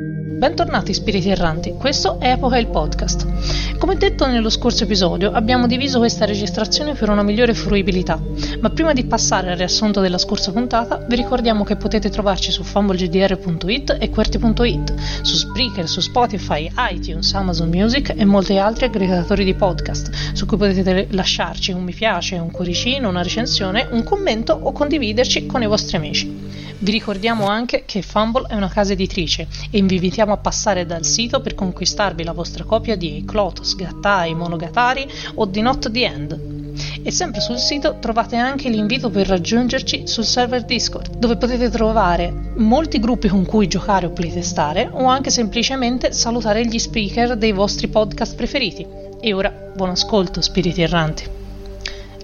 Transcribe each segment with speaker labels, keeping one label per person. Speaker 1: bentornati spiriti erranti, questo è Epoca il podcast. Come detto nello scorso episodio, abbiamo diviso questa registrazione per una migliore fruibilità, ma prima di passare al riassunto della scorsa puntata, vi ricordiamo che potete trovarci su fumblegdr.it e qwerty.it, su Spreaker, su Spotify, iTunes, Amazon Music e molti altri aggregatori di podcast, su cui potete lasciarci un mi piace, un cuoricino, una recensione, un commento o condividerci con i vostri amici. Vi ricordiamo anche che Fumble è una casa editrice e vi invitiamo a passare dal sito per conquistarvi la vostra copia di Clotos, Gattai, Monogatari o di Not the End. E sempre sul sito trovate anche l'invito per raggiungerci sul server Discord, dove potete trovare molti gruppi con cui giocare o playtestare o anche semplicemente salutare gli speaker dei vostri podcast preferiti. E ora buon ascolto, spiriti erranti.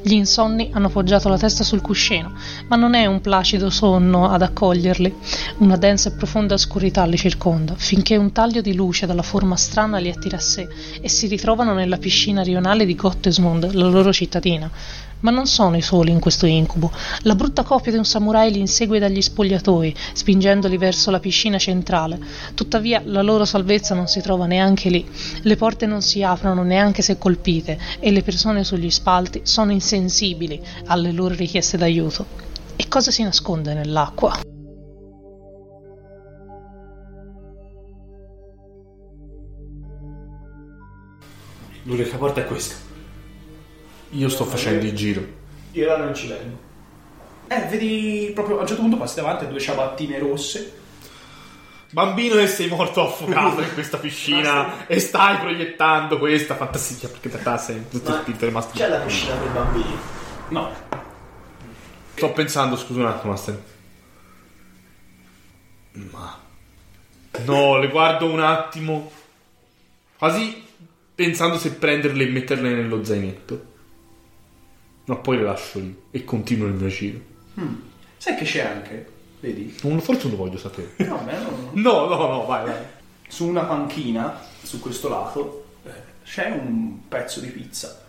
Speaker 1: Gli insonni hanno poggiato la testa sul cuscino, ma non è un placido sonno ad accoglierli. Una densa e profonda oscurità li circonda, finché un taglio di luce dalla forma strana li attira a sé e si ritrovano nella piscina rionale di Gottesmund, la loro cittadina. Ma non sono i soli in questo incubo. La brutta coppia di un samurai li insegue dagli spogliatoi, spingendoli verso la piscina centrale. Tuttavia la loro salvezza non si trova neanche lì. Le porte non si aprono neanche se colpite e le persone sugli spalti sono insensibili alle loro richieste d'aiuto. E cosa si nasconde nell'acqua?
Speaker 2: L'unica porta è questa.
Speaker 3: Io sto facendo il giro.
Speaker 2: Io là non ci vengo.
Speaker 4: Eh, vedi proprio a un certo punto passi davanti a due ciabattine rosse.
Speaker 3: Bambino che sei morto affogato in questa piscina e stai proiettando questa fantasia perché in realtà sei tutto spinto rimasto.
Speaker 2: C'è la piscina per bambini.
Speaker 4: No,
Speaker 3: Sto pensando, scusa un attimo, Master. Ma... No, le guardo un attimo. Quasi pensando se prenderle e metterle nello zainetto. Ma poi le lascio lì e continuo il mio giro.
Speaker 4: sai che c'è anche? Vedi?
Speaker 3: Non, forse non lo voglio sapere.
Speaker 4: No, beh, no, no.
Speaker 3: No, no, no, vai, vai.
Speaker 4: Su una panchina, su questo lato, eh, c'è un pezzo di pizza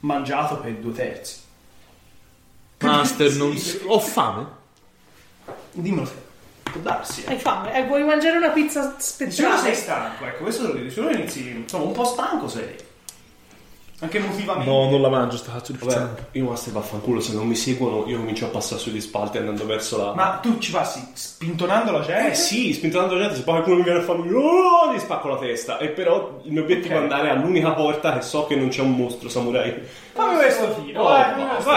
Speaker 4: mangiato per due terzi.
Speaker 3: Master, non... s- Ho fame?
Speaker 4: Dimmelo te. Può darsi, eh.
Speaker 5: Hai fame? Eh, vuoi mangiare una pizza
Speaker 4: Se uno sei
Speaker 5: speziale?
Speaker 4: stanco, ecco, questo te lo dico. Se uno inizi, insomma, un po' stanco sei. Anche emotivamente.
Speaker 3: No, non la mangio sta cazzo di pizza.
Speaker 2: Vabbè, io master vaffanculo, se non mi seguono io comincio a passare sugli spalti andando verso la...
Speaker 4: Ma tu ci passi spintonando la gente?
Speaker 2: Eh sì, spintando la gente, se poi qualcuno mi viene a farmi oh, gli spacco la testa. E però il mio obiettivo
Speaker 4: Ok.
Speaker 2: è andare all'unica porta che so che non c'è un mostro samurai.
Speaker 4: Fammi questo tiro,
Speaker 2: Oh,
Speaker 4: vai, fammi
Speaker 2: no.
Speaker 4: questo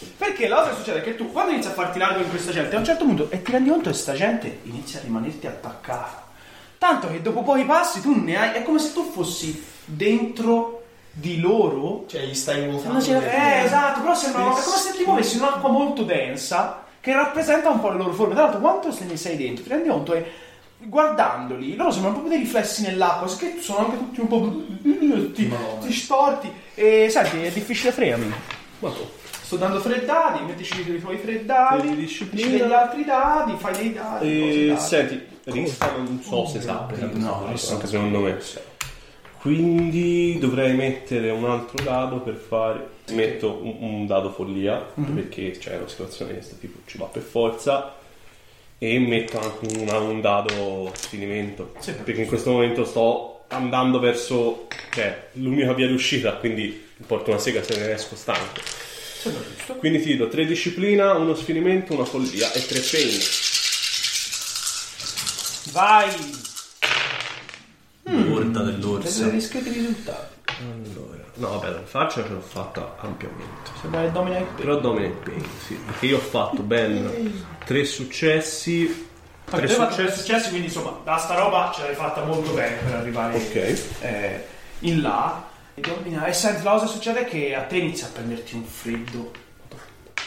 Speaker 4: tiro. Perché la cosa che succede è che tu quando inizi a farti largo in questa gente, a un certo punto e ti rendi conto che sta gente inizia a rimanerti attaccata. Tanto che dopo pochi passi tu ne hai. È come se tu fossi dentro di loro.
Speaker 6: Cioè, gli stai
Speaker 5: Non ce la
Speaker 6: nuotando.
Speaker 4: Eh, esatto, però sembra è come se ti muovessi in un'acqua molto densa che rappresenta un po' le loro forme. Tra l'altro, quanto se ne sei dentro, ti rendi conto che guardandoli, loro sembrano proprio dei riflessi nell'acqua, che sono anche tutti un po'. ti, ti storti. E senti, è difficile frenami. Sto dando tre dadi, mettici i tuoi tre dadi,
Speaker 2: Quelli di
Speaker 4: mettici
Speaker 2: disciplina. Eh,
Speaker 4: degli altri dadi, fai dei dadi. cose
Speaker 2: E
Speaker 4: dadi.
Speaker 2: senti, Rista non so se sappia.
Speaker 4: No, Rista
Speaker 2: anche secondo me. Quindi dovrei mettere un altro dado per fare. Metto un, un dado follia perché c'è una situazione che sta tipo ci va per forza. E metto anche una- un dado finimento.
Speaker 4: Sì.
Speaker 2: Perché in questo momento sto andando verso. cioè, l'unica via d'uscita, quindi porto una sega se ne esco stanco.
Speaker 4: Sembra giusto.
Speaker 2: Quindi ti do 3 disciplina, uno sfinimento, una follia e 3 pegni.
Speaker 4: Vai!
Speaker 6: Porta dell'orso.
Speaker 4: Preso rischio di risultati.
Speaker 2: Allora, no, vabbè, la faccia ce l'ho fatta ampiamente.
Speaker 4: Sembra che domina il pe-
Speaker 2: Però domina il pain, sì. Perché io ho fatto ben tre successi. Tre
Speaker 4: Aveva fatto tre
Speaker 2: successi.
Speaker 4: successi, quindi insomma, da sta roba ce l'hai fatta molto bene per arrivare
Speaker 2: Ok.
Speaker 4: eh, in là. E, domina- e senti, la cosa che succede è che a te inizia a prenderti un freddo.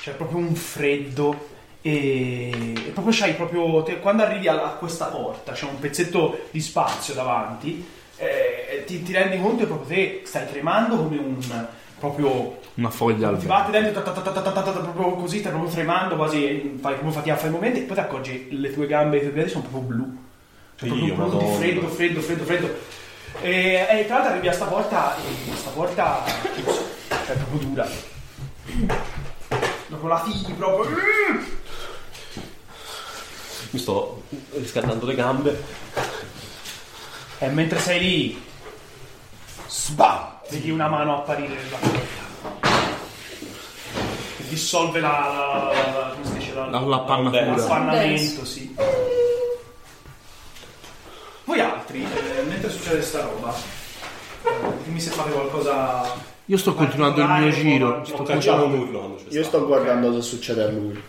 Speaker 4: Cioè, proprio un freddo. E, e proprio c'hai proprio. te- quando arrivi alla- a questa porta, c'è un pezzetto di spazio davanti. eh, ti, ti rendi conto che proprio te stai tremando come un. proprio
Speaker 3: Una foglia al
Speaker 4: ti
Speaker 3: vento.
Speaker 4: batte dentro ta- ta- ta- ta- ta- ta- ta- proprio così, stai proprio tremando, quasi fai come fatica a fare i momenti, e poi ti accorgi le tue gambe e i tuoi piedi sono proprio blu. Cioè,
Speaker 2: Io,
Speaker 4: proprio blu di
Speaker 2: Madonna.
Speaker 4: freddo, freddo, freddo, freddo. E, e tra l'altro arrivi a sta porta, e sta porta chiusa, cioè proprio dura. Dopo la figli proprio.
Speaker 2: Mi sto riscaldando le gambe.
Speaker 4: E mentre sei lì,
Speaker 6: Sbam!
Speaker 4: vedi una mano apparire nella porta. Che dissolve la, la, la- come si dice? La,
Speaker 3: La- la pannatura.
Speaker 4: l'appannamento, sì. Voi altri, eh, mentre succede sta roba, eh, dimmi se fate qualcosa...
Speaker 3: Io sto continuando il mio giro.
Speaker 2: Sto
Speaker 3: Sto
Speaker 2: cacciando un
Speaker 3: continuando.
Speaker 2: urlo quando c'è
Speaker 6: Io
Speaker 2: stato.
Speaker 6: sto guardando cosa succede a lui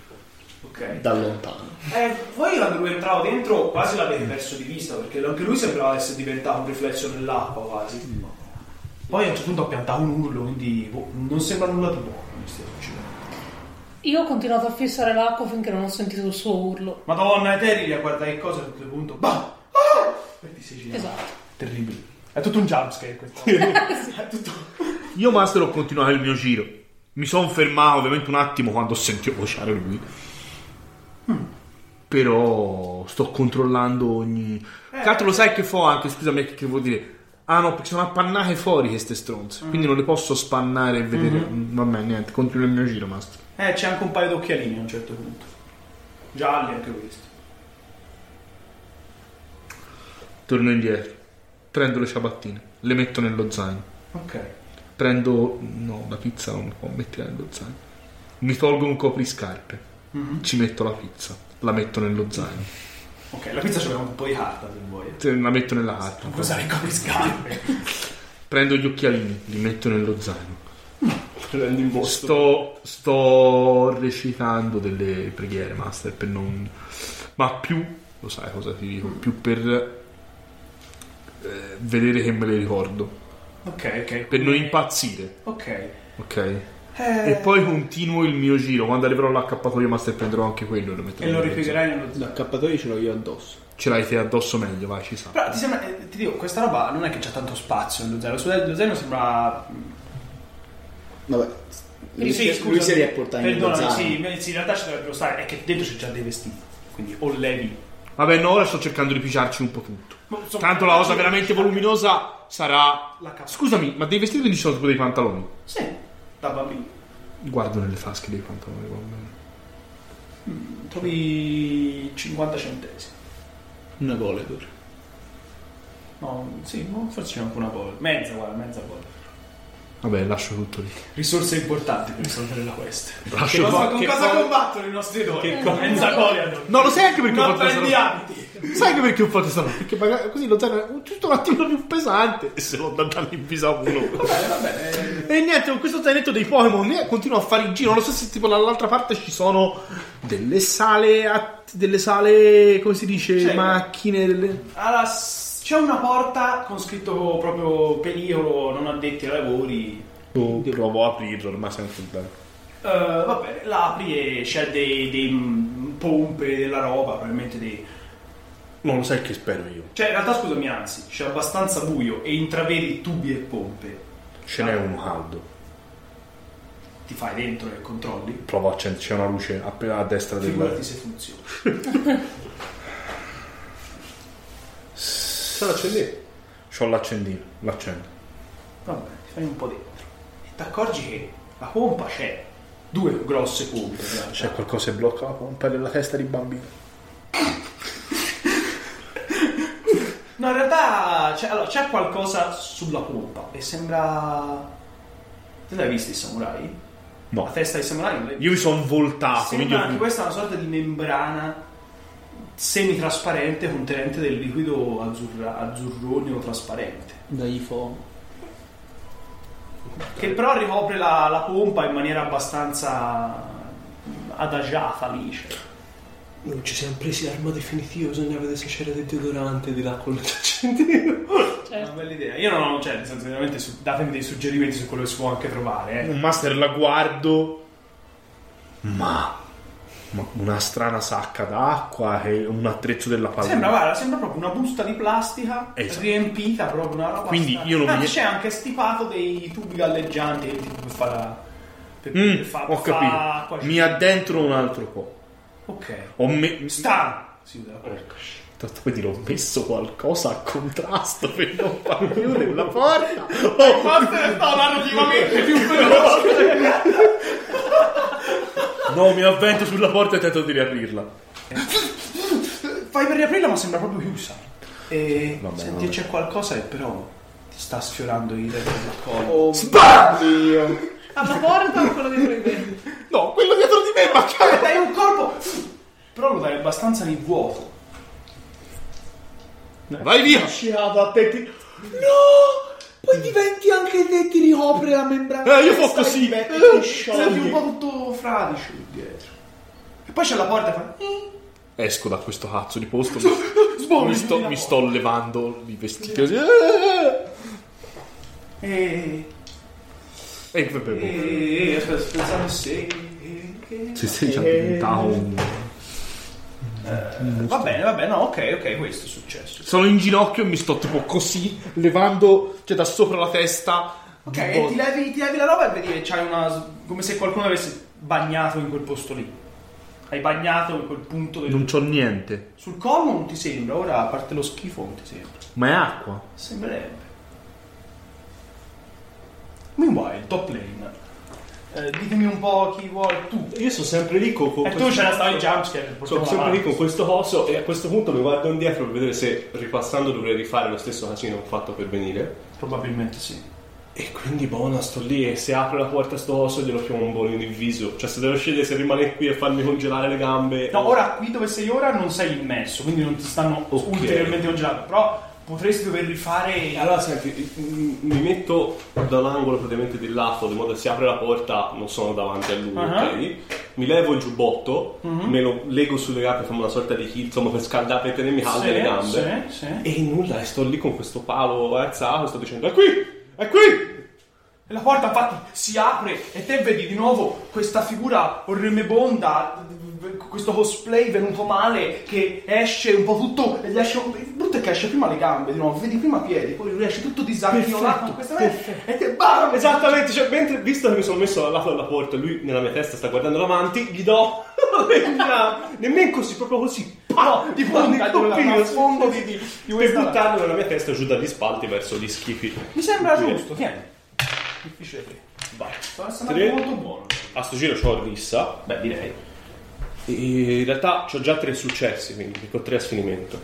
Speaker 4: Ok.
Speaker 6: da lontano.
Speaker 4: Eh, voi quando lui entrava dentro quasi l'avete perso di vista perché anche lui sembrava essere diventato un riflesso nell'acqua quasi. Poi a un certo punto ha piantato un urlo, quindi boh, non sembra nulla di buono che stia succedendo.
Speaker 5: Io ho continuato a fissare l'acqua finché non ho sentito il suo urlo.
Speaker 4: Madonna, è terribile, guarda che cosa a un certo punto. Bah! Ah! E ti sei girato.
Speaker 5: Esatto.
Speaker 4: Terribile. È tutto un jumpscare questo. è tutto...
Speaker 3: Io, Master, ho continuato il mio giro. Mi sono fermato ovviamente un attimo quando ho sentito vociare lui. Però sto controllando ogni. Che altro lo sai che fo anche? Scusami, che che vuol dire? Ah no, perché sono appannate fuori queste stronze. Quindi non le posso spannare e vedere. Mm, Vabbè, niente, continuo il mio giro, Master.
Speaker 4: Eh, c'è anche un paio d'occhialini a un certo punto. Gialli anche questi.
Speaker 3: Torno indietro. Prendo le ciabattine, le metto nello zaino.
Speaker 4: Ok.
Speaker 3: Prendo. No, la pizza non la può mettere nello zaino. Mi tolgo un copriscarpe.
Speaker 4: Mm-hmm.
Speaker 3: Ci metto la pizza. La metto nello zaino.
Speaker 4: Ok, la pizza c'aveva un po' di carta se vuoi.
Speaker 3: Te- La metto nella carta.
Speaker 4: Cos'è il scarpe?
Speaker 3: Prendo gli occhialini, li metto nello zaino.
Speaker 2: Prendo in mostro.
Speaker 3: Sto, sto recitando delle preghiere, master, per non. Ma più, lo sai cosa ti dico?
Speaker 4: Mm.
Speaker 3: Più per eh, vedere che me le ricordo.
Speaker 4: Ok, ok.
Speaker 3: Per non impazzire,
Speaker 4: Ok.
Speaker 3: ok?
Speaker 4: Eh,
Speaker 3: E poi continuo il mio giro. Quando arriverò all'accappatoio master prenderò anche quello e lo metterò.
Speaker 4: e lo
Speaker 3: nello zaino.
Speaker 4: ripiegherai nello zaino.
Speaker 6: L'accappatoio ce l'ho io addosso.
Speaker 3: Ce l'hai te addosso meglio, vai, ci sta.
Speaker 4: Però ti sembra, eh, ti dico, questa roba non è che c'è tanto spazio nello zaino. Scusate, lo zaino sembra.
Speaker 6: Vabbè. Lui,
Speaker 4: Sì,
Speaker 6: si-
Speaker 4: scusa,
Speaker 6: lui si è riapportato in
Speaker 4: Perdonami,
Speaker 6: zaino.
Speaker 4: sì, ma- sì, in realtà ci dovrebbero stare. È che dentro c'è già dei vestiti. Quindi o levi.
Speaker 3: Vabbè, no, ora sto cercando di pigiarci un po' tutto.
Speaker 4: Ma, insomma,
Speaker 3: Tanto la cosa veramente voluminosa sarà.
Speaker 4: La cazzo.
Speaker 3: Scusami, ma dei vestiti quindi ci sono tipo dei pantaloni?
Speaker 4: Sì, da bambino.
Speaker 3: Guardo nelle tasche dei pantaloni. guarda.
Speaker 4: Trovi 50 centesimi.
Speaker 6: Una voletor.
Speaker 4: No, sì, no, forse c'è anche una volta. Mezza, guarda, mezza volta.
Speaker 3: Vabbè, lascio tutto lì.
Speaker 4: Risorse importanti per risolvere la quest. Che
Speaker 3: Lascio
Speaker 4: cosa,
Speaker 3: tutto.
Speaker 4: con
Speaker 2: che
Speaker 4: cosa
Speaker 2: cosa-
Speaker 4: combattono i nostri eroi? Eh,
Speaker 2: che cosa-
Speaker 4: Mezza goliath.
Speaker 3: No, lo sai anche perché ho
Speaker 4: Non
Speaker 3: fatto
Speaker 4: prendi
Speaker 3: questa
Speaker 4: abiti.
Speaker 3: roba? Sai anche perché ho fatto questa roba? Perché magari così lo zaino è un- giusto un attimo più pesante. E se lo dato all'impisa uno.
Speaker 4: Vabbè, vabbè.
Speaker 3: E niente, con questo zainetto dei Pokémon io continuo a fare il giro. Non so se tipo dall'altra parte ci sono delle sale. att- delle sale. come si dice?
Speaker 4: Sì.
Speaker 3: macchine. delle-
Speaker 4: Allora, s- c'è una porta con scritto proprio pericolo non addetti ai lavori.
Speaker 3: provo a aprirlo, ormai siamo sul
Speaker 4: Eh, vabbè, la apri e c'è dei, dei mm, pompe della roba, probabilmente dei...
Speaker 3: Non lo sai che spero io.
Speaker 4: Cioè, in realtà, scusami, anzi, c'è abbastanza buio e intravedi tubi e pompe.
Speaker 3: Ce n'è uno caldo.
Speaker 4: Ti fai dentro e controlli.
Speaker 3: Provo a accendere, c'è una luce appena a destra
Speaker 4: Figurati se funziona.
Speaker 2: Se l'accendi.
Speaker 3: C'ho l'accendino, l'accendo.
Speaker 4: Vabbè, ti fai un po' dentro. E ti accorgi che la pompa c'è. Due grosse pompe. in realtà.
Speaker 3: C'è qualcosa che blocca la pompa della testa di bambino.
Speaker 4: No, in realtà c'è, allora, c'è qualcosa sulla pompa e sembra... Te l'hai visto i samurai? La
Speaker 3: No. Ah,
Speaker 4: testa dei samurai non l'hai vista?
Speaker 3: Io mi sono voltato, quindi
Speaker 4: Sembra anche
Speaker 3: ho...
Speaker 4: questa una sorta di membrana semitrasparente contenente del liquido azzurra, azzurroneo trasparente.
Speaker 6: Dagli fo.
Speaker 4: Che però ricopre la, la pompa in maniera abbastanza adagiata, liscia.
Speaker 7: Non ci siamo presi l'arma definitiva, bisogna vedere se c'era del deodorante di là con l'accendino.
Speaker 4: È una bella idea. Io non ho, cioè, nel senso, veramente su- datemi dei suggerimenti su quello che si può anche trovare. eh.
Speaker 3: un master la guardo, ma... ma una strana sacca d'acqua e un attrezzo della palla.
Speaker 4: Sembra, guarda, sembra proprio una busta di plastica
Speaker 3: Esatto.
Speaker 4: riempita, proprio una roba.
Speaker 3: Quindi
Speaker 4: strana.
Speaker 3: io non mi-
Speaker 4: Anzi, c'è anche stipato dei tubi galleggianti tipo, per fare la- per,
Speaker 3: Mm,
Speaker 4: per fa- per
Speaker 3: ho
Speaker 4: fa
Speaker 3: capito.
Speaker 4: acqua. cioè.
Speaker 3: Mi addentro un altro po'.
Speaker 4: Ok.
Speaker 3: Ho me-
Speaker 4: Sta! Si usa la porta.
Speaker 3: Tanto per dire, ho messo qualcosa a contrasto per non far chiudere la porta. Oh,
Speaker 4: Master sta narrativamente più
Speaker 3: no, mi avvento sulla porta e tento di riaprirla.
Speaker 4: Fai per riaprirla, ma sembra proprio chiusa. E E
Speaker 2: Vabbè,
Speaker 4: senti,
Speaker 2: vabbè.
Speaker 4: c'è qualcosa che però ti sta sfiorando il della collo.
Speaker 6: Oh, Dio.
Speaker 5: Alla porta o quello dietro i vetri?
Speaker 3: No, quello dietro di me, ma
Speaker 4: Dai, dai un colpo! Però lo dai abbastanza nel vuoto.
Speaker 3: Vai via!
Speaker 6: Sciava a te. ti- No! Poi diventi anche te, ti ricopre la membrana.
Speaker 3: Eh, io fo
Speaker 6: Stai
Speaker 3: così.
Speaker 6: bene,
Speaker 3: Eh,
Speaker 6: ti
Speaker 4: Senti un
Speaker 6: sciogli.
Speaker 4: po' tutto fradicio lì dietro. E poi c'è la porta e fa... "Eh,
Speaker 3: Esco da questo cazzo di posto. Mi, mi sto, mi sto levando i vestiti. così. Eh.
Speaker 4: E...
Speaker 3: E poi
Speaker 6: Eh.
Speaker 3: bevo.
Speaker 4: E... E... Eh, aspetta, sto Pensando se... e- e-
Speaker 3: Se sei già
Speaker 6: Eh.
Speaker 3: diventato un...
Speaker 4: Va bene, va bene, no, ok, ok, questo è successo.
Speaker 3: Sono in ginocchio e mi sto tipo così, levando, cioè da sopra la testa.
Speaker 4: Ok, e
Speaker 3: Tipo-
Speaker 4: ti levi, ti levi la roba e vedi che c'hai una. s- come se qualcuno avesse bagnato in quel posto lì. Hai bagnato in quel punto del.
Speaker 3: Non c'ho niente.
Speaker 4: Sul collo non ti sembra, ora a parte lo schifo non ti sembra.
Speaker 3: Ma è acqua.
Speaker 4: Sembrerebbe. Meanwhile, top lane. Eh, ditemi un po' chi vuoi tu.
Speaker 2: Io sono sempre lì con, con
Speaker 4: E tu
Speaker 2: questo-
Speaker 4: ce la stavi jumpscare per
Speaker 2: Sono
Speaker 4: portare
Speaker 2: sempre lì
Speaker 4: avanti.
Speaker 2: con questo coso e a questo punto mi guardo indietro per vedere se ripassando dovrei rifare lo stesso casino che ho fatto per venire.
Speaker 4: Probabilmente sì.
Speaker 2: E quindi buona, sto lì e se apro la porta a sto coso glielo piombo in viso. Cioè se devo scegliere se rimanere qui e farmi congelare le gambe.
Speaker 4: No, ora qui dove sei ora non sei immerso, quindi non ti stanno
Speaker 2: Ok.
Speaker 4: ulteriormente congelando. Però potresti dover rifare.
Speaker 2: Allora senti, mi metto dall'angolo praticamente di lato, di modo che si apre la porta, non sono davanti a lui,
Speaker 4: Ah.
Speaker 2: ok? Mi levo il giubbotto, me lo lego sulle gambe, faccio una sorta di kill, insomma, per scaldare, per tenermi calde le gambe.
Speaker 4: Sì, sì.
Speaker 2: E nulla, e sto lì con questo palo alzato e sto dicendo, è qui, è qui!
Speaker 4: E La porta infatti si apre e te vedi di nuovo questa figura orremebonda, questo cosplay venuto male che esce un po' tutto, e gli esce un- il brutto è che esce prima le gambe di nuovo, vedi prima i piedi, poi lui esce tutto disarticolato con questa e te bam!
Speaker 2: Esattamente, cioè, mentre, visto che mi sono messo al lato della porta, lui nella mia testa sta guardando davanti, gli do una, nemmeno così, proprio così,
Speaker 4: No,
Speaker 2: di
Speaker 4: ti punta
Speaker 2: quando
Speaker 4: dal
Speaker 2: il
Speaker 4: fondo di, di, di
Speaker 2: per
Speaker 4: questa-
Speaker 2: buttarlo nella mia testa giù dagli spalti verso gli schifi.
Speaker 4: Mi sembra
Speaker 2: Sì.
Speaker 4: giusto, tieni. Difficile per te.
Speaker 2: Vai.
Speaker 4: Sto
Speaker 2: Tre.
Speaker 4: essendo molto buono.
Speaker 2: A sto giro c'ho rissa.
Speaker 4: Beh, direi.
Speaker 2: E in realtà ho già tre successi, quindi dico tre a sfinimento.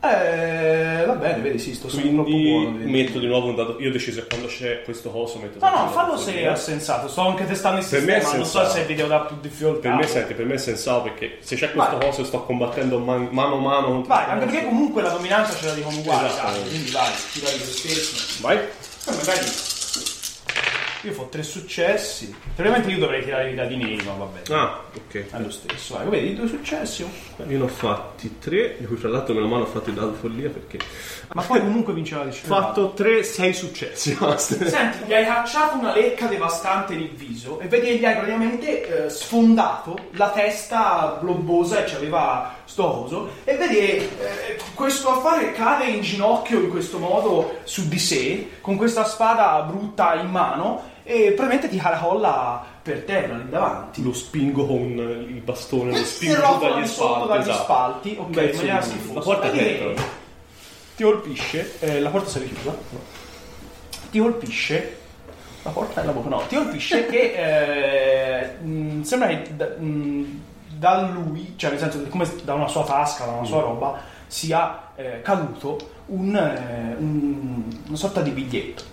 Speaker 4: Eh, va bene, vedi, sì, sto sono troppo
Speaker 2: Quindi
Speaker 4: buono. vedi.
Speaker 2: metto di nuovo un dato. Io ho deciso che quando c'è questo coso metto
Speaker 4: No, no,
Speaker 2: sempre un
Speaker 4: fallo
Speaker 2: dato
Speaker 4: se
Speaker 2: follia.
Speaker 4: è sensato. Sto anche testando il
Speaker 2: Per me è
Speaker 4: sistema, non so
Speaker 2: sensato.
Speaker 4: se il video dà più difficoltà.
Speaker 2: Per me, senti, per me è sensato perché se c'è questo
Speaker 4: Vai.
Speaker 2: coso sto combattendo man- mano a mano contro
Speaker 4: Vai,
Speaker 2: questo
Speaker 4: anche perché
Speaker 2: coso.
Speaker 4: comunque la dominanza ce la dicono uguale.
Speaker 2: Esatto.
Speaker 4: dai, Quindi vai, tira lo stesso.
Speaker 2: Vai.
Speaker 4: Poi magari io ho tre successi. Probabilmente io dovrei tirare vita di Neri, ma va bene.
Speaker 2: Ah, ok.
Speaker 4: È lo stesso, vai, vedi due successi.
Speaker 2: Io ne ho fatti tre, di cui tra l'altro meno male ho fatto il dato follia perché
Speaker 4: Ma poi comunque vinceva la
Speaker 2: ho
Speaker 4: disciplina.
Speaker 2: fatto tre, sei successi. basta.
Speaker 4: Senti, gli hai cacciato una lecca devastante nel viso e vedi che gli hai praticamente eh, sfondato la testa blobbosa e c'aveva sto coso e vedi che eh, questo affare cade in ginocchio in questo modo su di sé con questa spada brutta in mano e probabilmente ti caracolla per terra lì davanti.
Speaker 2: Lo spingo con il bastone, lo
Speaker 4: Si
Speaker 2: spingo giù
Speaker 4: rotola
Speaker 2: dagli
Speaker 4: di sotto
Speaker 2: spalti.
Speaker 4: dagli
Speaker 2: esatto.
Speaker 4: spalti, ok, in
Speaker 2: Pezzo
Speaker 4: maniera
Speaker 2: di-
Speaker 4: schifosa.
Speaker 2: La porta è
Speaker 4: Vedi che-
Speaker 2: aperta.
Speaker 4: ti colpisce, eh, la porta si è richiusa, no. ti colpisce, la porta è la bocca, no, ti colpisce che eh, mh, sembra che da, mh, da lui, cioè nel senso che come da una sua tasca, da una sua roba, sia eh, caduto un, eh, un- una sorta di biglietto.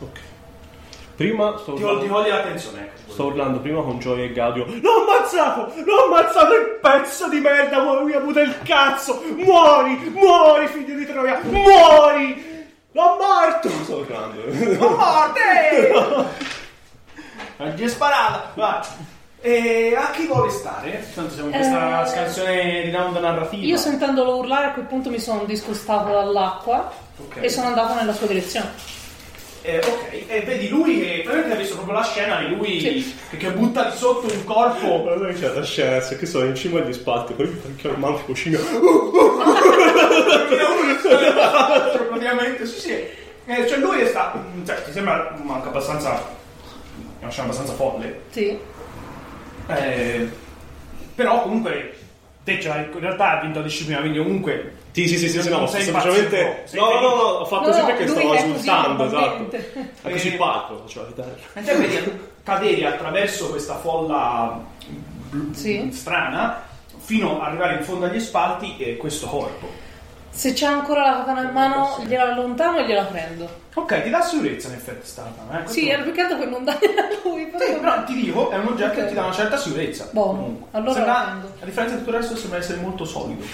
Speaker 2: Ok. Prima sto urlando,
Speaker 4: voglio l'attenzione, ecco.
Speaker 2: sto urlando prima con Gioia e Gaudio. L'ho ammazzato! L'ho ammazzato il pezzo di merda! Vuoi mia puta il cazzo! Muori! Muori, figlio di Troia! Muori! L'ho morto! Sto urlando.
Speaker 4: Morte! Non gli è sparata, vai. E a chi vuole stare? Tanto siamo in questa
Speaker 5: Eh,
Speaker 4: scansione di round narrativa.
Speaker 5: Io sentendolo urlare a quel punto mi sono discostato dall'acqua
Speaker 4: Ok.
Speaker 5: e sono andato nella sua direzione.
Speaker 4: Eh, ok, e vedi lui che praticamente ha visto proprio la scena di lui
Speaker 5: Sì.
Speaker 4: che, che butta di sotto un corpo.
Speaker 2: Guarda che c'è la scena, se che sono in cima agli spalti, poi mi faccio il mantico scimmia.
Speaker 4: Cioè, praticamente, sì, sì. Eh, cioè lui sta. mm, Cioè, ti sembra manca abbastanza. È una scena abbastanza folle.
Speaker 5: Sì.
Speaker 4: Eh, però comunque. Te ce l'hai, in realtà ha vinto la disciplina, quindi comunque.
Speaker 2: Sì, sì, sì, sì, sì, no,
Speaker 4: Non
Speaker 2: sto
Speaker 4: sei
Speaker 2: semplicemente.
Speaker 4: impazzito, sei
Speaker 2: No, no, no,
Speaker 4: felice.
Speaker 2: no, ho fatto così
Speaker 5: No, no,
Speaker 2: perché
Speaker 5: lui
Speaker 2: stavo
Speaker 5: è così,
Speaker 2: esultando, esatto.
Speaker 5: normalmente.
Speaker 2: È così
Speaker 4: Eh.
Speaker 2: parco, faceva l'Italia.
Speaker 4: E te vedi cadere attraverso questa folla blu-
Speaker 5: Sì.
Speaker 4: strana fino ad arrivare in fondo agli spalti e questo corpo.
Speaker 1: Se c'ha ancora la katana in mano, gliela allontano e gliela prendo.
Speaker 4: Ok, ti dà sicurezza in effetti sta katana. Eh?
Speaker 1: Sì, era più
Speaker 4: Questo-
Speaker 1: che altro per non dare a lui.
Speaker 4: Sì, però ti dico, è un oggetto
Speaker 1: Ok.
Speaker 4: che ti dà una certa sicurezza.
Speaker 1: Buono.
Speaker 4: Comunque.
Speaker 1: Allora
Speaker 4: Sembra-
Speaker 1: la prendo.
Speaker 4: a differenza di tutto il resto, sembra essere molto solido.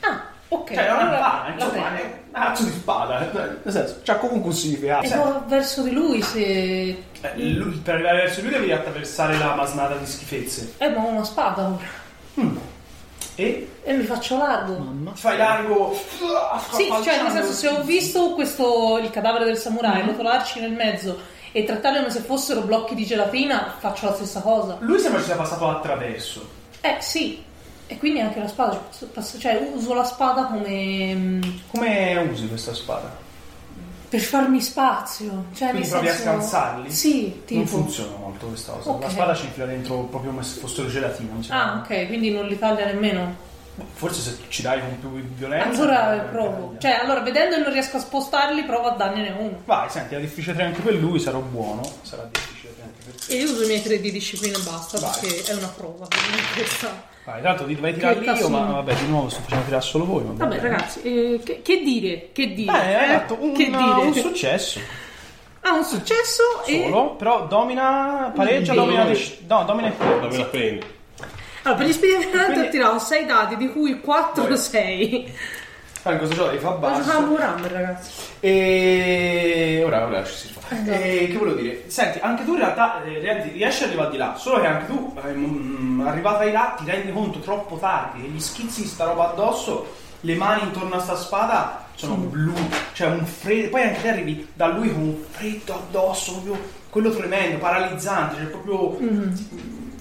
Speaker 1: Ah, ok.
Speaker 4: Cioè, è una
Speaker 1: allora
Speaker 4: katana,
Speaker 1: la
Speaker 4: insomma,
Speaker 1: prendo.
Speaker 4: è un cazzo di spada. eh, Nel senso, c'ha comunque un significato.
Speaker 1: E
Speaker 4: Senti,
Speaker 1: va verso di lui se...
Speaker 4: eh, lui- per arrivare verso lui devi attraversare la masnada di schifezze.
Speaker 1: Eh, ma ho una spada ora.
Speaker 4: E
Speaker 1: E mi faccio largo.
Speaker 4: ti fai largo. uh,
Speaker 1: Sì, cioè nel senso se ho visto questo il cadavere del samurai, rotolarci nel mezzo e trattarli come se fossero blocchi di gelatina, faccio la stessa cosa.
Speaker 4: Lui sembra ci sia passato attraverso.
Speaker 1: Eh sì, e quindi anche la spada, cioè, passo- cioè uso la spada come mm,
Speaker 4: Come usi questa spada?
Speaker 1: per farmi spazio. Cioè,
Speaker 4: Quindi
Speaker 1: nel
Speaker 4: provi a
Speaker 1: senso-
Speaker 4: scansarli?
Speaker 1: Sì,
Speaker 4: Non
Speaker 1: tipo.
Speaker 4: funziona molto questa cosa.
Speaker 1: Ok.
Speaker 4: La spada ci infila dentro proprio come se fossero gelatina. non si
Speaker 1: Ah,
Speaker 4: fa-
Speaker 1: ok, quindi non li taglia nemmeno.
Speaker 4: Forse se ci dai con più violenza.
Speaker 1: Allora
Speaker 4: eh,
Speaker 1: provo.
Speaker 4: eh,
Speaker 1: Cioè, allora vedendo che non riesco a spostarli, provo a darne uno.
Speaker 4: Vai, senti, è difficile tre anche per lui, sarò buono. Sarà difficile tre anche per te.
Speaker 1: E io uso i miei 3 di disciplina e basta,
Speaker 4: Vai.
Speaker 1: perché è una prova. quindi questa-
Speaker 4: Vai, tanto ti dovrei tirare
Speaker 1: Che
Speaker 4: io, ma
Speaker 1: cazzo-
Speaker 4: vabbè, di nuovo sto facendo tirare solo voi. ma
Speaker 1: Vabbè, ragazzi, eh, che, che dire? Che dire?
Speaker 4: Beh, hai
Speaker 1: eh?
Speaker 4: fatto un,
Speaker 1: che dire?
Speaker 4: un successo
Speaker 1: ha un successo e...
Speaker 4: solo, però domina, pareggia,
Speaker 1: Bene.
Speaker 4: domina, dis- no, domina
Speaker 2: Da me la prendi.
Speaker 1: Allora, per gli spedienti
Speaker 4: Quindi-
Speaker 1: ho tirato 6 dadi, di cui 4 6.
Speaker 4: Fai questo gioco, fa
Speaker 1: Ma giocavo a Warhammer, ragazzi.
Speaker 4: E ora, ora ci si fa. E che volevo dire? Senti, anche tu in realtà eh, rendi- riesci ad arrivare di là, solo che anche tu, eh, mm, arrivata di là, ti rendi conto troppo tardi che gli schizzi di sta roba addosso, le mani intorno a sta spada sono blu, cioè un freddo. Poi anche te arrivi da lui con un freddo addosso, proprio quello tremendo, paralizzante, cioè proprio.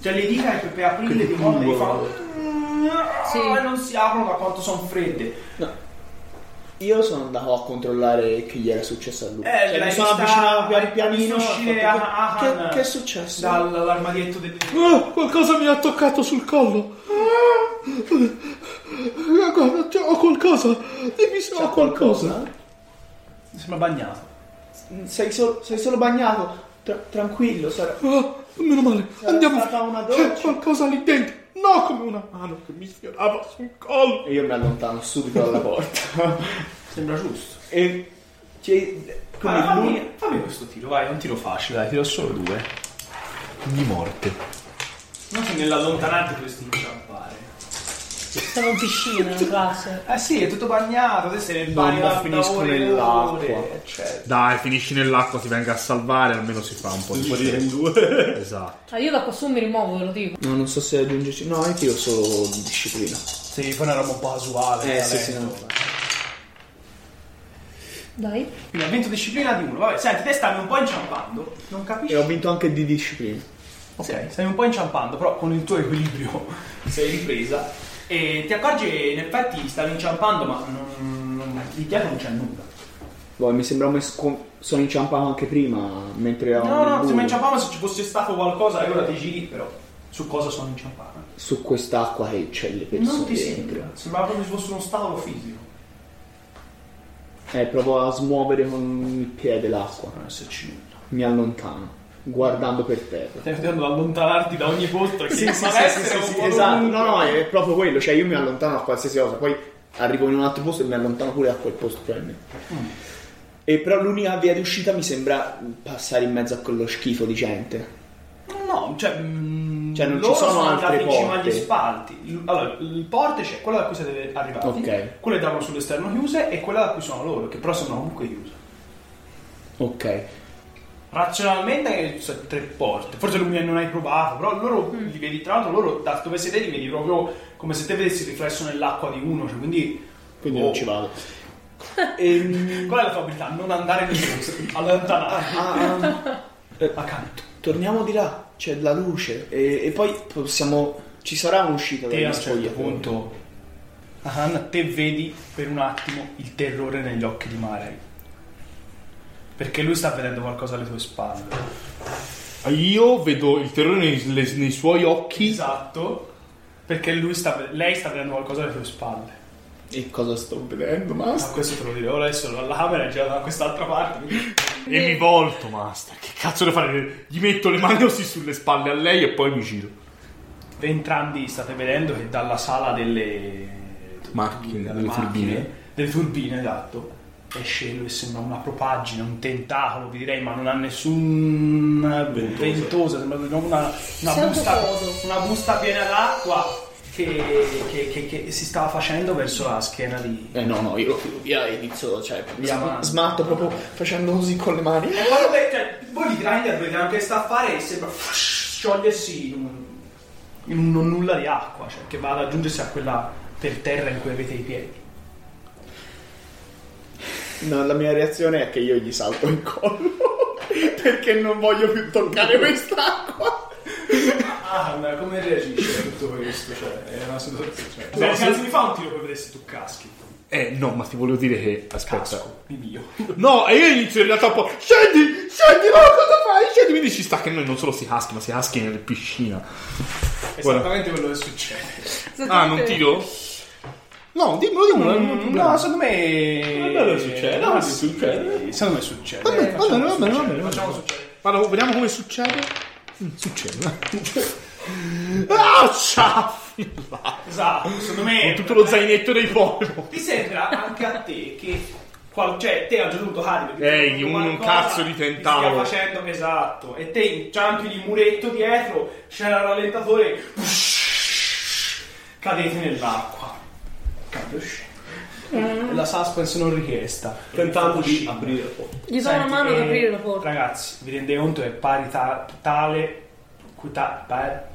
Speaker 4: Cioè le dita per, per aprirle di modo che fanno.
Speaker 1: Sì.
Speaker 4: Mm, ah, E non si aprono da quanto sono fredde.
Speaker 8: Io sono andato a controllare che gli era successo a lui.
Speaker 4: Eh,
Speaker 8: Cioè,
Speaker 4: l'hai
Speaker 8: mi sono
Speaker 4: vista-
Speaker 8: avvicinato pian
Speaker 4: hai visto
Speaker 8: pianino. ho
Speaker 4: uscire
Speaker 8: fatto,
Speaker 4: Ah-
Speaker 8: che,
Speaker 4: Ahan
Speaker 8: che è successo?
Speaker 4: Dall'armadietto del.
Speaker 9: Ah, qualcosa mi ha toccato sul collo. Ah, guarda,
Speaker 3: cioè,
Speaker 9: c'è- ho qualcosa. Dimmi se ho qualcosa.
Speaker 4: Sembra bagnato.
Speaker 8: Sei, sol- sei solo bagnato. Tra- tranquillo, sarà.
Speaker 9: Ah, meno male. Andiamo.
Speaker 8: stata una
Speaker 9: C'è
Speaker 8: dolce.
Speaker 9: qualcosa lì dentro. No, come una mano che mi sfiorava sul collo.
Speaker 8: E io mi allontano subito dalla porta.
Speaker 4: Sembra giusto.
Speaker 8: e. Cioè, come
Speaker 4: Guarda,
Speaker 8: lui-
Speaker 4: fammi, fammi questo tiro, vai, è un tiro facile, dai, tiro solo due. Di morte. Non che nell'allontanarti dovresti inciampare.
Speaker 1: Siamo in piscina, in classe.
Speaker 4: Eh sì, è tutto bagnato, te sei nel
Speaker 8: No,
Speaker 4: bagno
Speaker 8: ma
Speaker 4: da- da
Speaker 8: finisco
Speaker 4: ore e
Speaker 8: nell'acqua.
Speaker 4: ore, eccetera.
Speaker 3: Dai, finisci nell'acqua, ti venga a salvare, almeno si fa un po' di
Speaker 2: Morire in due.
Speaker 3: Esatto.
Speaker 1: Ah, io da qua su mi rimuovo, ve lo dico.
Speaker 8: No, non so se aggiungerci. No, anche io solo disciplina.
Speaker 4: Sì, poi una roba un po' casuale.
Speaker 8: Eh, sì, sì,
Speaker 4: talento.
Speaker 1: Dai.
Speaker 4: Quindi avvento disciplina di uno. Vabbè, senti, te stai un po' inciampando. Non capisci?
Speaker 8: E ho vinto anche di disciplina.
Speaker 4: Ok, stai un po' inciampando, però con il tuo equilibrio sei ripresa e ti accorgi che in effetti stavi inciampando, ma non, non- di dietro non c'è nulla.
Speaker 8: Boh, mi sembra come sco- sono inciampato anche prima, mentre eravamo
Speaker 4: No,
Speaker 8: nel
Speaker 4: no,
Speaker 8: buio,
Speaker 4: stiamo inciampando se ci fosse stato qualcosa e ora ti giri, però su cosa sono inciampato?
Speaker 8: su quest'acqua che c'è le persone
Speaker 4: Non ti sembra,
Speaker 8: dentro.
Speaker 4: sembrava proprio ci fosse uno stavo fisico.
Speaker 8: Eh, provo a smuovere con il piede l'acqua.
Speaker 4: Non esserci nulla.
Speaker 8: Mi allontano, guardando per terra.
Speaker 4: Stai andando ad allontanarti da ogni posto che
Speaker 8: Sì, sì, sì, sì, sì, sì, esatto. No, no, è proprio quello, cioè io mi allontano a qualsiasi cosa, poi arrivo in un altro posto e mi allontano pure a quel posto probabilmente. E però l'unica via di uscita mi sembra passare in mezzo a quello schifo di gente.
Speaker 4: No, cioè, mm,
Speaker 8: Cioè, non ci
Speaker 4: loro
Speaker 8: sono
Speaker 4: andati
Speaker 8: altre
Speaker 4: in cima
Speaker 8: porte.
Speaker 4: agli spalti. Il- Allora, il porte c'è quella da cui siete arrivati,
Speaker 8: Ok.
Speaker 4: quelle davano sull'esterno chiuse e quella da cui sono loro, che però sono comunque chiuse.
Speaker 8: Ok.
Speaker 4: Razionalmente eh, sono tre porte, forse non, non hai provato, però loro li vedi, tra l'altro loro da dove siete li vedi proprio come se te vedessi il riflesso nell'acqua di uno, cioè, quindi...
Speaker 8: Quindi
Speaker 4: Oh. Ehm,
Speaker 8: non ci vado.
Speaker 4: Qual è la tua abilità? Non andare nel senso, allontanarti
Speaker 8: Ah,
Speaker 4: accanto.
Speaker 8: Torniamo di là, c'è la luce e, e poi possiamo... Ci sarà un'uscita
Speaker 4: Te a
Speaker 8: dalla
Speaker 4: un certo
Speaker 8: spoglia.
Speaker 4: punto, Ahan, te vedi per un attimo il terrore negli occhi di Marei. Perché lui sta vedendo qualcosa alle tue spalle.
Speaker 3: Io vedo il terrore nei, le- nei suoi occhi.
Speaker 4: Esatto. Perché lui sta, ve- lei sta vedendo qualcosa alle tue spalle.
Speaker 8: E cosa sto vedendo, ma...
Speaker 4: Ma questo te lo dirò adesso la camera è girata da quest'altra parte. quindi-
Speaker 3: E mi volto, master. Che cazzo devo fare? Gli metto le mani così sulle spalle a lei e poi mi giro.
Speaker 4: Entrambi state vedendo che dalla sala delle
Speaker 3: Macchine,
Speaker 4: delle
Speaker 3: delle
Speaker 4: macchine,
Speaker 3: turbine.
Speaker 4: delle turbine, esatto. Esce lui e sembra una propaggine, un tentacolo, vi direi, ma non ha nessun ventosa, sembra una, una,
Speaker 5: Santo
Speaker 4: busta,
Speaker 5: coso.
Speaker 4: una busta piena d'acqua che, che- che- che si stava facendo verso la schena di...
Speaker 8: Eh no, no, io lo tiro via e inizio, cioè,
Speaker 4: Via
Speaker 8: sm-
Speaker 4: mano.
Speaker 8: smatto proprio facendo così con le mani.
Speaker 4: E poi vabbè, cioè, voi di grinder vedete anche sta a fare e sembra sciogliersi in un, in un non nulla di acqua, cioè che va ad aggiungersi a quella per terra in cui avete i piedi.
Speaker 8: No, la mia reazione è che io gli salto in collo perché non voglio più toccare quest'acqua.
Speaker 4: Ah, ma come reagisci a tutto questo? Cioè, è una situazione. Cioè, no, se mi fa un tiro per vedere se tu caschi.
Speaker 3: Eh no, ma ti volevo dire che. Aspetta.
Speaker 4: Il mio.
Speaker 3: No, e io inizio in realtà un po'. Scendi, scendi, no, cosa fai? Scendi, quindi ci sta che noi non solo si caschi, ma si caschi nella piscina. Guarda.
Speaker 4: Esattamente quello che succede.
Speaker 3: Ah, non tiro? No, dimmelo, dimmelo. non è un problema.
Speaker 4: No, secondo me.
Speaker 2: bello succede,
Speaker 4: No,
Speaker 2: sì,
Speaker 4: sì,
Speaker 2: succede.
Speaker 4: Secondo me succede.
Speaker 3: Va bene, va bene, va bene, va bene, va
Speaker 4: Facciamo
Speaker 3: bene.
Speaker 4: succedere.
Speaker 3: Guarda, vediamo come succede. Mm, Succede. ah, ciaffi!
Speaker 4: Esatto, secondo
Speaker 3: Con
Speaker 6: Eh,
Speaker 4: me.
Speaker 3: tutto lo zainetto dei pollo.
Speaker 4: Ti sembra anche a te che. qual- cioè, te a un certo punto cadi perché
Speaker 3: Ehi,
Speaker 4: tu-
Speaker 3: un- un
Speaker 4: qualcosa
Speaker 3: cazzo di
Speaker 4: ti stia
Speaker 3: tentacolo.
Speaker 4: facendo esatto. E te inciampi di muretto dietro, c'era il rallentatore. Cadete nell'acqua. Cade E la suspense non richiesta.
Speaker 2: Tentando di aprire un po'.
Speaker 5: Gli do una
Speaker 4: Senti,
Speaker 5: mano ad
Speaker 4: eh,
Speaker 5: aprire la porta.
Speaker 4: Ragazzi, vi rendete conto che è pari ta- tale. cui ta- pa-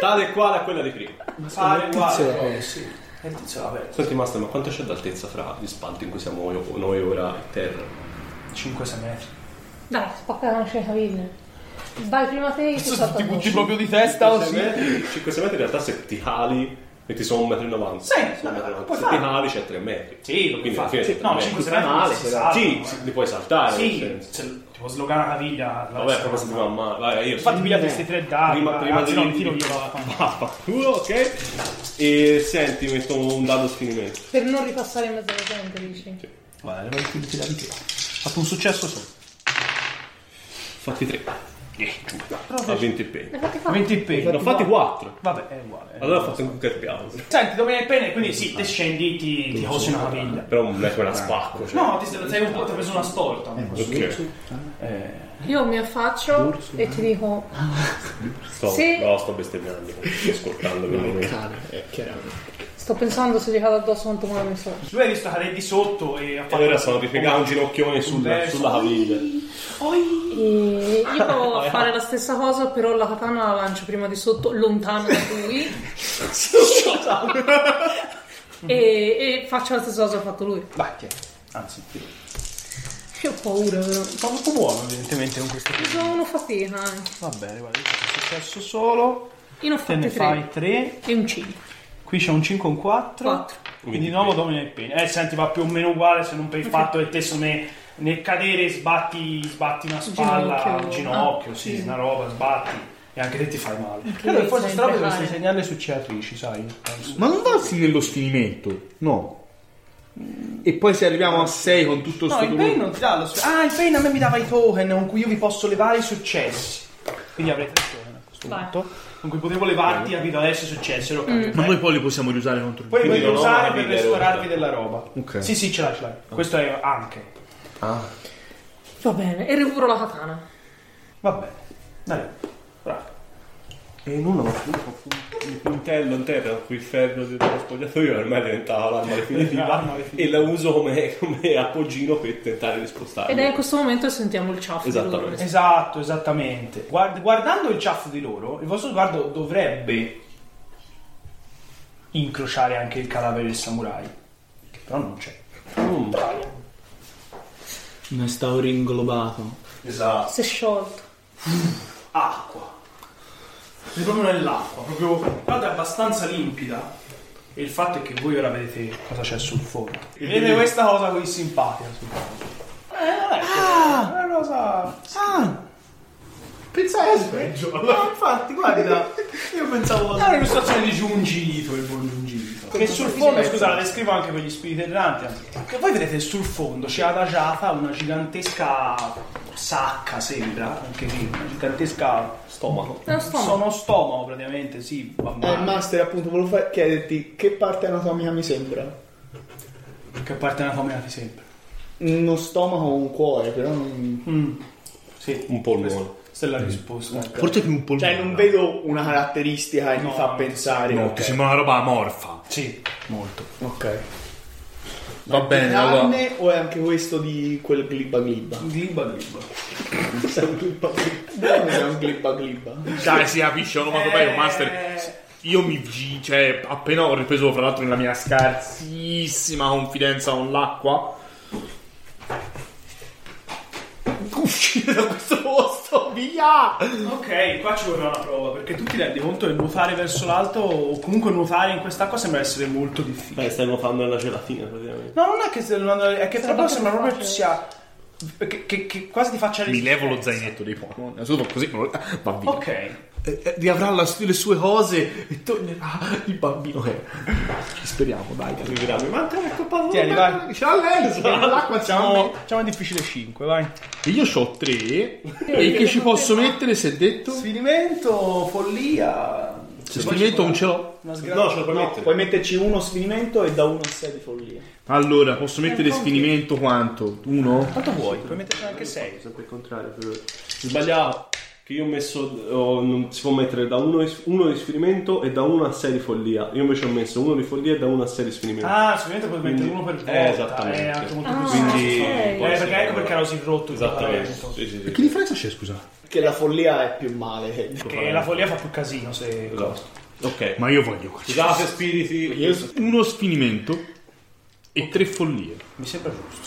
Speaker 2: Tale e quale a quella di prima.
Speaker 4: pari uguale. Eh, sì. E il tizio l'ha aperto.
Speaker 2: Senti, Master, ma quanto c'è d'altezza fra gli spalti in cui siamo io- noi ora e terra?
Speaker 4: 5-6 metri.
Speaker 5: Dai, spacca la scena, Vai prima te, io ti salto addosso.
Speaker 4: proprio di testa
Speaker 2: 5 metri in realtà se ti cali e ti sono un metro in avanti.
Speaker 4: Sì,
Speaker 2: sono un metro in avanti.
Speaker 4: puoi
Speaker 2: se
Speaker 4: fare.
Speaker 2: ti cali c'è 3 metri.
Speaker 4: Sì, lo puoi
Speaker 2: quindi alla
Speaker 4: fare.
Speaker 2: fine
Speaker 4: Sì,
Speaker 2: c'è
Speaker 4: no,
Speaker 2: tre
Speaker 4: 5
Speaker 2: metri.
Speaker 4: sarà male.
Speaker 2: Sì,
Speaker 4: Si salva,
Speaker 2: sì,
Speaker 4: eh.
Speaker 2: sì, li puoi saltare.
Speaker 4: Sì,
Speaker 2: nel senso.
Speaker 4: se- ti può slogare una caviglia. la
Speaker 2: Vabbè,
Speaker 4: destra.
Speaker 2: proprio se ti va male. Vai, io
Speaker 4: Infatti, pigliate questi tre dadi.
Speaker 2: Prima- prima
Speaker 4: ragazzi,
Speaker 2: di-
Speaker 4: no, li tiro via. vaffanculo.
Speaker 2: Vaffanculo, ok. E senti, metto un dado a sfinimento.
Speaker 5: Per non ripassare in mezzo alla gente, dici.
Speaker 4: Guarda, le voglio più di tirare di te. Ha fatto un successo solo.
Speaker 2: Fatti 3. Eh, A 20 penne.
Speaker 5: Ne fate fare.
Speaker 4: 20 impegni.
Speaker 2: Ne ho fatti 4.
Speaker 4: Vabbè, è uguale. eh.
Speaker 2: Allora ho fatto un cut applauso.
Speaker 4: Senti, dove è il pene? Quindi sì, te scendi, ti, ti cosi una caviglia.
Speaker 2: Però non è quella spacco. Cioè.
Speaker 4: No, ti sei un po' ti ho preso una storta.
Speaker 2: Eh, Ok.
Speaker 5: Io mi affaccio e
Speaker 4: eh.
Speaker 5: ti dico,
Speaker 2: Sto,
Speaker 5: Sì.
Speaker 2: No, sto bestemmiando. Sto ascoltando per il momento.
Speaker 8: Eh, chiaramente.
Speaker 5: sto pensando se gli cado addosso quanto me l'ha messo.
Speaker 4: Lui ha visto che eri di sotto e ha
Speaker 2: E
Speaker 4: fatto.
Speaker 2: allora sono ripiegato un ginocchione sulla,
Speaker 4: verso.
Speaker 2: sulla caviglia.
Speaker 5: E io provo a fare la stessa cosa, però la katana la lancio prima di sotto, lontano da lui. e, e faccio la stessa cosa che ha fatto lui.
Speaker 4: Vai, tieni. Anzi, ti-
Speaker 5: Io ho paura, però.
Speaker 4: fa molto buono, evidentemente, con questo.
Speaker 5: Sono fatica. eh.
Speaker 4: Va bene, guarda, io faccio successo solo.
Speaker 5: Io ne ho
Speaker 4: Te ne
Speaker 5: fatti
Speaker 4: fai
Speaker 5: tre.
Speaker 4: 3.
Speaker 5: E un cigno.
Speaker 4: Qui c'è un 5 e un 4.
Speaker 5: Quattro.
Speaker 4: Quindi di nuovo domina il pene. Eh, senti, va più o meno uguale se non per il fatto che te se ne- nel cadere sbatti, sbatti una spalla,
Speaker 5: Ginocchio.
Speaker 4: un ginocchio,
Speaker 5: Ah,
Speaker 4: sì,
Speaker 5: sì.
Speaker 4: una roba, sbatti. E anche te ti fai male. Credo che forse
Speaker 5: sempre
Speaker 4: questa roba dovresti
Speaker 5: male.
Speaker 4: segnarle su Ciatrici, sai? penso.
Speaker 3: Ma non valsi nello sfinimento, no. E poi se arriviamo a 6 con tutto
Speaker 4: No,
Speaker 3: sto
Speaker 4: il pain non ti dà lo sp- Ah, il pain a me mi dava i token con cui io vi posso levare i successi. Quindi avrete il token a questo
Speaker 5: Vai.
Speaker 4: punto. Con cui potevo levarti a vita adesso i successi. ero capito.
Speaker 3: Ma noi poi li possiamo riusare contro il
Speaker 4: Poi
Speaker 2: Quindi
Speaker 4: voglio
Speaker 2: non ho
Speaker 4: usare
Speaker 2: una
Speaker 4: per
Speaker 2: vita
Speaker 4: restaurarvi
Speaker 2: eroica.
Speaker 4: della roba.
Speaker 3: Ok.
Speaker 4: Sì, sì, ce l'hai, ce l'hai. Questo è anche.
Speaker 5: Va bene, e recupero la katana.
Speaker 4: Va bene. Dai. Bravo.
Speaker 2: E nulla, ma fu- fu- il puntello in terra con il ferro dello spogliatoio ormai diventava l'arma
Speaker 4: L'arma
Speaker 2: definitiva
Speaker 4: definitiva.
Speaker 2: e la uso come, come appoggino per tentare di spostarmi.
Speaker 5: Ed ecco. è in questo momento che sentiamo il ciaffo.
Speaker 2: Esattamente.
Speaker 5: dolore.
Speaker 4: Esatto, esattamente. Guard- guardando il ciaffo di loro, il vostro sguardo dovrebbe incrociare anche il cadavere del samurai. Che però non c'è.
Speaker 2: Mm.
Speaker 6: Ne stavo ringlobato.
Speaker 4: Esatto.
Speaker 5: Si è sciolto.
Speaker 4: acqua. È proprio nell'acqua, proprio tra l'altro è abbastanza limpida. E il fatto è che voi ora vedete cosa c'è sul fondo. Vedete questa cosa così simpatica sul fondo. Ah, è una cosa.
Speaker 6: Ah! Pensavo peggio. Ma infatti, guarda, io pensavo
Speaker 4: È un'illustrazione di giungito, il buon giungito. Che sul fondo, scusa, la descrivo anche per gli spiriti erranti. anzi. Che voi vedete sul fondo c'è adagiata una gigantesca sacca, sembra, anche lì, una gigantesca stomaco.
Speaker 5: È uno stomaco.
Speaker 4: Sono stomaco praticamente, sì, va
Speaker 8: Eh,
Speaker 4: male.
Speaker 8: master, appunto, volevo fa- chiederti che parte anatomica mi sembra.
Speaker 4: Che parte una community sempre.
Speaker 8: Uno stomaco o un cuore, però non...
Speaker 4: Mm. Sì.
Speaker 2: Un polmone.
Speaker 4: Questa è la risposta.
Speaker 3: Forse più un polmone.
Speaker 8: Cioè, non vedo una caratteristica che mi
Speaker 4: No.
Speaker 8: fa pensare.
Speaker 3: No, che sembra una roba amorfa.
Speaker 4: Sì, molto.
Speaker 8: Ok.
Speaker 3: Va bene, allora.
Speaker 8: Carne o è anche questo di quel glibba glibba?
Speaker 4: Glibba glibba.
Speaker 8: Sei un glibba glibba. Non è un glibba glibba.
Speaker 3: Dai, si capisce, onomatopeia,
Speaker 4: Eh.
Speaker 3: master. Io mi gi- cioè, appena ho ripreso, fra l'altro, nella mia scarsissima confidenza con l'acqua. Uscire da questo posto, via!
Speaker 4: Ok, qua ci vorrà una prova, perché tu ti rendi conto che nuotare verso l'alto o comunque nuotare in quest'acqua sembra essere molto difficile.
Speaker 2: Beh, stai nuotando nella gelatina praticamente.
Speaker 4: No, non è che, se- non- è che
Speaker 5: Sembra
Speaker 4: proprio sembra
Speaker 5: proprio
Speaker 4: proprio che sia... Che, che- che quasi ti faccia
Speaker 3: Mi levo lo
Speaker 4: resistenza.
Speaker 3: zainetto dei Pokémon. Solo così non lo- va via.
Speaker 4: Ok.
Speaker 3: Eh, eh, riavrà la- le sue cose e tornerà il bambino. che Ci speriamo, dai. Ma te
Speaker 8: ecco,
Speaker 3: è colpa tua.
Speaker 4: Tieni, vai.
Speaker 3: Ce l'ha lei, l'acqua
Speaker 4: Facciamo, facciamo il diciamo, difficile 5, vai.
Speaker 3: Io ho tre. E che ci posso mettere se detto?
Speaker 4: Sfinimento, follia.
Speaker 3: Se scrivetto non ce l'ho.
Speaker 4: Una sgra-
Speaker 2: No, ce lo puoi
Speaker 8: No,
Speaker 2: mettere.
Speaker 8: puoi metterci uno sfinimento e da 1 a 6 di follia.
Speaker 3: Allora, posso mettere sfinimento quanto? Uno?
Speaker 4: Quanto vuoi? Puoi metterci anche 6.
Speaker 2: Sempre il contrario. però. Sbagliavo. Che io ho messo. oh, non si può mettere da 1 di sfinimento e da 1 a 6 di follia. Io invece ho messo 1 di follia e da 1 a 6 di sfinimento.
Speaker 4: Ah, sicuramente puoi mettere
Speaker 2: Quindi-
Speaker 4: uno per volta.
Speaker 2: Eh, esattamente.
Speaker 4: È anche molto
Speaker 5: Ah,
Speaker 4: più
Speaker 5: Quindi-
Speaker 4: semplice.
Speaker 5: ok.
Speaker 4: Eh, perché ecco perché ero così rotto il
Speaker 2: Esattamente.
Speaker 4: pagamento.
Speaker 2: Sì, sì, sì.
Speaker 3: Che differenza c'è, scusa?
Speaker 8: Che la follia è più male. che-
Speaker 4: Che la follia fa più casino se...
Speaker 2: Esatto. Ok.
Speaker 3: Ma io voglio qua.
Speaker 2: Scusate, spiriti.
Speaker 3: Uno sfinimento e tre follie.
Speaker 4: Mi sembra giusto.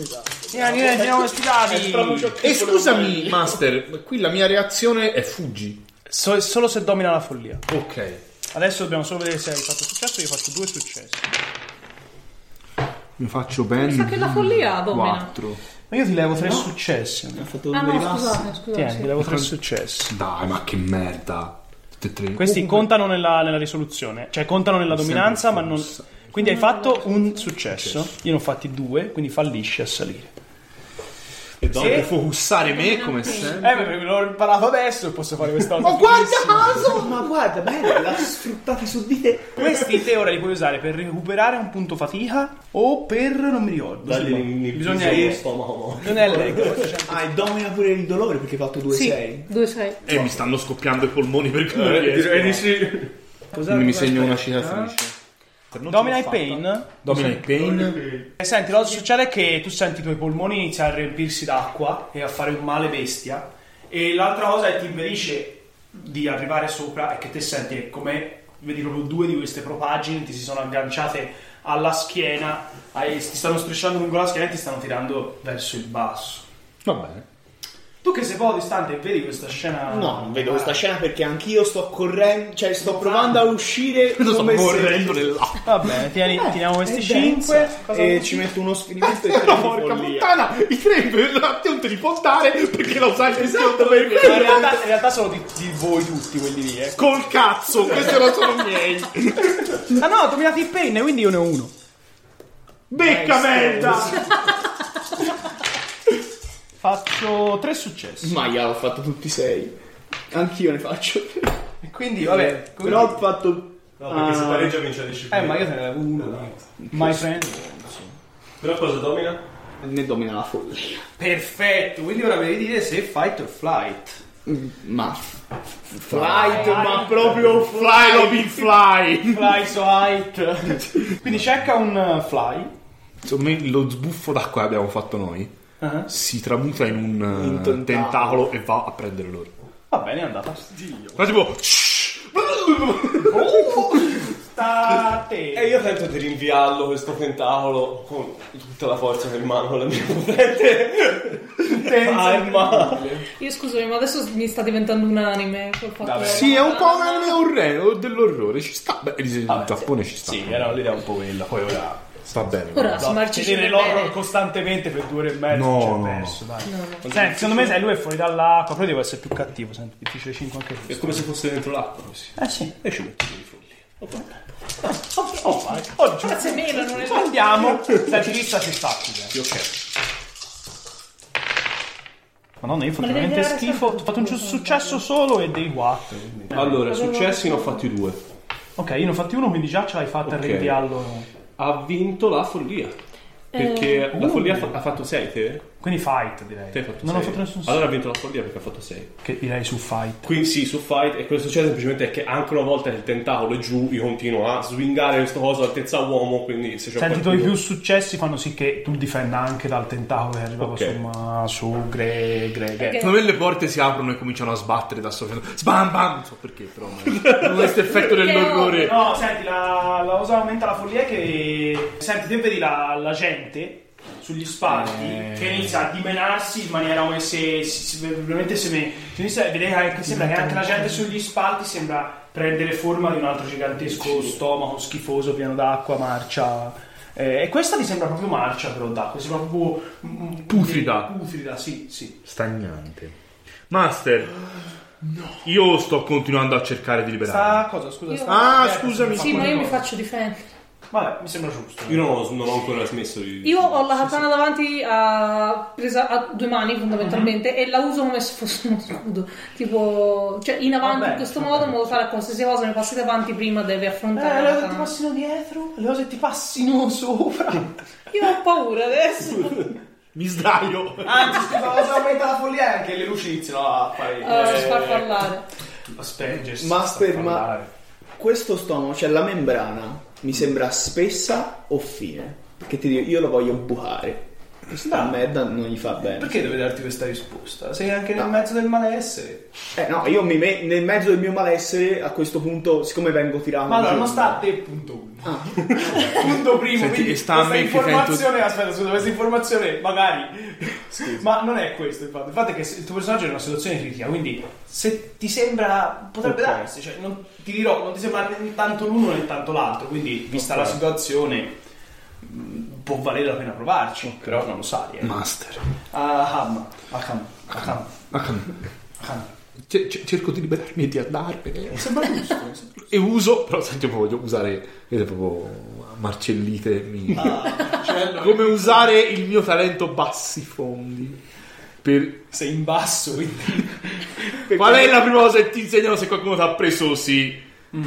Speaker 4: Esatto. Yeah, niente, andiamo sfidati.
Speaker 3: E scusami, Master, ma qui la mia reazione è fuggi.
Speaker 4: So- solo se domina la follia.
Speaker 3: Ok.
Speaker 4: Adesso dobbiamo solo vedere se hai fatto successo. Io faccio due successi.
Speaker 3: Mi faccio ben.
Speaker 5: Mi sa che la follia domina.
Speaker 3: Quattro.
Speaker 4: Ma io ti levo tre successi.
Speaker 8: Ha fatto
Speaker 5: Ah
Speaker 8: dei
Speaker 5: no,
Speaker 8: passi.
Speaker 5: scusate, scusate.
Speaker 4: Tieni, ti levo tre successi.
Speaker 3: Dai, ma che merda. Tutte e tre.
Speaker 4: Questi
Speaker 3: Comunque-
Speaker 4: contano nella, nella risoluzione, cioè contano nella
Speaker 3: Sempre
Speaker 4: dominanza, ma non.
Speaker 3: forza.
Speaker 4: Quindi hai fatto un successo. Io ne ho fatti due, quindi fallisci a salire.
Speaker 3: E dopo
Speaker 4: Sì.
Speaker 3: focussare me come sempre.
Speaker 4: Eh, perché me l'ho imparato adesso e posso fare questa cosa.
Speaker 8: Ma guarda caso! Ma guarda, bene, l'ha sfruttata su di te.
Speaker 4: Questi te ora li puoi usare per recuperare un punto fatica o per. non mi ricordo.
Speaker 2: Dagli
Speaker 4: sì,
Speaker 2: in- in-
Speaker 4: bisogna
Speaker 2: in-
Speaker 4: essere.
Speaker 2: stomaco, no?
Speaker 4: Non è l'ego.
Speaker 8: Ah, e domina pure il dolore perché ha fatto 2-6.
Speaker 5: Sì, 2-6.
Speaker 3: E Eh, mi stanno scoppiando i polmoni perché non riesco.
Speaker 4: Cos'è?
Speaker 3: Quindi mi segno una citatrice.
Speaker 4: Domina i pain.
Speaker 3: Domina il pain.
Speaker 4: E senti, la cosa che succede è che tu senti i tuoi polmoni iniziare a riempirsi d'acqua e a fare un male bestia. E l'altra cosa che ti impedisce di arrivare sopra è che te senti che come vedi proprio due di queste propaggini ti si sono agganciate alla schiena, ai- ti stanno strisciando lungo la schiena e ti stanno tirando verso il basso.
Speaker 3: Va bene.
Speaker 4: Tu che sei poco distante e vedi questa scena.
Speaker 8: No, non vedo
Speaker 4: Ah.
Speaker 8: questa scena perché anch'io sto correndo, cioè sto provando a uscire come se...
Speaker 3: nell'acqua.
Speaker 4: Va bene, tieni,
Speaker 8: Eh,
Speaker 4: teniamo questi
Speaker 8: È densa.
Speaker 4: 5.
Speaker 8: e ci metto uno sfinimento e tre
Speaker 3: No,
Speaker 8: di
Speaker 3: porca
Speaker 8: follia.
Speaker 3: puttana, i tre per non te li può dare perché lo sai che sono per me.
Speaker 4: in, realtà, in realtà sono di, di voi tutti quelli lì, eh.
Speaker 3: Col cazzo, questi non sono miei.
Speaker 4: Ah no, ho dominato il penne, quindi io ne ho uno.
Speaker 8: Eh,
Speaker 3: Becca merda.
Speaker 4: Faccio tre successi.
Speaker 8: Ma io ho fatto tutti 6. Anch'io ne faccio.
Speaker 4: E quindi, vabbè,
Speaker 8: Però ho fatto...
Speaker 2: No, perché se
Speaker 8: Ah.
Speaker 2: pareggia vince la disciplina.
Speaker 4: Eh, ma io te ne avevo uno. My friend.
Speaker 2: Però cosa domina?
Speaker 8: Ne domina la follia.
Speaker 4: Perfetto, quindi ora devi dire se fight or flight.
Speaker 8: Ma... Flight, ma proprio
Speaker 3: Fly Robin fly.
Speaker 4: Fly so height. quindi cerca un uh, fly.
Speaker 3: Secondo me lo sbuffo d'acqua che abbiamo fatto noi
Speaker 4: Ah.
Speaker 3: si tramuta in un, eh,
Speaker 8: Un tentacolo.
Speaker 3: tentacolo e va a prendere loro.
Speaker 4: Va bene, è andata.
Speaker 3: Ma tipo
Speaker 4: Sta a
Speaker 2: E
Speaker 4: te.
Speaker 2: io tento di rinviarlo questo tentacolo con tutta la forza che mano con la mia potente arma.
Speaker 5: Io scusami, ma adesso mi sta diventando un anime. col fatto
Speaker 4: Vabbè.
Speaker 5: che-
Speaker 3: Sì, è un po' un anime orreo dell'orrore, ci sta. Beh, il Giappone ci sta.
Speaker 2: era l'idea un po' quella, poi ora.
Speaker 3: Sta bene.
Speaker 5: Ora
Speaker 4: No,
Speaker 5: smarci
Speaker 4: Vedere l'horror costantemente per due ore e mezzo
Speaker 3: No,
Speaker 4: ci è
Speaker 3: no,
Speaker 4: perso, dai. Senti, secondo me se lui è fuori dall'acqua, però devo essere più cattivo, senti, difficile 5 anche
Speaker 2: È
Speaker 4: questo.
Speaker 2: come se fosse dentro l'acqua così.
Speaker 4: Eh sì.
Speaker 2: E ci metto dei folli.
Speaker 4: Oh, vai. Oggi
Speaker 5: Grazie mille, cioè, non è
Speaker 4: andiamo. Senti, lista si sta qui, dai.
Speaker 2: Ok.
Speaker 4: Madonna, io
Speaker 5: Ma le devi
Speaker 4: fortunatamente
Speaker 5: tirare
Speaker 4: schifo.
Speaker 5: sempre
Speaker 4: Ho fatto un
Speaker 5: tutte,
Speaker 4: successo solo e dei 4.
Speaker 2: Allora, successi ne ho fatti due.
Speaker 4: Ok, io ne ho fatti uno, quindi già ce l'hai fatta a
Speaker 2: Ok.
Speaker 4: rinviarlo.
Speaker 2: Ha vinto la follia. Perché
Speaker 5: Eh,
Speaker 2: la follia
Speaker 5: uh.
Speaker 2: fa- ha fatto 6 te?
Speaker 4: Quindi fight direi.
Speaker 2: Te hai fatto
Speaker 4: non ho
Speaker 2: sei.
Speaker 4: fatto nessun
Speaker 2: Allora ha vinto la follia perché ha fatto 6.
Speaker 4: Che direi su fight.
Speaker 2: Quindi sì, su fight e quello che succede semplicemente è che anche una volta che il tentacolo è giù, io continuo a swingare questo coso altezza uomo, quindi se c'è
Speaker 4: Senti, i tuoi
Speaker 2: qualcuno-
Speaker 4: più successi fanno sì che tu difenda anche dal tentacolo che arrivava
Speaker 2: Ok.
Speaker 4: su, ma, su Gre, Gre, Gre.
Speaker 5: Perché-
Speaker 3: Secondo me le porte si aprono e cominciano a sbattere da sopra. Sbam bam! Non so perché, però. ma- questo effetto dell'orrore.
Speaker 4: No, senti, la, la cosa aumenta la follia è che... Senti, te vedi la, la gente sugli spalti che inizia a dimenarsi in maniera come se... si- si- veramente se me... si inizia a vedere anche- sembra che anche la gente sugli spalti sembra prendere forma di un altro gigantesco stomaco schifoso pieno d'acqua, marcia... Eh, e questa mi sembra proprio marcia però d'acqua, sembra proprio... mm,
Speaker 3: Putrida.
Speaker 4: Putrida, sì, sì.
Speaker 3: Stagnante. Master. Io sto continuando a cercare di
Speaker 4: Sta
Speaker 3: liberarmi.
Speaker 4: cosa, scusa.
Speaker 5: Io-
Speaker 4: sta-
Speaker 3: Ah,
Speaker 4: eh,
Speaker 3: scusami.
Speaker 4: fa
Speaker 5: Sì, ma
Speaker 4: quelle
Speaker 5: io mi
Speaker 4: cose.
Speaker 5: faccio difendere.
Speaker 4: Vabbè, mi sembra giusto.
Speaker 2: Io non ho, non ho ancora smesso di...
Speaker 5: Io ho la katana davanti a, presa a due mani fondamentalmente e la uso come se fosse uno scudo, tipo cioè in avanti
Speaker 4: Vabbè,
Speaker 5: in questo modo, in modo tale che qualsiasi cosa mi passi davanti prima deve
Speaker 4: Eh, le
Speaker 5: affrontare la
Speaker 4: cose ti
Speaker 5: katana.
Speaker 4: passino dietro, le cose ti passino sopra.
Speaker 5: Io ho paura adesso.
Speaker 3: Mi sdraio.
Speaker 4: Anzi, scusa,
Speaker 8: La cosa aumenta la follia è che le luci iniziano a
Speaker 4: Eh.
Speaker 8: fare. eh,
Speaker 5: a sfarfallare.
Speaker 4: Aspergersi.
Speaker 8: Master, ma questo stomaco, cioè la membrana, mi sembra spessa o fine? Perché ti dico, io lo voglio bucare. Questa
Speaker 4: No.
Speaker 8: merda non gli fa bene.
Speaker 4: Perché devo darti questa risposta? Sei anche nel
Speaker 8: No.
Speaker 4: mezzo del malessere.
Speaker 8: Eh no, io mi me- nel mezzo del mio malessere, a questo punto, siccome vengo tirato...
Speaker 4: Ma allora,
Speaker 8: giù-
Speaker 4: non Ah. sta a te, punto uno. punto primo,
Speaker 3: Senti,
Speaker 4: quindi
Speaker 3: e sta a
Speaker 4: questa
Speaker 3: me che sento-
Speaker 4: informazione, aspetta, scusa, questa informazione magari... Ma non è questo il fatto. Il fatto è che se- il tuo personaggio è in una situazione critica, quindi se ti sembra... potrebbe
Speaker 8: Ok.
Speaker 4: darsi, cioè, non, ti dirò, non ti sembra né tanto l'uno né tanto l'altro, quindi vista la situazione mh, può valere la pena provarci, però non lo sai. Eh.
Speaker 3: Master.
Speaker 4: Aham, Aham, Aham, Aham.
Speaker 3: C- c- cerco di liberarmi e di andarmene.
Speaker 8: Sembra giusto. sembra-
Speaker 3: E uso, però senti, proprio voglio usare. Vedete proprio marcellite. mi- Come usare il mio talento bassi fondi. Per
Speaker 4: Sei in basso, quindi...
Speaker 3: Qual è la prima cosa che ti insegnano se qualcuno ti ha preso sì? Mm.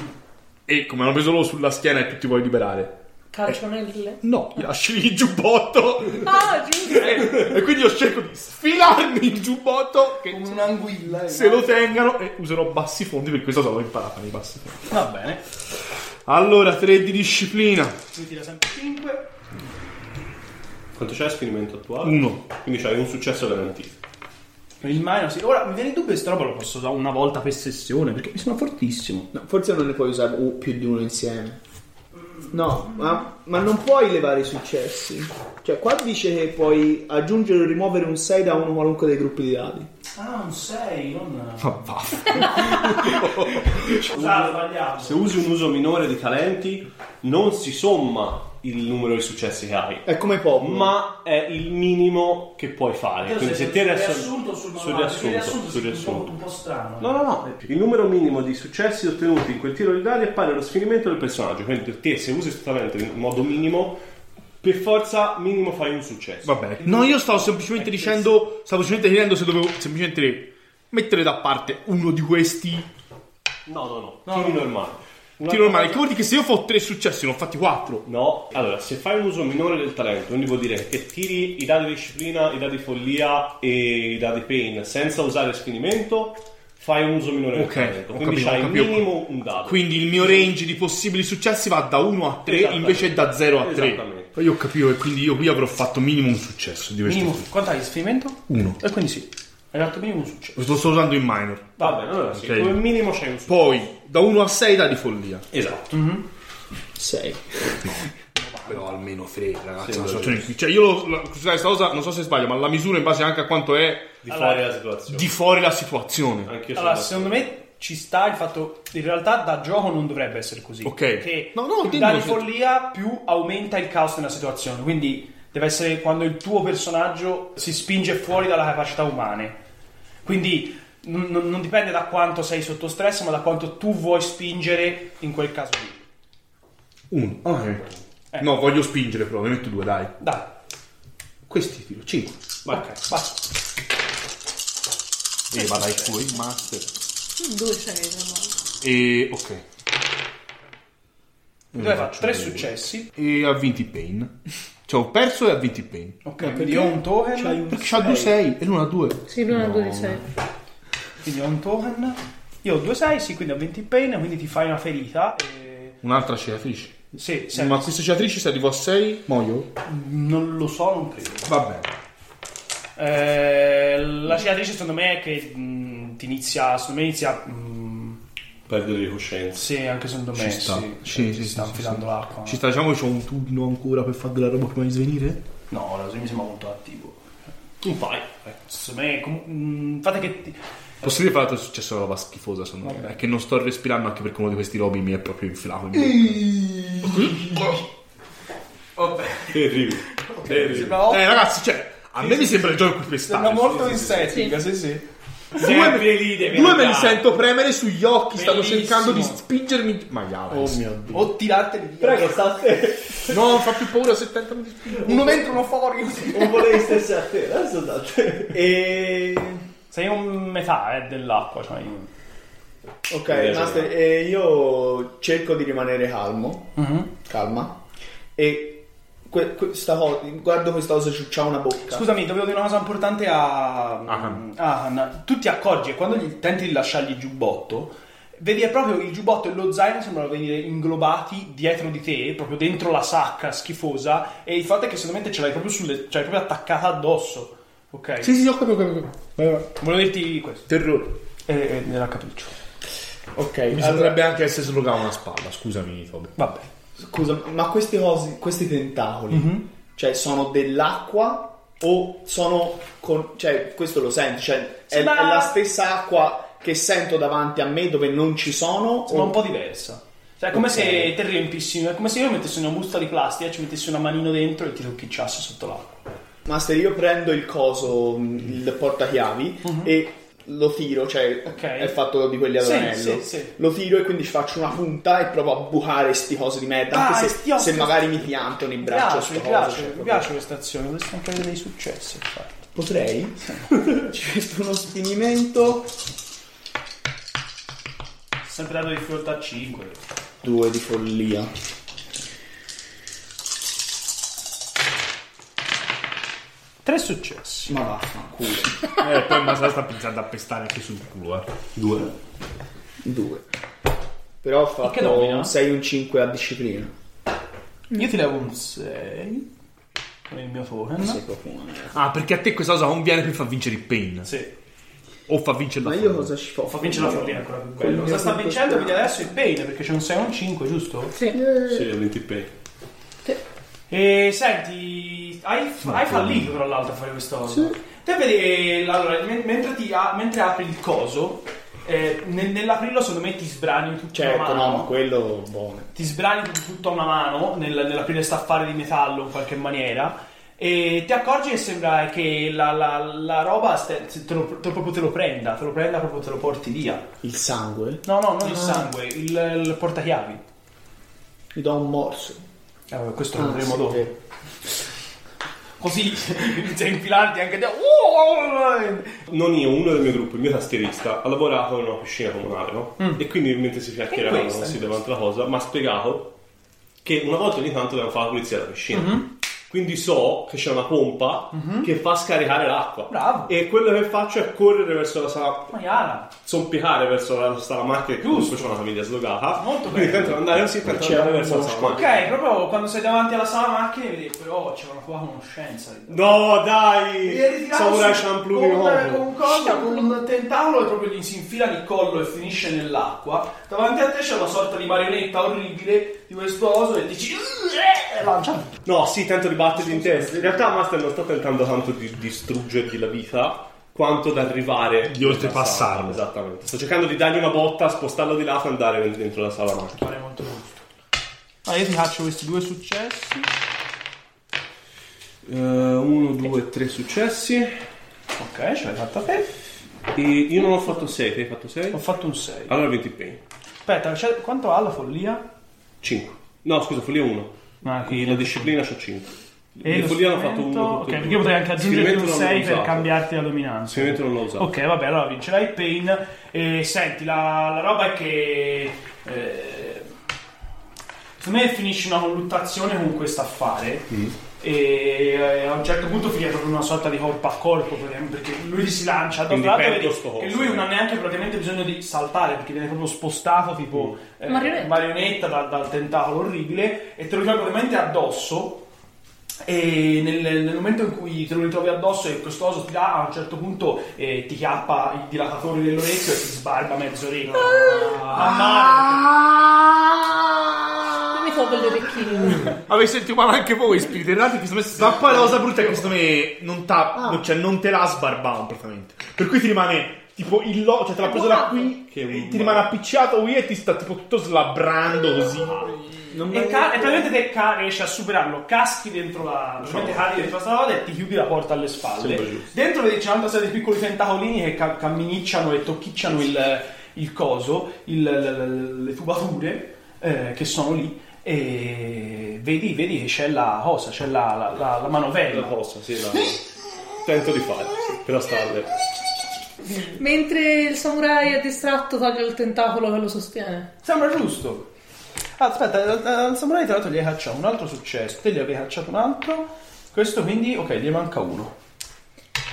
Speaker 3: E come hanno preso loro sulla schiena e tu ti vuoi liberare?
Speaker 5: Calcio nelle.
Speaker 3: No, gli lasci il giubbotto.
Speaker 5: Ah, giusto.
Speaker 3: e, e quindi io cerco di sfilarmi il giubbotto che
Speaker 4: Come un'anguilla. eh.
Speaker 3: se lo tengano e userò bassi fondi per questo sono imparato nei bassi fondi.
Speaker 4: Va bene.
Speaker 3: Allora, 3 di disciplina.
Speaker 4: Lui tira sempre 5.
Speaker 2: Quanto c'è l'esperimento attuale?
Speaker 4: Mm.
Speaker 3: Uno.
Speaker 2: Quindi c'hai un successo garantito.
Speaker 4: Il minus. Ora mi viene il dubbio che sta roba lo posso usare una volta per sessione perché mi sono fortissimo.
Speaker 8: No, forse non ne puoi usare u- più di uno insieme. No, ma, ma non puoi levare i successi. Cioè, qua dice che puoi aggiungere o rimuovere un 6 da uno qualunque dei gruppi di dati.
Speaker 4: Ah, un 6, non.
Speaker 3: Ma va.
Speaker 4: Scusate, sbagliato.
Speaker 2: Se usi un uso minore di talenti, non si somma il numero di successi che hai.
Speaker 8: È come pop.
Speaker 2: Ma è il minimo che puoi fare. Quindi se ti adesso.
Speaker 4: riassunto sul
Speaker 2: sul
Speaker 4: manuale, sul
Speaker 2: riassunto,
Speaker 4: riassunto,
Speaker 2: sul
Speaker 4: è un po',
Speaker 2: riassunto. Eh,
Speaker 4: un po' strano.
Speaker 2: No, no, no. Il numero minimo di successi ottenuti in quel tiro di dadi è pari allo sfinimento del personaggio. Quindi per te, se usi questo talento in modo minimo, per forza minimo fai un successo.
Speaker 3: Va bene. No, io stavo semplicemente dicendo. Stavo semplicemente chiedendo se dovevo semplicemente mettere da parte uno di questi
Speaker 2: No, no, no. Tiri normali. Una-
Speaker 3: tiro normali. Che vuol dire che se io fo tre successi, ne ho fatti quattro.
Speaker 2: No, allora, se fai un uso minore del talento, quindi vuol dire che tiri i dadi di disciplina, i dadi di follia e i dadi pain senza usare sfinimento, fai un uso minore
Speaker 3: Ok,
Speaker 2: del talento.
Speaker 3: ho
Speaker 2: Quindi
Speaker 3: capito, ho
Speaker 2: c'hai
Speaker 3: capito.
Speaker 2: minimo un dado.
Speaker 3: Quindi il mio range di possibili successi va da 1 a 3
Speaker 2: Esattamente.
Speaker 3: invece da 0 a 3.
Speaker 2: Esattamente.
Speaker 3: Poi io capivo che quindi io qui avrò fatto minimo un successo di
Speaker 4: Minimo.
Speaker 3: questo.
Speaker 4: Quanto hai di sfinimento?
Speaker 3: Uno.
Speaker 4: E quindi sì. Hai dato minimo un successo.
Speaker 3: Lo sto usando in minor.
Speaker 2: Va bene, allora sì,
Speaker 3: Ok.
Speaker 2: come minimo c'hai un successo.
Speaker 3: Poi da 1 a 6 da di follia.
Speaker 2: Esatto.
Speaker 8: 6.
Speaker 3: Però almeno 3, ragazzi. è una situazione in cui- Cioè, io lo, la- questa cosa non so se sbaglio, ma la misura in base anche a quanto è
Speaker 2: Di fuori la situazione.
Speaker 3: di fuori la situazione.
Speaker 2: Anch'io sono
Speaker 4: Allora,
Speaker 2: d'accordo.
Speaker 4: secondo me ci sta il fatto in realtà da gioco non dovrebbe essere così.
Speaker 3: Ok.
Speaker 4: Perché
Speaker 3: No, no,
Speaker 4: più
Speaker 3: dimmi,
Speaker 4: dai
Speaker 3: se-
Speaker 4: follia più aumenta il caos nella situazione. Quindi deve essere quando il tuo personaggio si spinge fuori dalla capacità umane. Quindi non, non- non dipende da quanto sei sotto stress, ma da quanto tu vuoi spingere in quel caso lì.
Speaker 3: 1.
Speaker 4: Eh.
Speaker 3: No, voglio spingere, però ne metto 2, dai.
Speaker 4: Dai,
Speaker 3: Questi tiro 5.
Speaker 4: vai, ok, basta.
Speaker 3: E va Eh, dai fuori, master.
Speaker 5: Due sei,
Speaker 3: E ok.
Speaker 4: Tu hai fatto tre
Speaker 3: Faccio due.
Speaker 4: successi.
Speaker 3: E ha vinto i Pain. Cioè, ho perso e ha 20 pegni.
Speaker 4: Ok, quindi ho un token.
Speaker 6: C'hai un
Speaker 3: Perché c'ha 2
Speaker 6: sei.
Speaker 3: 6 e l'una 2.
Speaker 5: Sì, prima due di sei.
Speaker 4: Quindi ho un token. Io ho 2 6, sì, quindi ho 20 pain, quindi ti fai una ferita. E...
Speaker 3: Un'altra cicatrice.
Speaker 4: Sì, sì.
Speaker 3: Ma questa cicatrice se arrivo a 6, muoio?
Speaker 4: Non lo so, non credo.
Speaker 3: Va bene.
Speaker 4: Eh, la cicatrice secondo me è che mh, ti inizia, secondo me inizia... mh,
Speaker 2: Perdere di coscienza.
Speaker 4: sì, anche secondo me.
Speaker 3: sta.
Speaker 4: Sì,
Speaker 3: Sì,
Speaker 4: cioè,
Speaker 3: sì,
Speaker 4: ti
Speaker 3: sì,
Speaker 4: sta
Speaker 3: sì,
Speaker 4: infilando
Speaker 3: sì.
Speaker 4: l'acqua.
Speaker 3: Ci sta, diciamo che c'ho un turno ancora per fare della roba prima di svenire?
Speaker 4: No, la Zoe mi sembra molto attivo. Un paio. eh, Secondo me, com- mh, fate che ti...
Speaker 3: Possibile fra l'altro è successa una roba schifosa secondo me. È che non sto respirando anche perché uno di questi robi mi è proprio infilato in bocca.
Speaker 4: Vabbè,
Speaker 2: Terribile. Terribile.
Speaker 4: sembra
Speaker 3: Eh ragazzi, cioè, a me mi sembra il gioco in cui per stare.
Speaker 4: molto in setting, sì, sì.
Speaker 2: Sempre lì devi
Speaker 3: Due me li
Speaker 2: andare.
Speaker 3: sento premere sugli occhi, stanno
Speaker 4: Bellissimo.
Speaker 3: cercando di spingermi. Maiale.
Speaker 6: Oh mio dio.
Speaker 4: O tirateli via.
Speaker 6: Prego, state.
Speaker 3: No, fa più paura se tentano di spingermi.
Speaker 4: Uno dentro, uno fuori. così.
Speaker 6: Non volevi stessi a te, adesso da te.
Speaker 8: E...
Speaker 4: Sei un metà eh, dell'acqua, cioè...
Speaker 8: Ok,
Speaker 2: Mi piace.
Speaker 8: Master, e io cerco di rimanere calmo. Calma. E que- questa cosa, guardo questa cosa, c'ha c'ha una bocca.
Speaker 4: Scusami, dovevo dire una cosa importante a
Speaker 3: Ahan.
Speaker 4: a Ahan. Tu ti accorgi che quando gli tenti di lasciargli il giubbotto, vedi che proprio il giubbotto e lo zaino sembrano venire inglobati dietro di te, proprio dentro la sacca schifosa. E il fatto è che secondo me ce l'hai proprio, sulle, ce l'hai proprio attaccata addosso. Ok?
Speaker 3: Sì, sì, sì, ho capito, ho capito, ho capito. Vai, vai.
Speaker 4: Volevo dirti questo.
Speaker 3: Terrore.
Speaker 4: E, e nella capriccio.
Speaker 8: Ok,
Speaker 3: Mi
Speaker 8: allora-
Speaker 3: sembrerebbe anche essere slogata una spalla, scusami, Toby.
Speaker 4: Vabbè.
Speaker 8: Scusa, ma queste cose, questi tentacoli, cioè sono dell'acqua o sono con... cioè questo lo senti, cioè è,
Speaker 4: Sembra-
Speaker 8: è la stessa acqua che sento davanti a me dove non ci sono
Speaker 4: Sembra
Speaker 8: o...
Speaker 4: un po' diversa. Cioè, è come
Speaker 8: Ok.
Speaker 4: se te riempissi, è come se io mettessi una busta di plastica, ci mettessi una manino dentro e ti tocchicciassi sotto l'acqua.
Speaker 8: Master, io prendo il coso, mh, il portachiavi e lo tiro, cioè
Speaker 4: Mhm. Ok.
Speaker 8: è fatto di quelli ad
Speaker 4: Sì,
Speaker 8: anello.
Speaker 4: sì, sì.
Speaker 8: Lo tiro e quindi ci faccio una punta e provo a bucare sti cose di merda,
Speaker 4: Dai,
Speaker 8: anche
Speaker 4: sti
Speaker 8: se,
Speaker 4: osti-
Speaker 8: se magari mi pianto nei
Speaker 4: Mi
Speaker 8: braccio
Speaker 4: piace,
Speaker 8: sto
Speaker 4: mi
Speaker 8: coso,
Speaker 4: piace,
Speaker 8: cioè,
Speaker 4: mi
Speaker 8: proprio-
Speaker 4: piace questa azione, dovresti anche avere dei successi, infatti.
Speaker 8: Potrei? Ci questo uno spinimento.
Speaker 4: Sempre dato difficoltà 5.
Speaker 8: Due di follia.
Speaker 4: Tre successi.
Speaker 8: Ma vaffanculo.
Speaker 3: Eh, poi Masala sta pensando a pestare anche sul culo, eh.
Speaker 2: Due.
Speaker 8: Due. Però ho
Speaker 4: che
Speaker 8: fatto
Speaker 4: nomina?
Speaker 8: un 6 e un 5 a disciplina.
Speaker 4: Io ti levo un 6 con il mio token.
Speaker 8: Sei proprio una merda.
Speaker 3: Ah, perché a te questa cosa conviene per far vincere il pain.
Speaker 4: Sì.
Speaker 3: O fa vincere la
Speaker 8: Ma io
Speaker 3: follia.
Speaker 8: cosa ci faccio?
Speaker 4: Fa vincere la follia ancora più bello. Cosa sta vincendo? Quindi adesso il bene perché c'è un 6 e un 5, giusto?
Speaker 2: Sì, 20 pay.
Speaker 4: E senti, hai, hai fallito tra l'altro a fare questa cosa. Te vedi, allora, men- mentre, ti a- mentre apri il coso, eh, nel- nell'aprirlo secondo me ti sbrani tutto
Speaker 8: Certo, no, ma quello boh. buono.
Speaker 4: ti sbrani con tutta una mano nel, nell'aprire staffare di metallo in qualche maniera e ti accorgi che sembra che la, la- la roba ste- te lo, te- proprio te lo prenda, te lo prenda proprio te lo porti via.
Speaker 8: Il sangue?
Speaker 4: No, no,
Speaker 8: Ah.
Speaker 4: non il sangue, il, il portachiavi.
Speaker 8: Gli do un morso.
Speaker 4: Eh, vabbè, questo lo
Speaker 8: Ah,
Speaker 4: vedremo
Speaker 8: sì,
Speaker 4: dopo.
Speaker 8: vero.
Speaker 4: Così inizia a infilarti anche te. Oh!
Speaker 2: Non io, uno del mio gruppo, il mio tastierista, ha lavorato in una piscina comunale, no? E quindi mentre si
Speaker 4: E
Speaker 2: chiacchieravano
Speaker 4: Mm. questa,
Speaker 2: si davanti alla cosa, mi ha spiegato che una volta ogni tanto devono fare la pulizia della piscina.
Speaker 4: Mm-hmm.
Speaker 2: Quindi so che c'è una pompa che fa scaricare l'acqua.
Speaker 4: Bravo.
Speaker 2: E quello che faccio è correre verso la sala
Speaker 4: Maiala.
Speaker 2: zompicare verso la salamanca che comunque c'è una famiglia slogata
Speaker 4: Molto
Speaker 2: quindi
Speaker 4: bello.
Speaker 2: tentano di andare così tentano di
Speaker 8: C'è
Speaker 2: andare
Speaker 8: un
Speaker 2: verso la
Speaker 8: bosco.
Speaker 2: salamanca
Speaker 4: Ok, proprio quando sei davanti alla sala macchine vedi però c'è una tua conoscenza.
Speaker 2: no
Speaker 4: Gli è
Speaker 2: dai
Speaker 4: ritirato
Speaker 2: samurai
Speaker 4: su-
Speaker 2: shampoo di
Speaker 4: con,
Speaker 2: nuovo
Speaker 4: con un collo, con un tentacolo e proprio gli si infila il collo e finisce nell'acqua. Davanti a te c'è una sorta di marionetta orribile di questo oso e dici "Eh", e lancia.
Speaker 2: no sì tento di battergli in testa in realtà Master non sta tentando tanto di distruggergli la vita quanto ad arrivare
Speaker 3: Di oltrepassarlo.
Speaker 2: nella sala. esattamente sto cercando di dargli una botta spostarlo di là e andare dentro la salamanca
Speaker 4: Pare molto giusto. Ma Ah, io ti faccio questi due successi.
Speaker 2: 1, 2, 3 successi
Speaker 4: Ok, ce l'hai fatta te.
Speaker 2: e io non ho fatto 6 te hai fatto 6?
Speaker 4: Ho fatto un 6.
Speaker 2: allora 20 pegni
Speaker 4: Aspetta, c'è- quanto ha la follia?
Speaker 2: 5 no scusa follia 1
Speaker 4: Ah,
Speaker 2: E la disciplina c'ho 5.
Speaker 4: E
Speaker 2: E
Speaker 4: lo
Speaker 2: follia l'ha fatto
Speaker 4: strumento-
Speaker 2: 1.
Speaker 4: Ok, perché io potrei anche aggiungere più un 6 per cambiarti la dominanza.
Speaker 2: Sicuramente non l'ho usato.
Speaker 4: Ok, vabbè, allora vincerai il pain. E senti, la, la roba è che. eh, secondo me finisci una colluttazione con questo affare. E e eh, a un certo punto finisce proprio una sorta di corpo a corpo praticamente, perché lui si lancia dopo
Speaker 2: Quindi
Speaker 4: l'altro
Speaker 2: perdo
Speaker 4: vedi
Speaker 2: sto coso.
Speaker 4: che lui non ha neanche praticamente bisogno di saltare perché viene proprio spostato tipo eh,
Speaker 5: Marionetta.
Speaker 4: marionetta da- dal tentacolo orribile e te lo ritrovi praticamente addosso e nel, nel momento in cui te lo ritrovi addosso e questo oso ti dà a un certo punto eh, ti chiappa il dilatatore dell'orecchio e ti sbarba mezzo orecchio a male
Speaker 3: Ah!
Speaker 5: Non mi tolgo gli orecchini.
Speaker 3: Avete sentito male anche voi, spiriti erranti, che sono messi... Ma poi la cosa brutta è che secondo me non, t'ha-
Speaker 4: Ah.
Speaker 3: non- cioè, non te la sbarba completamente. Per cui ti rimane tipo il lo, cioè te l'ha preso da qui,
Speaker 2: Che
Speaker 3: e
Speaker 2: un-
Speaker 3: ti rimane appicciato qui e ti sta tipo tutto
Speaker 4: Ah.
Speaker 3: slabrando così.
Speaker 4: perché- e, ca- e praticamente te ca- riesci a superarlo caschi dentro la praticamente cadi dentro la strada e ti chiudi la porta alle spalle dentro vedi c'è un'altra serie di piccoli tentacolini che ca- camminicciano e tocchicciano il, il coso il- le- le tubature eh, che sono lì e vedi, vedi che c'è la cosa c'è la, la- la- la manovella
Speaker 2: La cosa, sì, la... Tento di fare, sì, per la starle.
Speaker 5: Mentre il samurai è distratto, toglie il tentacolo che lo sostiene.
Speaker 4: Sembra giusto. Ah, Aspetta, al- al samurai tra l'altro gli hai cacciato un altro successo, te gli avevi cacciato un altro, questo quindi, ok, gli manca uno.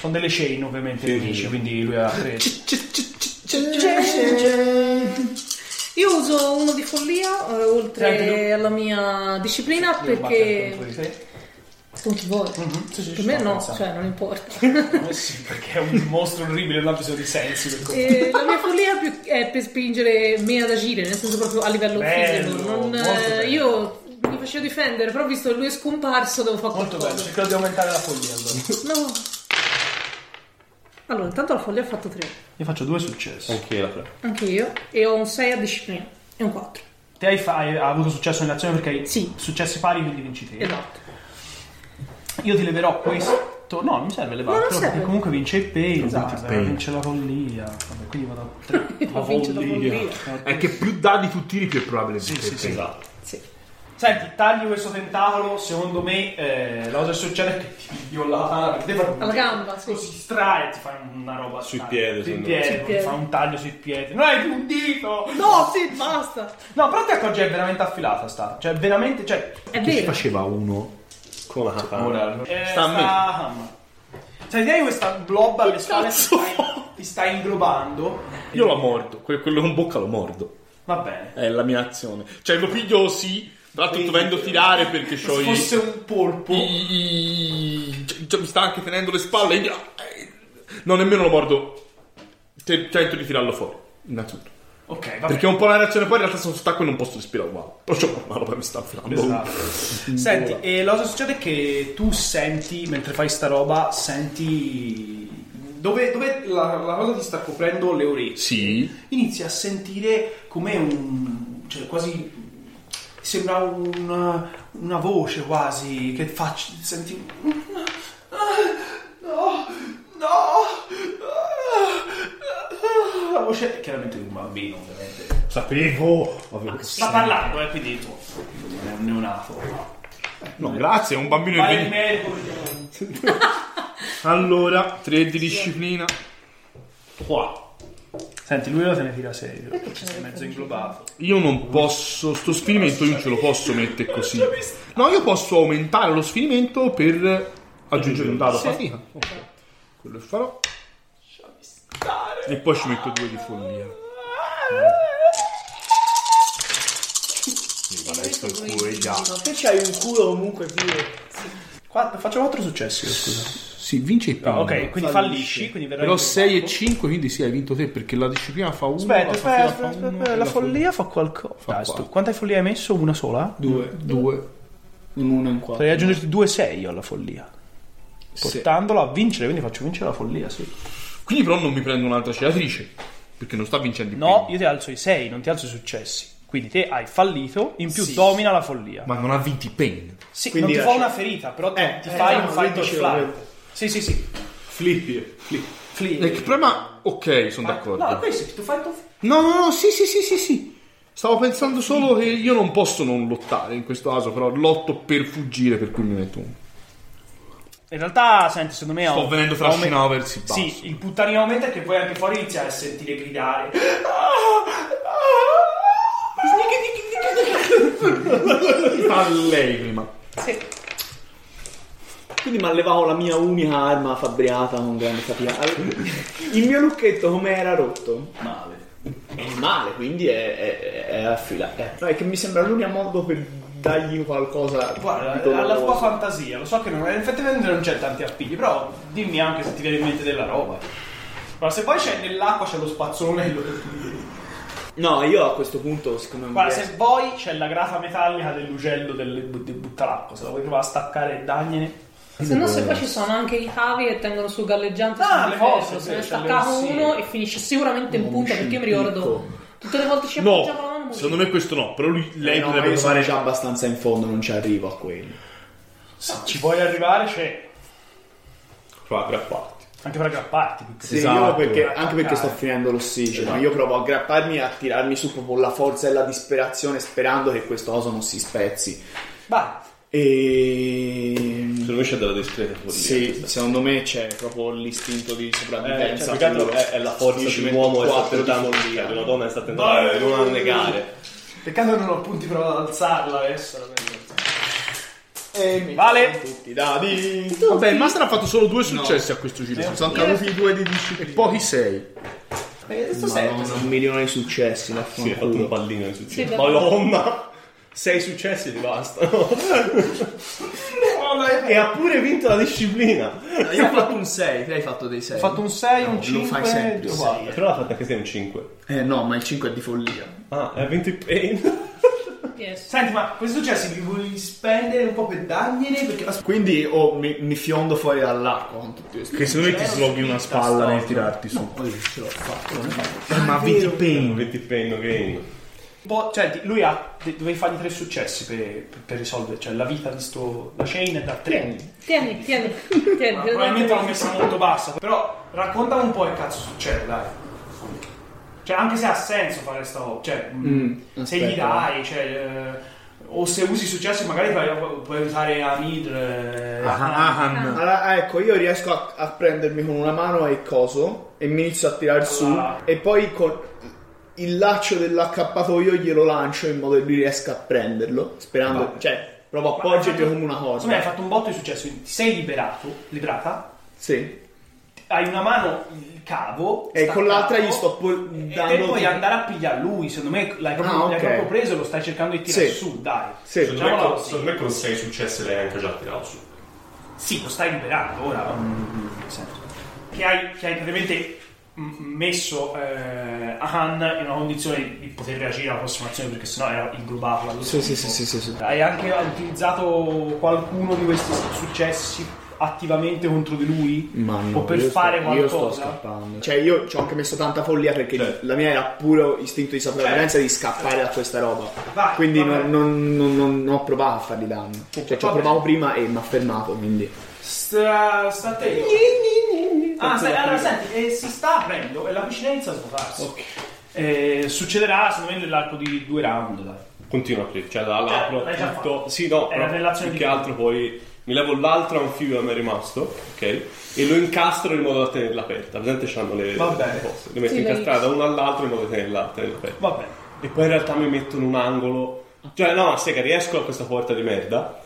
Speaker 4: Sono delle chain ovviamente,
Speaker 2: Sì,
Speaker 4: nemici,
Speaker 2: sì.
Speaker 4: quindi lui ha tre.
Speaker 5: Io uso uno di follia, eh,
Speaker 4: Senti,
Speaker 5: oltre alla mia disciplina,
Speaker 4: Devo battere
Speaker 5: perché.
Speaker 4: contro di te.
Speaker 5: Contro di voi.
Speaker 4: Sì, sì,
Speaker 5: Per
Speaker 4: ci
Speaker 5: me
Speaker 4: stavo
Speaker 5: no,
Speaker 4: pensando.
Speaker 5: cioè non importa.
Speaker 4: Eh sì, perché è un mostro orribile, non ha bisogno di sensi per questo.
Speaker 5: E la mia follia più- è per spingere me ad agire, nel senso proprio a livello
Speaker 4: Bello,
Speaker 5: fisico. Non,
Speaker 4: molto
Speaker 5: eh,
Speaker 4: bello.
Speaker 5: io mi facevo difendere, però visto che lui è scomparso, devo fare
Speaker 4: Molto bello,
Speaker 5: qualcosa.
Speaker 4: cercherò di aumentare la follia allora.
Speaker 5: No. Allora, intanto la foglia ha fatto 3,
Speaker 4: Io faccio due successi.
Speaker 2: Anche la prego.
Speaker 5: anche io, e ho un 6 a disciplina e un 4.
Speaker 4: Te hai, fa- hai avuto successo nell'azione perché hai
Speaker 5: Sì.
Speaker 4: successi pari, quindi vinci te.
Speaker 5: Esatto.
Speaker 4: Io ti leverò questo. No, non mi serve
Speaker 5: No,
Speaker 4: levarlo.
Speaker 5: non
Speaker 4: però
Speaker 5: serve.
Speaker 4: Perché comunque vince il pain. Esatto,
Speaker 3: il pain.
Speaker 4: vince la follia. Vabbè, quindi vado a
Speaker 5: E
Speaker 4: 3.
Speaker 5: ho vinto la follia.
Speaker 3: È che più dadi tu tiri più è probabile
Speaker 4: Sì,
Speaker 3: che
Speaker 4: sì, sì.
Speaker 2: Esatto.
Speaker 4: Senti, tagli questo tentacolo. Secondo me, eh, la cosa che succede è che ti pigli la tana. Perché te fai-
Speaker 5: Alla gamba, sì.
Speaker 4: Così strae ti fai una roba
Speaker 2: Sui
Speaker 4: strana.
Speaker 2: piedi,
Speaker 4: Sui
Speaker 2: secondo me.
Speaker 4: piedi,
Speaker 5: Sui
Speaker 4: ti
Speaker 5: piedi.
Speaker 4: fa un taglio sui piedi. Non hai più un dito.
Speaker 5: No, sì, basta.
Speaker 4: No, però ti accorgi che è veramente affilata sta. Cioè, veramente. Cioè,
Speaker 5: È vero.
Speaker 3: Faceva uno. Cioè,
Speaker 2: Con la katana.
Speaker 4: Ora, eh,
Speaker 3: Sta a me.
Speaker 4: hamma. Sai, Cioè, hai questa blob alle spalle che stai- ti sta inglobando.
Speaker 3: Io la mordo, que- quello con bocca lo mordo.
Speaker 4: Va bene.
Speaker 3: È la mia azione. Cioè lo piglio sì, tra l'altro dovendo tirare perché
Speaker 4: Se
Speaker 3: ho i...
Speaker 4: fosse un polpo.
Speaker 3: i- i- cioè, cioè, mi sta anche tenendo le spalle. io- eh, No, nemmeno lo mordo. Te- Tento di tirarlo fuori. Innanzitutto.
Speaker 4: Ok, va
Speaker 3: Perché è un po' la reazione, poi in realtà sono stacco e non posso respirare uguale. Però c'ho la mano poi mi sta affilando.
Speaker 4: Esatto. Senti, e la cosa succede è che tu senti, mentre fai sta roba, senti... Dove, dove la, la cosa ti sta coprendo le orecchie?
Speaker 3: Sì.
Speaker 4: Inizi a sentire come un... cioè quasi... sembra un- una voce quasi che fa... senti... No! No! La voce è chiaramente di un bambino, ovviamente.
Speaker 3: Sapevo. Avevo-
Speaker 4: Sta parlando, eh, quindi tu... è un neonato.
Speaker 3: No, grazie, è un bambino
Speaker 4: Vai
Speaker 3: in
Speaker 4: di medico.
Speaker 3: Allora, 3 di disciplina. Qua.
Speaker 4: Senti, lui lo te ne tira 6. Sei mezzo inglobato.
Speaker 3: Io non posso. Sto sfinimento io ce lo posso mettere così. No, io posso aumentare lo sfinimento per aggiungere un dado a fatica. Ok. Quello che farò. E poi ci metto due di follia. Mi vale sto culo, già.
Speaker 8: Te c'hai un culo comunque più.
Speaker 4: Quattro- faccio 4 successi, io, scusa.
Speaker 3: Si vince il primo.
Speaker 4: ok, quindi fallisci. Quindi verrai
Speaker 3: Però
Speaker 4: inglobato.
Speaker 3: 6 e 5, quindi sì, hai vinto te perché la disciplina fa 1.
Speaker 4: Aspetta, aspetta, aspetta, aspetta, la follia fa qualcosa.
Speaker 3: fa
Speaker 4: Dai, stu-
Speaker 3: quattro.
Speaker 4: Quante follie hai messo? Una sola?
Speaker 8: Due.
Speaker 3: 2.
Speaker 8: Un uno e un quattro.
Speaker 4: Potrei aggiungerti 2-6 io alla follia. Portandola a vincere, quindi faccio vincere la follia, sì.
Speaker 3: Quindi però non mi prendo un'altra celatrice. Perché non sta vincendo il
Speaker 4: No,
Speaker 3: primo.
Speaker 4: io ti alzo i 6, non ti alzo i successi. Quindi te hai fallito, in più domina la follia.
Speaker 3: Ma non ha vinto i pain.
Speaker 4: Sì,
Speaker 8: Quindi
Speaker 4: non ti fa
Speaker 8: lascia-
Speaker 4: una ferita, però ti-
Speaker 8: Eh,
Speaker 4: ti
Speaker 8: eh,
Speaker 4: fai
Speaker 8: esatto,
Speaker 4: un fight or
Speaker 8: quindi ce l'ho
Speaker 4: flight.
Speaker 8: detto.
Speaker 4: Sì, sì, sì.
Speaker 2: Flippi.
Speaker 4: Flee.
Speaker 3: Il problema. Ok, sono d'accordo.
Speaker 4: Eh, No, questo tu fai il tuo
Speaker 3: No, no, no, sì, sì, sì, sì, sì. Stavo pensando solo che io non posso non lottare in questo caso, però lotto per fuggire, per cui mi metto uno.
Speaker 4: In realtà, senti, secondo me.
Speaker 3: Sto
Speaker 4: ho-
Speaker 3: venendo
Speaker 4: ho-
Speaker 3: trascinato verso il basso.
Speaker 4: Sì, il puttanino aumenta che poi anche fuori iniziare a sentire gridare.
Speaker 3: Fa lei prima.
Speaker 5: Sì.
Speaker 8: Quindi mi allevavo la mia unica arma fabbriata con grande fatica. Ave- Il mio lucchetto come era rotto? Male. È male, quindi è, è, è a fila. Eh, No, è che mi sembra l'unico modo per dargli qualcosa. di
Speaker 4: Guarda, alla
Speaker 8: doloroso.
Speaker 4: tua fantasia, lo so che non, effettivamente non c'è tanti appigli, però dimmi anche se ti viene in mente della roba. Ma se poi c'è nell'acqua c'è lo spazzolone e lo
Speaker 8: No, io a questo punto, siccome non
Speaker 4: Guarda,
Speaker 8: riesco-
Speaker 4: se vuoi c'è la grata metallica dell'ugello del, del buttalacco, se la vuoi provare a staccare e dagliene.
Speaker 5: Se no, se poi ci sono anche i cavi che tengono sul galleggiante.
Speaker 4: Ah,
Speaker 5: sul
Speaker 4: le
Speaker 5: ferro,
Speaker 4: cose,
Speaker 5: Se ne
Speaker 4: sì, c'è le
Speaker 5: staccavo
Speaker 4: ossie.
Speaker 5: uno e finisce sicuramente in punta perché io mi ricordo. Tutte le volte ci appoggiavo la mano.
Speaker 3: No, secondo me questo no, però lui, lei
Speaker 8: Eh no, ma
Speaker 3: potrebbe
Speaker 8: io sono
Speaker 3: provare
Speaker 8: già abbastanza in fondo, non ci arrivo a quello.
Speaker 4: Se ci vuoi arrivare c'è.
Speaker 2: Prova a aggrapparti.
Speaker 4: Anche per aggrapparti. più che-
Speaker 8: Sì,
Speaker 3: Esatto.
Speaker 8: io perché, anche perché sto
Speaker 4: Attaccare.
Speaker 8: finendo l'ossigeno.
Speaker 2: Esatto.
Speaker 8: Io provo a aggrapparmi e a tirarmi su proprio la forza e la disperazione, sperando che questo coso non si spezzi.
Speaker 4: Vai.
Speaker 8: E.
Speaker 2: Secondo me c'è della discreta follia.
Speaker 8: Sì,
Speaker 2: questa.
Speaker 8: secondo me c'è proprio l'istinto di
Speaker 2: Eh, cioè,
Speaker 8: sopravvivenza.
Speaker 2: più che altro
Speaker 8: quello-
Speaker 2: è, è la forza
Speaker 8: Dici,
Speaker 2: di un uomo che sta
Speaker 8: 24 di
Speaker 2: tentando di
Speaker 8: follia.
Speaker 2: di una donna che sta tentando di non annegare.
Speaker 4: Peccato che non ho punti per alzarla adesso. la vedo.
Speaker 8: E mi
Speaker 4: Vale.
Speaker 8: sono Tutti i dadi.
Speaker 3: Vabbè, il master ha fatto solo due successi a questo giro. Sono caduti due di disciplina. E pochi sei.
Speaker 8: Eh, Questo serve un milione di successi.
Speaker 2: Sì, ha fatto un pallino di
Speaker 5: Sì,
Speaker 2: successo.
Speaker 5: beh.
Speaker 2: Madonna! Sei successi ti bastano. e ha pure vinto la disciplina.
Speaker 8: Io ho fatto un 6, te hai fatto dei 6.
Speaker 4: Ho fatto un 6,
Speaker 8: lo
Speaker 4: un 5,
Speaker 8: fai sempre, eh.
Speaker 4: due
Speaker 8: sì.
Speaker 4: quattro.
Speaker 2: Però l'ha fatta anche se un 5.
Speaker 8: Eh no, ma il 5 è di follia.
Speaker 2: Ah, ha vinto il pain.
Speaker 5: Yes.
Speaker 4: Senti, ma questo successo li vuoi spendere un po' per dargliene? Perché la
Speaker 8: Quindi oh, mi, mi fiondo fuori dall'acqua con tutti questi.
Speaker 3: Che secondo me ti sloghi una spalla nel tirarti su. Eh,
Speaker 8: Poi ce l'ho fatto.
Speaker 3: ma vedi
Speaker 2: Pain. Vinti il pain again.
Speaker 4: Boh, cioè, lui ha. de- dovevi fargli tre successi per, per- per risolvere. Cioè, la vita di sto. La chain è da tre.
Speaker 5: Tieni, tieni, tieni.
Speaker 4: Ma
Speaker 5: tieni.
Speaker 4: Probabilmente l'ho messa molto bassa. Però raccontami un po' che cazzo succede, dai. Cioè, anche se ha senso fare sta roba. Cioè, mh, se gli
Speaker 8: Mm, aspetta.
Speaker 4: dai, cioè. eh, o se usi i successi, magari puoi, puoi usare Amir. eh,
Speaker 8: Ah,
Speaker 3: Ahan.
Speaker 8: Allora, ecco, io riesco a, a prendermi con una mano e coso e mi inizio a tirare su
Speaker 4: Ah.
Speaker 8: e poi con il laccio dell'accappatoio glielo lancio in modo che lui riesca a prenderlo, sperando, cioè, provo a
Speaker 4: Ma-
Speaker 8: porgergli come una cosa.
Speaker 4: Insomma, hai fatto un botto di successo. Quindi ti sei liberato, liberata.
Speaker 8: Sì.
Speaker 4: Hai una mano il cavo
Speaker 8: E con
Speaker 4: staccato,
Speaker 8: l'altra gli sto pol-
Speaker 4: E
Speaker 8: dando-
Speaker 4: te puoi andare a pigliare lui, secondo me l'hai proprio,
Speaker 8: Ah,
Speaker 4: l'hai
Speaker 8: ok.
Speaker 4: proprio preso e lo stai cercando di tirare
Speaker 8: Sì.
Speaker 4: su, dai.
Speaker 8: Sì.
Speaker 4: Facciamola
Speaker 2: Secondo me con-
Speaker 4: così.
Speaker 2: secondo Ecco, me con 6 successi l'hai anche già tirato su.
Speaker 4: Sì, lo stai liberando ora. nel senso. Che hai, che hai praticamente m- messo eh, Ahan in una condizione di poter reagire alla prossima azione perché sennò era inglobato. allo
Speaker 8: Sì, sì,
Speaker 4: schifo.
Speaker 8: sì, sì, sì, sì.
Speaker 4: Hai anche utilizzato qualcuno di questi successi attivamente contro di lui?
Speaker 8: Ma no,
Speaker 4: o per
Speaker 8: io sto-
Speaker 4: fare
Speaker 8: Io
Speaker 4: qualcosa?
Speaker 8: sto scappando. Cioè, io ci ho anche messo tanta follia perché
Speaker 2: Certo.
Speaker 8: la mia era puro istinto di sopravvivenza di scappare da questa roba.
Speaker 4: Certo. Vai,
Speaker 8: quindi
Speaker 4: va
Speaker 8: non,
Speaker 4: bene.
Speaker 8: non- non- non- non ho provato a fargli danno. Cioè, ci ho
Speaker 4: Va bene.
Speaker 8: provato prima e mi ha fermato, quindi...
Speaker 4: Sta, sta a te. Ah, stai- allora senti, eh, si sta aprendo e la vicinanza può farsi. Eh, succederà secondo me nell'arco di due round. Dai.
Speaker 2: Continua a aprire, cioè la-
Speaker 4: Cioè,
Speaker 2: l'apro
Speaker 4: l'hai già
Speaker 2: tutto.
Speaker 4: fatto.
Speaker 2: Sì, no,
Speaker 4: Era
Speaker 2: però
Speaker 4: nell'azione di
Speaker 2: più che
Speaker 4: prima.
Speaker 2: altro poi mi levo l'altro anfibio che mi è rimasto, ok? E lo incastro in modo da tenerla aperta. Presente c'hanno le,
Speaker 4: Va bene.
Speaker 2: le cose. Le metto
Speaker 5: Sì,
Speaker 2: incastrate da uno all'altro in modo da tenerla, tenerla aperta.
Speaker 4: Va bene.
Speaker 2: E poi in realtà mi metto in un angolo. Cioè, no, ma sega, riesco a questa porta di merda.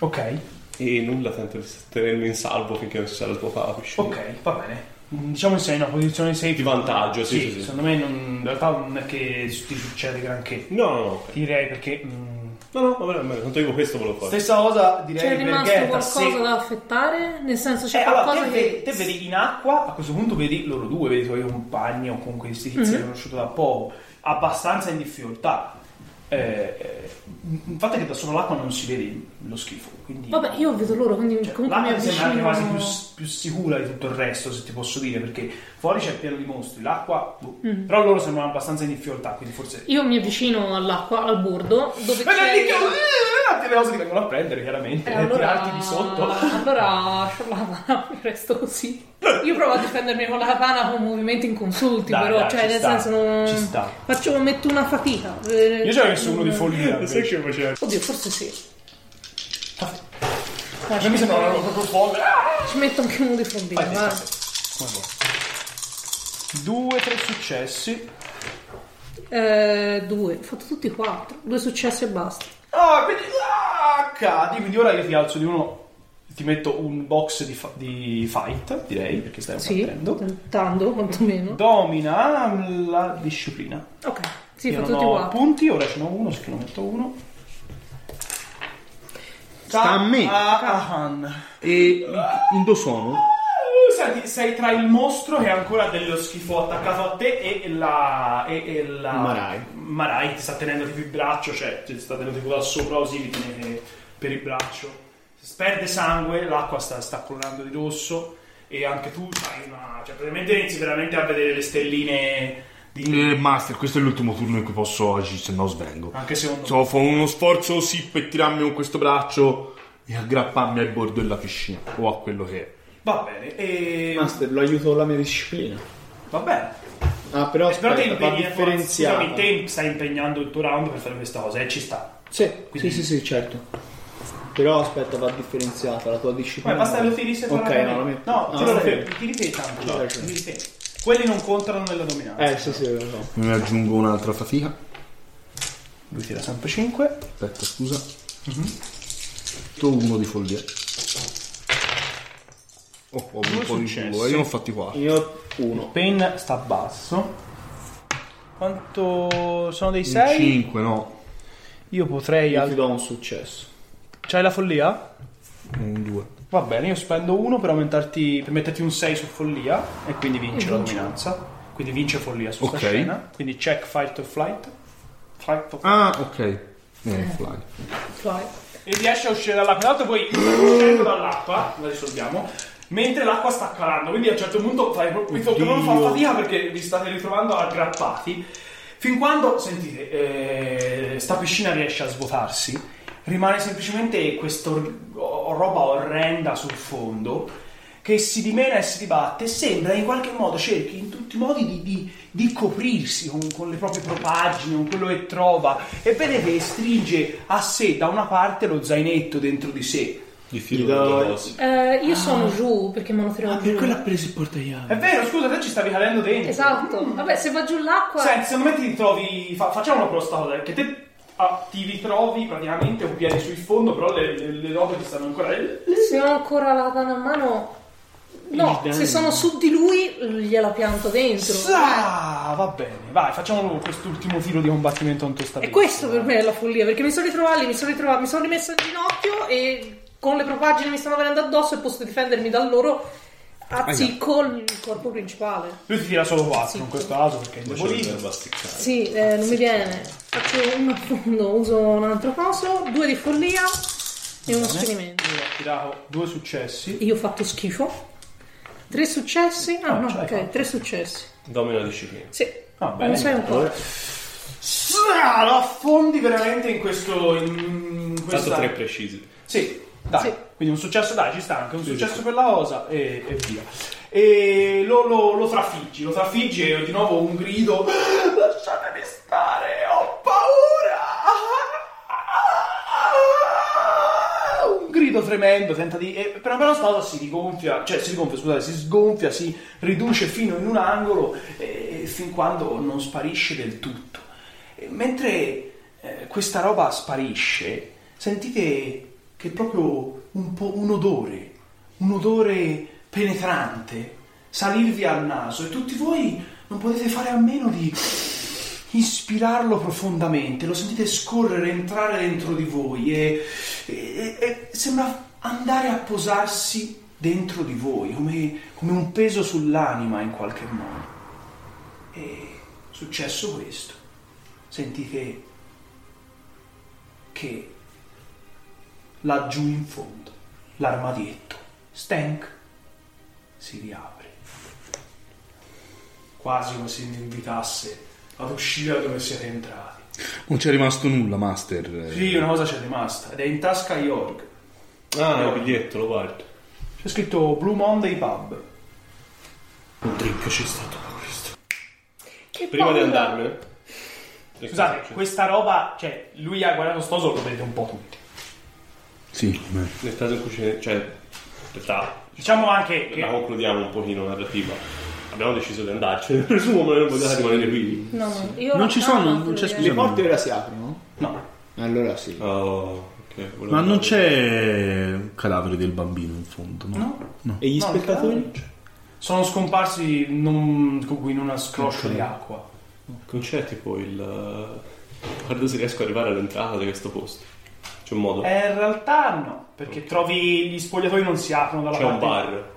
Speaker 4: Ok,
Speaker 2: E nulla, tento di tenermi in salvo finché non si sarà svuotata la piscina.
Speaker 4: ok, va bene. Mm, Diciamo che sei in una posizione safe.
Speaker 2: Di vantaggio, sì, sì, sì.
Speaker 4: Secondo me non, in realtà non è che ti succede granché.
Speaker 2: No, no, no, ok.
Speaker 4: Ti direi perché... mm,
Speaker 2: no, no, va bene, va bene, tanto io questo volevo fare.
Speaker 4: stessa cosa direi
Speaker 5: C'è
Speaker 4: per
Speaker 5: rimasto
Speaker 4: Gerda,
Speaker 5: qualcosa
Speaker 4: se-
Speaker 5: da affettare? Nel senso,
Speaker 4: Eh,
Speaker 5: c'è
Speaker 4: allora,
Speaker 5: qualcosa
Speaker 4: te,
Speaker 5: che.
Speaker 4: vedi, te vedi in acqua, a questo punto vedi loro due, vedi i tuoi compagni o comunque questi tizi
Speaker 5: Mm-hmm.
Speaker 4: che hai conosciuto da poco, abbastanza in difficoltà. Eh, eh, il fatto è che da solo l'acqua non si vede lo schifo. Quindi,
Speaker 5: Vabbè, io vedo loro, quindi
Speaker 4: Cioè,
Speaker 5: comunque mi
Speaker 4: l'acqua mi sembra anche
Speaker 5: avvicino.
Speaker 4: quasi più, più sicura di tutto il resto, se ti posso dire, perché fuori c'è pieno di mostri, l'acqua. boh. Però loro sembrano abbastanza in difficoltà, quindi forse.
Speaker 5: Mm-hmm. Io mi avvicino all'acqua, al bordo, dove
Speaker 4: Ma
Speaker 5: c'è...
Speaker 4: lì che- eh, eh, le cose ti vengono a prendere, chiaramente,
Speaker 5: Eh,
Speaker 4: e tirarti di sotto.
Speaker 5: Allora, con la katana, mi resto così. Io provo a difendermi con la katana con movimenti inconsulti,
Speaker 4: Dai,
Speaker 5: però,
Speaker 4: dai,
Speaker 5: cioè,
Speaker 4: ci
Speaker 5: nel
Speaker 4: sta,
Speaker 5: senso, non...
Speaker 4: ci sta.
Speaker 5: Faccio, metto una fatica. Eh,
Speaker 4: Io ci ho messo uno di follia.
Speaker 2: Sai che faceva?
Speaker 5: Oddio, forse sì.
Speaker 4: A me mi sembrava proprio folle. Ah!
Speaker 5: Ci metto anche uno di follia,
Speaker 4: Vai,
Speaker 5: guarda.
Speaker 4: Come vuoi. Due, tre successi.
Speaker 5: Eh, due, ho fatto tutti e quattro. Due successi e basta.
Speaker 4: Ah, quindi... Ah, cadi, quindi ora io ti alzo di uno ti metto un box di, fa- di fight, direi, perché stai
Speaker 5: Sì,
Speaker 4: combattendo.
Speaker 5: tentando quantomeno.
Speaker 4: Domina la disciplina.
Speaker 5: Ok, sì,
Speaker 4: Io
Speaker 5: fa
Speaker 4: non
Speaker 5: tutti
Speaker 4: ho
Speaker 5: uguali.
Speaker 4: punti, ora ce n'ho uno, se che ne metto uno.
Speaker 8: Sta a me.
Speaker 4: ah, Cahan.
Speaker 8: E indossano.
Speaker 4: Uh, Senti, sei tra il mostro che ha ancora dello schifo attaccato a te e la. e, e la.
Speaker 8: Marai.
Speaker 4: Marai ti sta tenendo tipo il braccio, cioè ti sta tenendo tipo da sopra così vi tiene eh, per il braccio. Perde sangue, l'acqua sta, sta colorando di rosso e anche tu sai, ma. cioè praticamente inizi veramente a vedere le stelline di.
Speaker 3: Eh, master, questo è l'ultimo turno in cui posso agire, se no svengo.
Speaker 4: anche se un.
Speaker 3: So, fa uno sforzo sì per tirarmi con questo braccio e aggrapparmi al bordo della piscina o a quello che è.
Speaker 4: Va bene, e.
Speaker 8: Master, lo aiuto con la mia disciplina.
Speaker 4: Va bene.
Speaker 8: Ah, però
Speaker 4: Eh, Però ti
Speaker 8: aspetta, va
Speaker 4: impegni,
Speaker 8: differenziato.
Speaker 4: scusami, te stai impegnando il tuo round per fare questa cosa e ci sta.
Speaker 8: Sì,
Speaker 4: Quindi-
Speaker 8: sì, sì, sì, certo. Però aspetta, va differenziata la tua disciplina.
Speaker 4: Poi basta che lo finissi e
Speaker 8: Ok,
Speaker 4: tornare
Speaker 8: no,
Speaker 4: a
Speaker 8: la
Speaker 4: me.
Speaker 8: metto.
Speaker 4: No,
Speaker 8: Ah,
Speaker 4: te lo
Speaker 8: ok.
Speaker 4: ripeti, ti ripeti tanto.
Speaker 8: Hai
Speaker 4: no,
Speaker 8: ragione.
Speaker 4: ti ripeti. Quelli non contano nella dominanza.
Speaker 8: Eh, sì, sì, lo so.
Speaker 3: Ne aggiungo un'altra fatica.
Speaker 4: Lui tira sempre 5.
Speaker 3: Aspetta, scusa. Tu uno di follia. Oh, ho un
Speaker 4: Due
Speaker 3: po' di
Speaker 4: successi.
Speaker 3: culo, eh, io ne ho fatti quattro.
Speaker 8: Io uno.
Speaker 4: Pain sta basso. Quanto sono dei 6?
Speaker 3: 5, no.
Speaker 4: Io potrei.
Speaker 8: Io ti
Speaker 4: Al...
Speaker 8: do un successo.
Speaker 4: C'hai la follia?
Speaker 3: Un 2.
Speaker 4: Va bene, io spendo uno per aumentarti. per metterti un 6 su follia. E quindi vince la dominanza. Quindi vince follia su
Speaker 3: Ok.
Speaker 4: sta scena. Quindi check fight or flight. Flight or
Speaker 3: Ah, ok. Eh, fly.
Speaker 5: Vai.
Speaker 4: e riesce a uscire dall'acqua. Tra l'altro poi uscendo dall'acqua, la risolviamo, mentre l'acqua sta calando, quindi a un certo punto fai proprio tocca non fa fatica perché vi state ritrovando aggrappati. Fin quando, sentite, eh, sta piscina riesce a svuotarsi, rimane semplicemente questa or- o- roba orrenda sul fondo che si dimena e si dibatte e sembra in qualche modo cerchi in tutti i modi di, di- di coprirsi con, con le proprie propagine, con quello che trova e vede che stringe a sé da una parte lo zainetto dentro di sé.
Speaker 2: Di
Speaker 8: Gli do-
Speaker 2: filo di boss.
Speaker 5: Eh, io
Speaker 4: Ah.
Speaker 5: sono giù perché mi hanno tirato giù.
Speaker 7: Quella ha preso il portagliame.
Speaker 4: È vero, scusa, te ci stavi cadendo dentro.
Speaker 5: Esatto. Vabbè, se va giù l'acqua.
Speaker 4: Senti, secondo me ti ritrovi. fa- facciamo una prosta cosa, perché te ah, ti ritrovi praticamente un piede sul fondo, però le, le, le robe ti stanno ancora.
Speaker 5: Se ho ancora la dana a mano. No, se sono su di lui gliela pianto dentro.
Speaker 4: Ah, va bene, vai, facciamo quest'ultimo tiro di combattimento contro sta
Speaker 5: E
Speaker 4: bestia.
Speaker 5: questo per me è la follia, perché mi sono ritrovata lì, mi sono ritrovata, mi sono rimessa in ginocchio e con le propagine mi stanno venendo addosso e posso difendermi da loro azzicco il corpo principale.
Speaker 4: Lui ti tira solo 4 in questo caso perché è
Speaker 2: C'è il
Speaker 4: indebolito.
Speaker 2: verbo a sticcare.
Speaker 5: Sì, eh, non mi viene. Faccio uno a fondo, uso un altro coso, due di follia e uno sfinimento.
Speaker 4: Lui ha tirato due successi.
Speaker 5: Io ho fatto schifo. Tre successi? Ah,
Speaker 4: Ah,
Speaker 5: no,
Speaker 4: ce l'hai
Speaker 5: ok,
Speaker 4: fatta.
Speaker 5: tre successi.
Speaker 2: Domino la disciplina.
Speaker 5: Sì.
Speaker 4: Va
Speaker 5: Ma non sai un po'.
Speaker 4: Ah, lo affondi veramente in questo. In
Speaker 2: Tanto
Speaker 4: questa...
Speaker 2: tre precisi.
Speaker 4: Sì, dai.
Speaker 5: Sì.
Speaker 4: Quindi un successo, dai, ci sta anche un successo per la cosa e, e via. E lo, lo, lo trafiggi, lo trafiggi e di nuovo un grido. "Ah, Lasciatemi stare, ho paura! Un grido tremendo, tenta di. E però però sta cosa si rigonfia, cioè si rigonfia, scusate, si sgonfia, si riduce fino in un angolo e, e fin quando non sparisce del tutto. E mentre eh, questa roba sparisce, sentite che proprio un po' un odore, un odore penetrante salirvi al naso e tutti voi non potete fare a meno di ispirarlo profondamente, lo sentite scorrere, entrare dentro di voi e, e- e- e sembra andare a posarsi dentro di voi, come, come un peso sull'anima in qualche modo. E successo questo, sentite che laggiù in fondo l'armadietto stank si riapre quasi come se vi invitasse ad uscire da dove siete entrati
Speaker 3: Non c'è rimasto nulla, Master.
Speaker 4: sì una cosa c'è rimasta ed è in tasca a York
Speaker 2: Ah, il biglietto, lo guardo.
Speaker 4: c'è scritto Blue Monday Pub
Speaker 2: Un trick c'è stato da questo.
Speaker 5: Che
Speaker 2: Prima di
Speaker 5: paura.
Speaker 2: andarmene.
Speaker 4: scusate questa roba cioè lui ha guardato sto oso lo vedete un po' tutti
Speaker 3: Sì, eh. beh.
Speaker 2: Nel caso in cui c'è... Cioè, in realtà
Speaker 4: diciamo anche
Speaker 2: la
Speaker 4: che
Speaker 2: concludiamo un pochino la narrativa. Abbiamo deciso di andarcene. Presumo che non poteva rimanere qui.
Speaker 5: No, no, io eh.
Speaker 3: Non ci
Speaker 5: no,
Speaker 3: sono,
Speaker 5: no,
Speaker 8: Eh,
Speaker 3: non c'è
Speaker 5: follia.
Speaker 3: scusa.
Speaker 8: Le porte ora si aprono?
Speaker 4: no
Speaker 8: Allora sì.
Speaker 2: Oh, ok. che volevo
Speaker 10: Ma non
Speaker 2: dire.
Speaker 10: c'è un cadavere del bambino in fondo, no?
Speaker 4: No?
Speaker 8: E gli
Speaker 4: No,
Speaker 8: spettatori?
Speaker 4: Sono scomparsi non, comunque in una scroscia di acqua.
Speaker 2: Non c'è tipo il. eh, Guarda se riesco ad arrivare all'entrata di questo posto. C'è un modo.
Speaker 4: Eh, in realtà no, perché trovi gli spogliatoi non si aprono dalla
Speaker 2: C'è
Speaker 4: parte.
Speaker 2: un bar.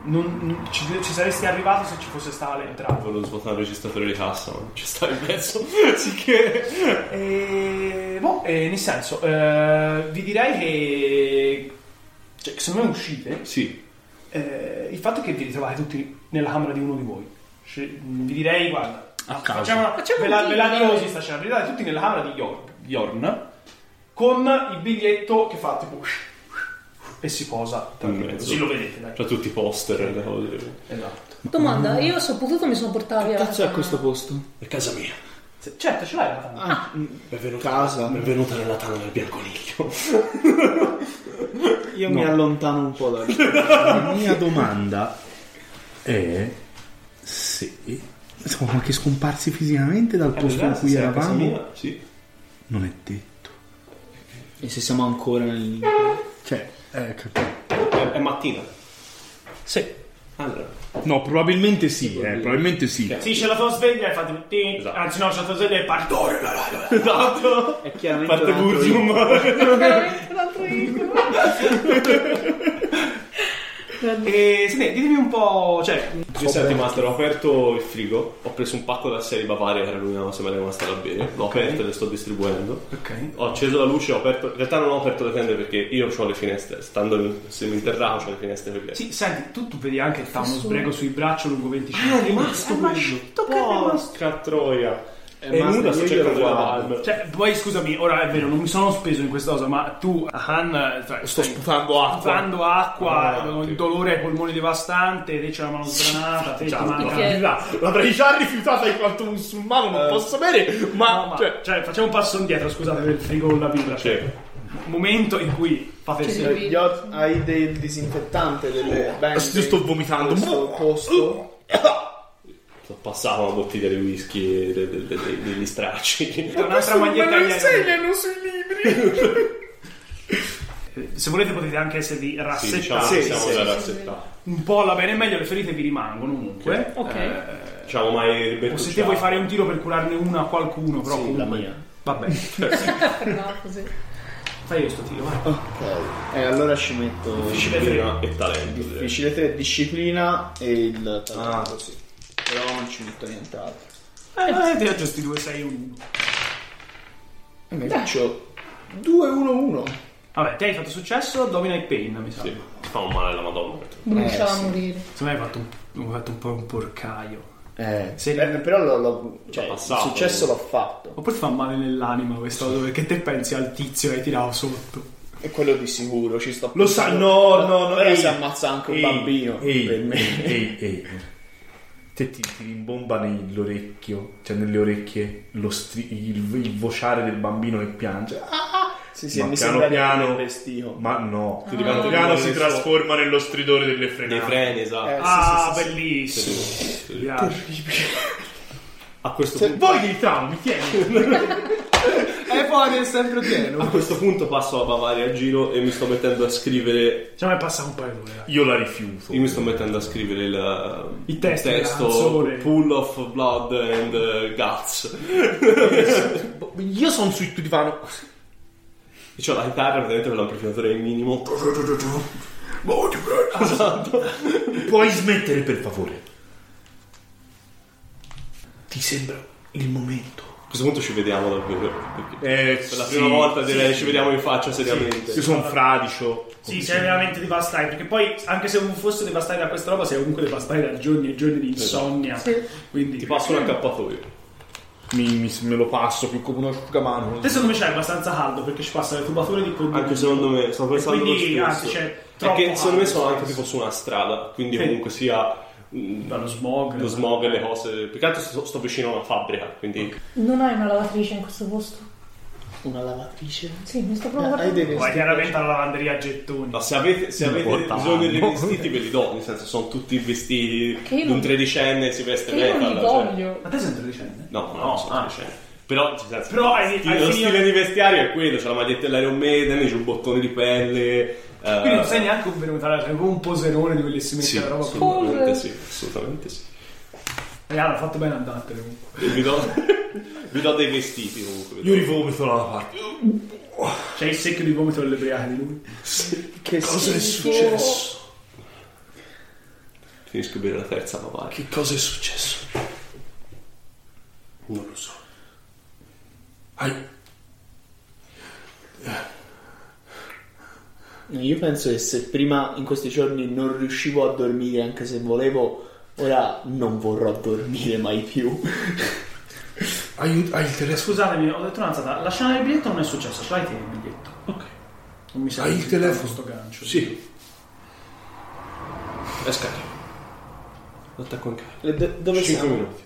Speaker 4: Non- non- ci, ci saresti arrivato se ci fosse stata l'entrata.
Speaker 2: Volevo svuotare il registratore di cassa, ma non ci sta in mezzo. Sicché.
Speaker 4: E, boh, eh, nel senso, eh, vi direi che, cioè, che secondo me uscite,
Speaker 2: Sì.
Speaker 4: eh, il fatto è che vi ritrovate tutti nella camera di uno di voi. Cioè, mh, vi direi, guarda,
Speaker 10: A caso.
Speaker 4: facciamo una,
Speaker 5: Facciamo
Speaker 4: ve la,
Speaker 5: un
Speaker 4: ve la
Speaker 5: giro.
Speaker 4: dirò così, sta scena, vi ritrovate tutti nella camera di Yor- Yorn con il biglietto che fa tipo e si posa tra
Speaker 2: In
Speaker 4: di
Speaker 2: mezzo. Cioè,
Speaker 4: Sì, lo vedete, dai.
Speaker 2: C'ha tutti i poster e le cose.
Speaker 4: Esatto.
Speaker 5: Domanda, io so potuto mi sono portata via. la
Speaker 8: Cazzo è
Speaker 5: katana.
Speaker 8: questo posto?
Speaker 7: È casa mia.
Speaker 4: Se- Certo, ce l'hai la katana.
Speaker 7: Benvenuta.
Speaker 8: Casa.
Speaker 7: Benvenuta nella tana del bianconiglio.
Speaker 8: Io mi allontano un po' da lì.
Speaker 10: La mia domanda è se siamo anche scomparsi fisicamente dal
Speaker 2: Eh,
Speaker 10: posto in
Speaker 2: ragazzi,
Speaker 10: cui
Speaker 2: sei a casa
Speaker 10: eravamo.
Speaker 2: mia? Sì.
Speaker 10: Non è detto.
Speaker 8: E se siamo ancora nel...
Speaker 10: Cioè, ecco.
Speaker 2: È, è mattina.
Speaker 10: Sì.
Speaker 2: Allora.
Speaker 10: No, probabilmente sì, eh, probabilmente sì.
Speaker 4: Sì, c'è la tua sveglia e fate ti- Anzi, no, c'è la tua sveglia e parti.
Speaker 2: Esatto.
Speaker 8: È chiaramente
Speaker 2: Parte
Speaker 8: un altro io.
Speaker 2: Burzum.
Speaker 5: Veramente un altro incubo.
Speaker 4: E senti, ditemi un po'. Cioè,
Speaker 2: Io senti Master, ho aperto il frigo, ho preso un pacco da 6 Bavaria che era l'unica cosa che mi era rimasta da bere, l'ho aperto e le sto distribuendo.
Speaker 4: ok.
Speaker 2: Ho acceso la luce, ho aperto. In realtà non ho aperto le tende perché io ho le finestre, stando nel seminterrato ho le finestre per
Speaker 4: Sì, senti, tu, tu vedi anche che ha uno
Speaker 5: Nessuno. Ah,
Speaker 4: sbrego sui braccia lungo Eh, 25
Speaker 7: rimasto
Speaker 2: Porca troia! E
Speaker 8: Master,
Speaker 2: nulla sto
Speaker 8: io
Speaker 2: cercando
Speaker 8: glielo
Speaker 2: della
Speaker 8: guardo.
Speaker 2: palma.
Speaker 4: Cioè, poi scusami, ora è vero, non mi sono speso in questa cosa, ma tu, Han, cioè,
Speaker 3: Sto
Speaker 4: stai
Speaker 3: sputando acqua.
Speaker 4: sputando acqua,
Speaker 2: Ah,
Speaker 4: con il
Speaker 2: sì.
Speaker 4: dolore ai polmoni devastante, te c'è la mano sgranata, te ti manca.
Speaker 5: perché-
Speaker 3: L'avrei già rifiutata in quanto musulmano, non posso sapere, Eh. ma,
Speaker 4: No, ma-
Speaker 3: cioè,
Speaker 4: cioè, facciamo un passo indietro, scusate per il frigo con la birra.
Speaker 2: Sì.
Speaker 4: Momento in cui
Speaker 3: Cioè,
Speaker 4: fate il
Speaker 5: Sì.
Speaker 4: segno.
Speaker 8: Eh, Yacht, hai del disinfettante, delle bende
Speaker 3: io Ah, sto Uh, vomitando.
Speaker 8: in Questo posto.
Speaker 2: Ho passato una bottiglia di whisky e de- de- de- de- degli stracci.
Speaker 4: È un'altra maglietta
Speaker 3: me lo
Speaker 4: italiana.
Speaker 3: insegnano sui libri.
Speaker 4: Eh, Se volete potete anche esservi
Speaker 2: Sì,
Speaker 4: rassettati.
Speaker 2: diciamo che siamo da rassettati.
Speaker 4: Un po' alla bene e meglio, le ferite vi rimangono comunque.
Speaker 5: Ok.
Speaker 2: Diciamo mai
Speaker 4: O
Speaker 2: Roberto
Speaker 4: se te
Speaker 2: Ciao.
Speaker 4: vuoi fare un tiro per curarne una a qualcuno, però
Speaker 8: Sì,
Speaker 4: comunque.
Speaker 8: la mia.
Speaker 4: Vabbè,
Speaker 5: No, così.
Speaker 4: fai io sto tiro, vai.
Speaker 8: Ok. E Eh, allora ci metto...
Speaker 2: Disciplina e talento. direi.
Speaker 8: Difficile 3, disciplina e
Speaker 3: Ah,
Speaker 8: il talento, sì. Però non ci metto nient'altro.
Speaker 4: Eh, eh, ti aggiusti 2, 6, 1.
Speaker 3: Eh,
Speaker 8: E mi faccio 2-1-1.
Speaker 4: Vabbè, te hai fatto successo, domina il pain, mi sa.
Speaker 2: Sì. Ti fa un male la madonna.
Speaker 5: Brucia
Speaker 8: Eh,
Speaker 5: a
Speaker 3: diciamo.
Speaker 8: sì.
Speaker 5: morire.
Speaker 4: Secondo me hai fatto un, hai fatto un po' un porcaio.
Speaker 8: Eh,
Speaker 4: Se-
Speaker 8: beh, però l'ho, l'ho- cioè,
Speaker 2: L'ho
Speaker 8: il
Speaker 2: passato.
Speaker 8: successo l'ho fatto.
Speaker 4: Oppure ti fa male nell'anima questa cosa, perché te pensi al tizio che hai tirato sotto.
Speaker 8: E quello di sicuro, ci sto
Speaker 3: Lo sa,
Speaker 8: pensando.
Speaker 3: no, no, no.
Speaker 8: Ora
Speaker 3: ehi,
Speaker 8: si ammazza anche un
Speaker 3: ehi,
Speaker 8: bambino,
Speaker 3: Ehi,
Speaker 8: per me.
Speaker 3: ehi, ehi. Te ti, ti rimbomba nell'orecchio, cioè nelle orecchie, lo stri- il, il vociare del bambino che piange.
Speaker 8: Sì, sì,
Speaker 3: Ma
Speaker 8: mi
Speaker 3: piano
Speaker 8: sembra
Speaker 3: piano-
Speaker 8: di il vestito.
Speaker 3: Ma no,
Speaker 2: Ti diventa
Speaker 3: il
Speaker 2: un
Speaker 3: piano
Speaker 2: po'
Speaker 3: si
Speaker 2: adesso-
Speaker 3: trasforma nello stridore delle
Speaker 2: Dei
Speaker 3: frenate.
Speaker 2: freni, esatto.
Speaker 8: Eh, sì,
Speaker 4: ah,
Speaker 8: sì, sì, sì.
Speaker 4: bellissimo. Mi piace.
Speaker 2: A questo,
Speaker 8: Se-
Speaker 2: punto,
Speaker 3: Voi dei traumi, tieni.
Speaker 4: E poi è sempre pieno.
Speaker 2: a questo punto passo la Bavaria a giro e mi sto mettendo a scrivere.
Speaker 4: Secondo me è passato un paio d'ore. eh.
Speaker 3: Io la rifiuto.
Speaker 2: Io mi sto mettendo a scrivere il,
Speaker 4: Il testo della
Speaker 2: testo
Speaker 4: canzone.
Speaker 2: Pool of Blood and eh, Guts.
Speaker 3: Io sono sul divano.
Speaker 2: E c'ho la chitarra praticamente con l'amplificatore minimo.
Speaker 3: Puoi smettere per favore.
Speaker 7: Ti sembra il momento.
Speaker 2: A questo punto ci vediamo davvero. Perché
Speaker 3: Eh,
Speaker 2: per la
Speaker 3: sì,
Speaker 2: prima volta
Speaker 3: sì,
Speaker 2: direi
Speaker 3: sì.
Speaker 2: ci vediamo in faccia seriamente.
Speaker 3: Io sono fradicio.
Speaker 4: Sì, sei veramente devastai, perché poi anche se non fosse devastai da questa roba, sei comunque devastai da giorni e giorni di insonnia. Quindi
Speaker 2: Esatto. Ti passo un accappatoio.
Speaker 3: Mi, mi- me lo passo più come un asciugamano.
Speaker 4: Te secondo me c'è abbastanza caldo perché ci passa le tubature di condotto.
Speaker 2: Anche secondo me, sto pensando lo
Speaker 4: quindi,
Speaker 2: stesso.
Speaker 4: anzi, c'è troppo
Speaker 2: Perché secondo me
Speaker 4: caldo,
Speaker 2: sono anche
Speaker 4: sì.
Speaker 2: tipo su una strada, quindi
Speaker 4: Sì.
Speaker 2: comunque sia mm,
Speaker 4: dallo smog.
Speaker 2: lo smog e le cose. Più che altro sto, sto vicino a una fabbrica, quindi
Speaker 5: Non hai una lavatrice in questo posto?
Speaker 8: Una lavatrice.
Speaker 5: Sì, mi sto proprio
Speaker 8: Hai
Speaker 5: guardando.
Speaker 8: dei
Speaker 4: Poi
Speaker 8: vestiti.
Speaker 4: chiaramente alla lavanderia a gettoni.
Speaker 2: No, se avete, se avete
Speaker 3: Importante.
Speaker 2: bisogno dei vestiti ve li do, nel senso sono tutti vestiti
Speaker 5: Che io
Speaker 2: di
Speaker 5: non-
Speaker 2: un tredicenne si veste
Speaker 5: Che io
Speaker 2: metal.
Speaker 5: non li
Speaker 2: cioè-
Speaker 5: voglio.
Speaker 4: Ma te sei un tredicenne?
Speaker 2: No, no,
Speaker 4: No,
Speaker 2: sono
Speaker 4: ah.
Speaker 2: tredicenne. Però, nel senso,
Speaker 4: Però hai-
Speaker 2: sti-
Speaker 4: hai
Speaker 2: lo
Speaker 4: finito-
Speaker 2: stile di vestiario è quello: c'è la maglietta dell'Iron Maiden, i giubbottoni di pelle. eh,
Speaker 4: Quindi non sei neanche un venuto, sei un poserone di quelli che si mette
Speaker 2: Sì,
Speaker 4: la roba. qui.
Speaker 2: assolutamente sì, assolutamente sì.
Speaker 4: Eh, hanno fatto bene a Dante comunque.
Speaker 2: E vi do, vi do dei vestiti comunque.
Speaker 3: Io rivomito da una parte.
Speaker 4: C'è il secchio di vomito delle briache di lui.
Speaker 8: Che
Speaker 10: Cosa è successo?
Speaker 2: Finisco di bere la terza, ma vai.
Speaker 10: Che cosa è successo? Non lo so.
Speaker 3: Oh, Hai-
Speaker 8: Io penso che se prima in questi giorni non riuscivo a dormire anche se volevo, ora non vorrò dormire mai più.
Speaker 3: Hai, hai il telefono?
Speaker 4: Eh, Scusatemi, ho detto un'alzata. La scena del biglietto non è successa, ce l'hai te il biglietto.
Speaker 3: Ok.
Speaker 4: Non mi serve
Speaker 3: Hai Ah, il
Speaker 4: più tanto
Speaker 3: telefono?
Speaker 4: sto gancio.
Speaker 3: Sì.
Speaker 2: E scarico. Attacco in casa.
Speaker 8: E do-
Speaker 2: 5
Speaker 8: dove siamo?
Speaker 2: minuti.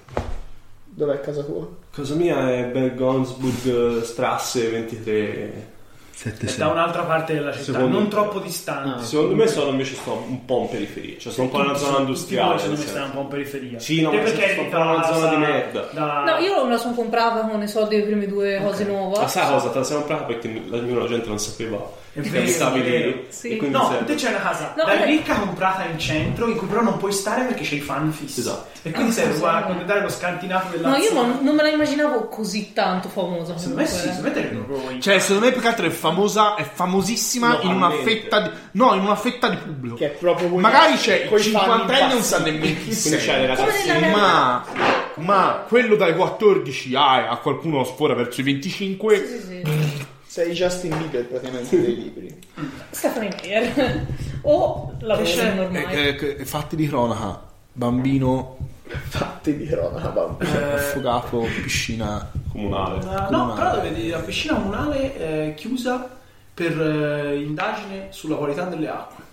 Speaker 8: Dov'è casa tua?
Speaker 2: Casa mia è Bergonsburg eh, Strasse 23.
Speaker 10: Sette,
Speaker 4: È da un'altra parte della città,
Speaker 2: Secondo-
Speaker 4: non troppo distante.
Speaker 2: Secondo me sono invece sto un po' in periferia, cioè sono un po' in una zona industriale.
Speaker 4: Tipo, secondo
Speaker 2: cioè.
Speaker 4: me
Speaker 2: nel
Speaker 4: sta un
Speaker 2: senso.
Speaker 4: po' in periferia.
Speaker 2: Sì, no,
Speaker 4: Te
Speaker 2: ma
Speaker 4: perché
Speaker 2: sto
Speaker 4: eri
Speaker 2: un po' in una
Speaker 4: da-
Speaker 2: zona di merda.
Speaker 4: da-
Speaker 5: No, io me la sono comprata con i soldi delle prime due cose
Speaker 2: Ma
Speaker 5: nuove.
Speaker 2: sai cosa? Te la sei comprata perché la, la gente non sapeva
Speaker 4: È
Speaker 2: che
Speaker 4: vero,
Speaker 2: stavi
Speaker 4: è vero.
Speaker 2: lì.
Speaker 5: Sì.
Speaker 2: E quindi
Speaker 4: No,
Speaker 2: sei-
Speaker 4: te c'è una casa
Speaker 5: No,
Speaker 4: da
Speaker 5: vabbè.
Speaker 4: ricca comprata in centro in cui però non puoi stare perché c'è i fan fissi.
Speaker 2: Esatto.
Speaker 4: E quindi
Speaker 5: Ah,
Speaker 4: sei
Speaker 5: sì.
Speaker 4: a commentare lo scantinato della
Speaker 5: No, io non, non me la immaginavo così tanto famosa.
Speaker 4: Secondo me
Speaker 5: comunque. eh.
Speaker 4: sì, secondo me te lo puoi.
Speaker 3: Cioè, secondo me più che altro è famosa, è famosissima in una
Speaker 2: Localmente.
Speaker 3: fetta di. No, in una fetta di pubblico.
Speaker 8: Che è proprio quella-
Speaker 3: Magari c'è il
Speaker 8: quei fan
Speaker 3: cinquantenne non sa
Speaker 8: impazziti.
Speaker 3: nemmeno chi
Speaker 2: quindi c'è
Speaker 3: sei.
Speaker 2: le
Speaker 5: Come
Speaker 2: ragazze.
Speaker 5: nella realtà.
Speaker 3: Ma, ma quello dai 14 a, a qualcuno lo sfora verso i 25.
Speaker 5: Sì, sì, sì.
Speaker 8: Sei Justin Bieber praticamente dei libri.
Speaker 5: Stephanie Meyer. o la versione normale.
Speaker 10: Eh, eh, eh, fatti di cronaca. Bambino cioè,
Speaker 8: Fatti di cronaca, vabbè.
Speaker 10: affogato, piscina.
Speaker 2: comunale.
Speaker 4: Ah, No, però deve dire la piscina comunale eh, chiusa per eh, indagine sulla qualità delle acque.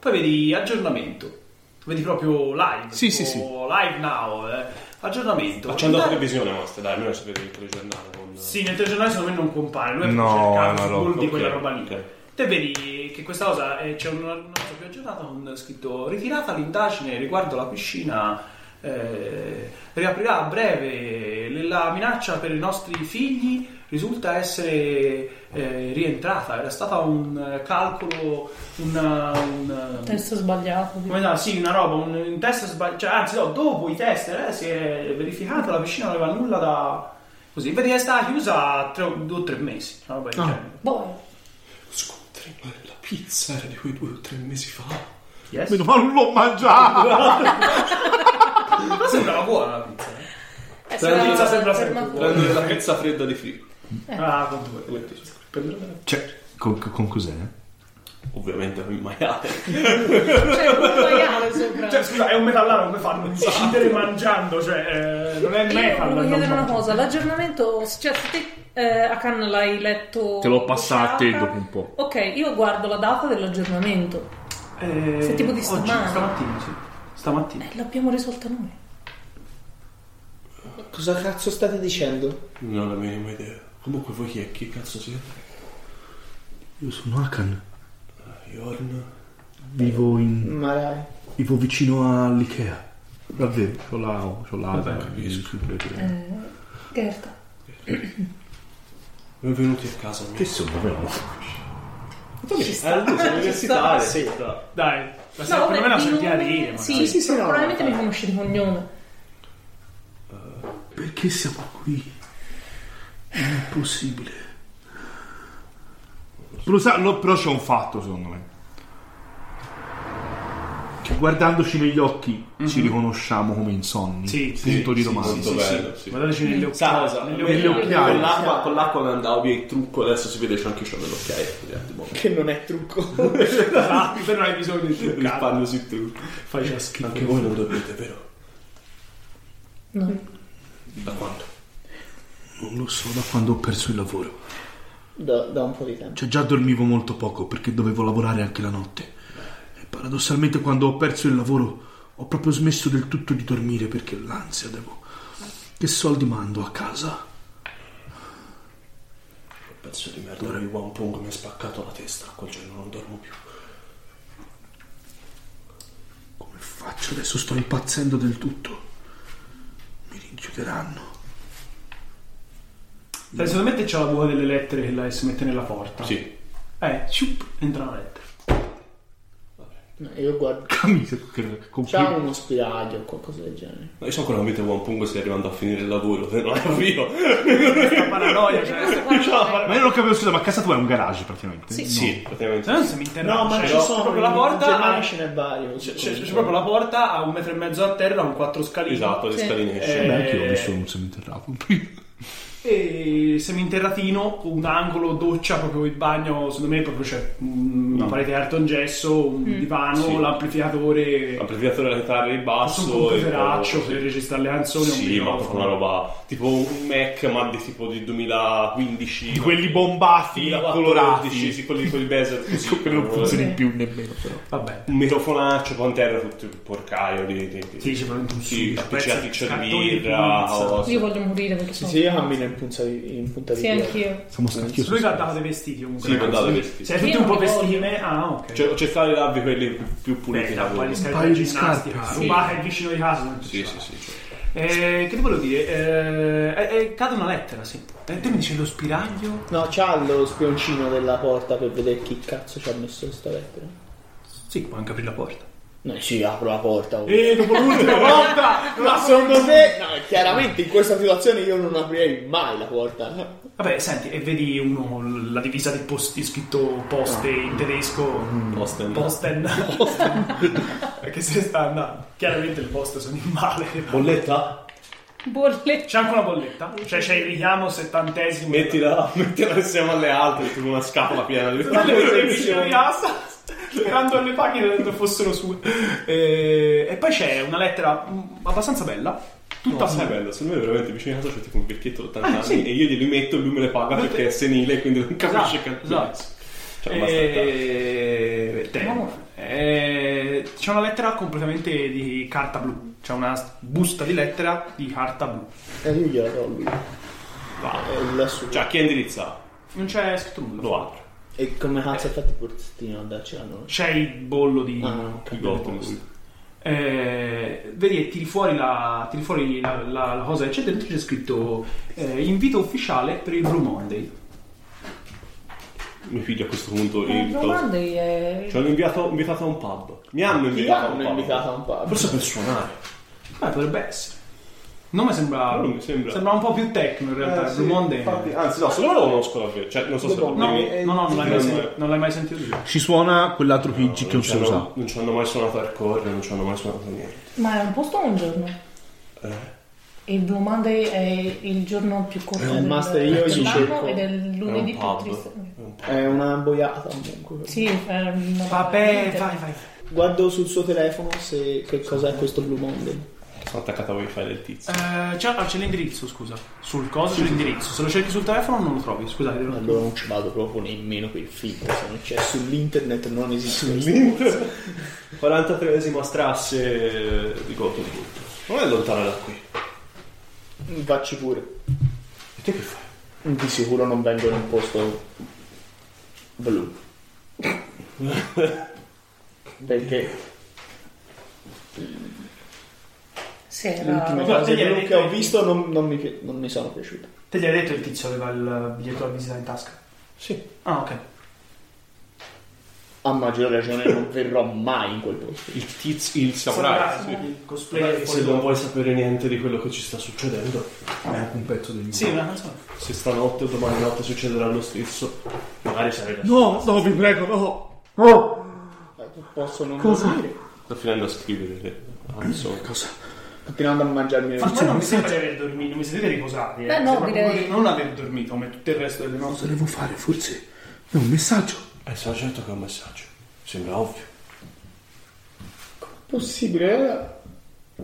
Speaker 4: Poi vedi aggiornamento. Vedi proprio live.
Speaker 3: Sì,
Speaker 4: tipo
Speaker 3: sì, sì.
Speaker 4: Live now. eh, Aggiornamento.
Speaker 2: Facendo la
Speaker 4: Indag-
Speaker 2: televisione mostra, dai, almeno ci vede il telegiornale. Con...
Speaker 4: Sì, nel telegiornale secondo me non compare, lui ha
Speaker 3: No,
Speaker 4: cercato
Speaker 3: no,
Speaker 4: sul
Speaker 3: no,
Speaker 4: Google di
Speaker 2: ok,
Speaker 4: quella roba lì.
Speaker 2: ok.
Speaker 4: Te vedi che questa cosa eh, c'è una, una cosa più aggiornata con scritto ritirata l'indagine riguardo la piscina, eh, riaprirà a breve la minaccia per i nostri figli risulta essere eh, rientrata, era stata un eh, calcolo, una, un, eh,
Speaker 5: Testo sbagliato.
Speaker 4: come no, sì, una roba, un, un test sbagliato, cioè, anzi no, dopo i test eh, si è verificato, la piscina non aveva nulla da... Così, vedi che è stata chiusa tre- due o tre mesi, una roba del genere.
Speaker 5: Boh,
Speaker 10: Scontrino della pizza era di quei due o tre mesi fa.
Speaker 4: Yes.
Speaker 3: Meno male non l'ho mangiato.
Speaker 4: Ma sembrava buona la pizza. eh.
Speaker 5: eh,
Speaker 4: Però
Speaker 5: sarà-
Speaker 4: Lisa sembra
Speaker 5: sarà-
Speaker 4: sempre buona.
Speaker 2: Prendere la pezza fredda di frigo.
Speaker 4: Ah, con due.
Speaker 2: Prendere-
Speaker 10: Cioè, con, con cos'è?
Speaker 2: Ovviamente con il maiale.
Speaker 5: C'è un maiale sopra.
Speaker 4: Cioè, scusa, è un metallaro, come fanno a incidere mangiando? Cioè, eh, non è
Speaker 5: Io
Speaker 4: metal.
Speaker 5: volevo
Speaker 4: non
Speaker 5: chiedere una
Speaker 4: mangi-
Speaker 5: cosa, l'aggiornamento, cioè se te eh, a Cannes l'hai letto...
Speaker 3: Te l'ho passata a te
Speaker 5: pubblicata,
Speaker 3: dopo un po'.
Speaker 5: Ok, io guardo la data dell'aggiornamento.
Speaker 4: Eh,
Speaker 5: Se tipo di
Speaker 4: oggi,
Speaker 5: stamani.
Speaker 4: stamattina, sì. Stamattina.
Speaker 5: Eh, l'abbiamo risolta noi.
Speaker 8: Cosa cazzo state dicendo?
Speaker 2: Non ho la minima idea. Comunque voi chi è? Chi cazzo siete?
Speaker 10: Io sono Akan.
Speaker 2: Jorn?
Speaker 10: Vivo, in,
Speaker 8: Ma dai.
Speaker 10: vivo vicino all'Ikea. Davvero, c'ho la. C'ho la. Capisco.
Speaker 5: Gerda.
Speaker 2: Benvenuti a casa mia.
Speaker 10: Che sono però?
Speaker 2: Eh, sono universitario.
Speaker 8: Sì.
Speaker 2: Sta-
Speaker 4: Dai, la sera per me la
Speaker 5: di
Speaker 4: senti a
Speaker 5: nome-
Speaker 4: dire. ma-
Speaker 5: Sì,
Speaker 8: sì, sì, no,
Speaker 5: probabilmente
Speaker 8: no.
Speaker 5: mi conosci di cognome.
Speaker 10: Perché siamo qui? È impossibile.
Speaker 3: Lo sa- lo- però c'è un fatto, secondo me. Che guardandoci negli occhi ci riconosciamo come insonni.
Speaker 4: Sì, sì,
Speaker 3: Punto di domanda.
Speaker 2: Molto bello, sì.
Speaker 4: Guardateci nelle
Speaker 2: Sa
Speaker 4: occhiali.
Speaker 2: cosa?
Speaker 4: nelle
Speaker 2: Con
Speaker 4: occhiali.
Speaker 3: occhiali.
Speaker 2: l'acqua, con l'acqua mi andavo via il trucco, adesso si vede c'è anche ciò nell'occhiaio. quindi eh, attimo.
Speaker 8: Che non è trucco.
Speaker 4: Ah, te non hai bisogno di truccare.
Speaker 2: Risparmio sui trucchi.
Speaker 4: Fai già schifo.
Speaker 2: Anche voi non dovete, vero?
Speaker 5: No.
Speaker 2: Da quanto?
Speaker 10: Non lo so da quando ho perso il lavoro.
Speaker 8: Da, da un po' di tempo.
Speaker 10: Cioè già dormivo molto poco perché dovevo lavorare anche la notte. E paradossalmente quando ho perso il lavoro ho proprio smesso del tutto di dormire perché l'ansia devo... Che soldi mando a casa?
Speaker 2: Quel pezzo di merda di Wampung mi ha spaccato la testa. Quel giorno non dormo più.
Speaker 10: Come faccio adesso? Sto impazzendo del tutto. Mi rinchiuderanno.
Speaker 4: Dai, secondo me te c'ho la buca delle lettere che la si mette nella porta.
Speaker 2: Sì.
Speaker 4: Eh, sciup, entra la lettera.
Speaker 8: No, io guardo.
Speaker 3: Camisa con- con
Speaker 8: C'ha uno spiraglio o qualcosa del genere.
Speaker 2: Ma Io so che la mette One Pungo stai arrivando a finire il lavoro, te non capito.
Speaker 4: Questa
Speaker 5: Eh,
Speaker 4: paranoia, cioè.
Speaker 3: Ma io non capivo, scusa, ma casa tua è un garage praticamente.
Speaker 5: Sì.
Speaker 2: Sì, praticamente.
Speaker 4: Se no, non si mi interessa.
Speaker 8: Eh No, ma
Speaker 4: cioè,
Speaker 8: ci
Speaker 4: c'è
Speaker 8: sono
Speaker 4: proprio la
Speaker 8: in
Speaker 4: porta.
Speaker 8: Germania
Speaker 4: a-
Speaker 8: ce n'è vario.
Speaker 4: C'è, c'è- c'è proprio la porta a un metro e mezzo a terra con quattro scalini.
Speaker 2: Esatto, le
Speaker 5: Sì.
Speaker 2: scaline esce.
Speaker 4: Eh,
Speaker 3: Beh, anche io ho visto un seminterrato prima.
Speaker 4: E seminterratino, un angolo, doccia, proprio il bagno, secondo me proprio c'è mm, una parete di artongesso, un
Speaker 5: Mm.
Speaker 4: divano,
Speaker 2: Sì.
Speaker 4: l'amplificatore,
Speaker 2: Amplificatore della chitarra e il
Speaker 4: un
Speaker 2: basso. e-
Speaker 4: computeraccio per registrare le canzoni, un
Speaker 2: Sì, ma proprio
Speaker 4: microfono.
Speaker 2: una roba tipo un Mac, ma di tipo di 2015.
Speaker 3: Di quelli bombati,
Speaker 2: 2014,
Speaker 3: colorati.
Speaker 2: sì, quelli con i bezel così.
Speaker 3: Quelli non funziona
Speaker 2: eh,
Speaker 3: più nemmeno, però.
Speaker 4: Vabbè.
Speaker 2: Un microfonaccio, poi in terra tutto il porcaio di... di, di-
Speaker 4: Sì, c'è veramente un
Speaker 2: sì,
Speaker 4: sugo,
Speaker 2: appicciati
Speaker 4: pezzi di
Speaker 2: di
Speaker 4: cartoni di
Speaker 2: birra,
Speaker 4: pizza.
Speaker 2: cose.
Speaker 5: Io voglio morire perché
Speaker 8: Sì,
Speaker 5: sono.
Speaker 8: sì, io cammino in punta di, in punta di
Speaker 5: Sì,
Speaker 8: piedi.
Speaker 5: anch'io.
Speaker 3: Siamo stanchi. io
Speaker 4: Lui
Speaker 3: sono
Speaker 4: che ha dato i vestiti comunque.
Speaker 2: Sì,
Speaker 4: ragazzi.
Speaker 2: guardate vestiti.
Speaker 4: Siete tutti
Speaker 5: Io
Speaker 4: un po'
Speaker 5: non li voglio.
Speaker 4: vestiti me. Ah, ok.
Speaker 2: Cioè, cercare di darvi quelli più, più puliti.
Speaker 4: Beh, da qua gli
Speaker 2: sì,
Speaker 4: scarichi
Speaker 10: Un paio
Speaker 4: di
Speaker 10: di
Speaker 4: ginnastica.
Speaker 10: scarpe.
Speaker 4: Un bar è vicino di ah, casa. non si
Speaker 2: sì,
Speaker 4: sa.
Speaker 2: sì. cioè.
Speaker 4: Eh, che ti volevo dire? Eh, eh, eh, cade una lettera, sì. Eh, te mi dici lo spiraglio?
Speaker 8: No, c'ha lo spioncino della porta per vedere chi cazzo ci ha messo questa lettera.
Speaker 4: Sì, puoi anche aprire la porta.
Speaker 8: No, sì, apro la porta. oh.
Speaker 4: Eh, dopo l'ultima volta!
Speaker 8: Ma secondo me, no, chiaramente in questa situazione io non aprirei mai la porta.
Speaker 4: Vabbè, senti, e vedi uno la divisa di posti scritto poste in tedesco.
Speaker 2: Posten.
Speaker 4: Posten. Perché se sta andando. Chiaramente le poste sono in male.
Speaker 2: Bolletta?
Speaker 5: Bolle.
Speaker 4: C'è anche una bolletta. Cioè c'è il richiamo settantesimo.
Speaker 2: Mettila, mettila insieme alle altre, tipo una scatola piena di...
Speaker 4: Dalle persone vicino di casa "Ah, sperando le paghe non fossero sue Eh, e, e poi c'è una lettera mm, abbastanza bella tutta
Speaker 2: No, sai
Speaker 4: bella
Speaker 2: bello, secondo me veramente vicino a casa c'è tipo un vecchietto di 80
Speaker 4: Ah,
Speaker 2: anni
Speaker 4: sì.
Speaker 2: e io glieli metto e lui me le paga
Speaker 4: Lui-
Speaker 2: perché è senile quindi non capisce
Speaker 4: Esatto,
Speaker 2: che
Speaker 4: esatto. Eh,
Speaker 2: Cioè, basta.
Speaker 4: E... Temo. Eh, c'è una lettera completamente di carta blu c'è una busta di lettera di carta blu
Speaker 8: E Eh, io gliela do a lui.
Speaker 2: Va.
Speaker 8: Eh, È lassù.
Speaker 2: Cioè, a chi è indirizzato?
Speaker 4: non c'è scritto nulla
Speaker 2: Lo apre.
Speaker 8: E come cazzo ha fatto il portino a darci la noce?
Speaker 4: c'è il bollo di
Speaker 8: Ah, no,
Speaker 2: Il
Speaker 8: capito.
Speaker 2: Gotham.
Speaker 4: Eh, vedi e tiri fuori la, tiri fuori la, la- la cosa che c'è dentro c'è scritto eh, invito ufficiale per il Blue Monday
Speaker 2: Mio figlio a questo punto
Speaker 5: Eh,
Speaker 2: il to-
Speaker 5: domande è.
Speaker 2: Ci hanno inviato, invitato a un pub. Mi hanno
Speaker 8: Ti
Speaker 2: invitato a un
Speaker 8: hanno
Speaker 2: pub.
Speaker 8: invitata a un pub.
Speaker 2: Forse per suonare.
Speaker 4: Eh, Beh, potrebbe essere. Non mi sembra.
Speaker 2: Non mi sembra.
Speaker 4: un po' più tecno in realtà.
Speaker 2: Eh,
Speaker 4: il
Speaker 2: sì,
Speaker 4: Blue Monday.
Speaker 2: infatti, anzi, no, solo lo conosco davvero. Cioè, non so se
Speaker 4: No, no, no, non l'hai, mai
Speaker 2: Non-
Speaker 4: sentito, non l'hai mai sentito dire.
Speaker 3: Ci suona quell'altro PG che
Speaker 2: non
Speaker 3: non si
Speaker 2: c'hanno-
Speaker 3: usa.
Speaker 2: Non ci hanno mai suonato hardcore, non ci hanno mai suonato niente.
Speaker 5: Ma è un posto o un giorno?
Speaker 8: Eh?
Speaker 5: Il Blue Monday è il giorno più corto
Speaker 8: Eh,
Speaker 5: del,
Speaker 8: master, io
Speaker 5: dell'anno
Speaker 8: gli cerco.
Speaker 5: ed è il
Speaker 2: È
Speaker 5: lunedì
Speaker 2: un
Speaker 5: più
Speaker 2: pub.
Speaker 5: triste.
Speaker 2: È un pub.
Speaker 8: È una boiata comunque.
Speaker 5: Sì, è una-
Speaker 4: Vabbè, vai, vai.
Speaker 8: Guardo sul suo telefono se che cosa è questo Blue Monday.
Speaker 2: Sono attaccato ai wifi del tizio.
Speaker 4: Eh, c'è, ah, c'è l'indirizzo, scusa. Sul coso c'è l'indirizzo. Se lo cerchi sul telefono non lo trovi. Scusate, devo-
Speaker 8: Allora non ci vado proprio nemmeno per il film, se non c'è sull'internet non esiste.
Speaker 4: Eh,
Speaker 2: 43esima strasse di Gotham. Non è lontano da qui.
Speaker 8: Facci pure. E te che fai? Di sicuro non vengo in un posto blu. Perché
Speaker 5: Sì, era-
Speaker 8: l'ultima
Speaker 4: no,
Speaker 8: frase
Speaker 4: te gliel'hai
Speaker 8: blu
Speaker 4: detto
Speaker 8: che ho
Speaker 4: ai
Speaker 8: visto non, non mi, pi- non mi sono piaciute.
Speaker 4: Te gli hai detto il tizio aveva il biglietto da visita in tasca?
Speaker 8: Sì.
Speaker 4: Ah, ok.
Speaker 8: A maggior ragione non verrò mai in quel posto.
Speaker 2: Il tizio, il
Speaker 4: Sembra Il cosplay
Speaker 2: Guardate,
Speaker 4: del
Speaker 2: Se non vuoi sapere niente di quello che ci sta succedendo,
Speaker 3: Un pezzo del
Speaker 4: Sì, una canzone.
Speaker 2: se stanotte o domani notte succederà lo stesso, magari sarai da
Speaker 3: No, no, vi prego, no. No.
Speaker 8: Posso non
Speaker 3: Cosa?
Speaker 8: dormire.
Speaker 2: Sto finendo a scrivere Ah, le canzoni. Cosa?
Speaker 8: Continuando a mangiarmi le
Speaker 4: Ma a me non mi sembra di aver dormito, non mi siete riposati. Eh.
Speaker 5: Beh, no,
Speaker 4: Sembra
Speaker 5: direi-
Speaker 4: proprio di non aver dormito come tutto il resto delle
Speaker 10: Cosa
Speaker 4: nostre.
Speaker 10: devo fare? Forse è un messaggio.
Speaker 2: Eh, sono certo che è un messaggio. Sembra ovvio.
Speaker 8: Possibile?
Speaker 2: Ma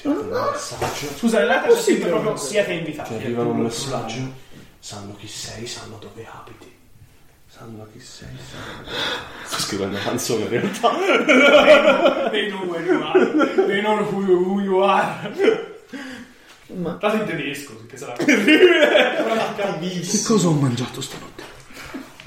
Speaker 2: ti arriva un messaggio,
Speaker 4: Scusa, nella lettera c'è scritto
Speaker 8: Possibile,
Speaker 4: proprio
Speaker 8: no?
Speaker 4: siete invitati. eh.
Speaker 2: ti arriva un messaggio, sanno chi sei, sanno dove abiti. Sanno chi sei, sanno dove abiti. Sto scrivendo una canzone in realtà.
Speaker 4: They know where you are. They know who you, who you are.
Speaker 8: Ma-
Speaker 4: Tanto in tedesco, che sarà.
Speaker 10: Che cosa ho mangiato stanotte?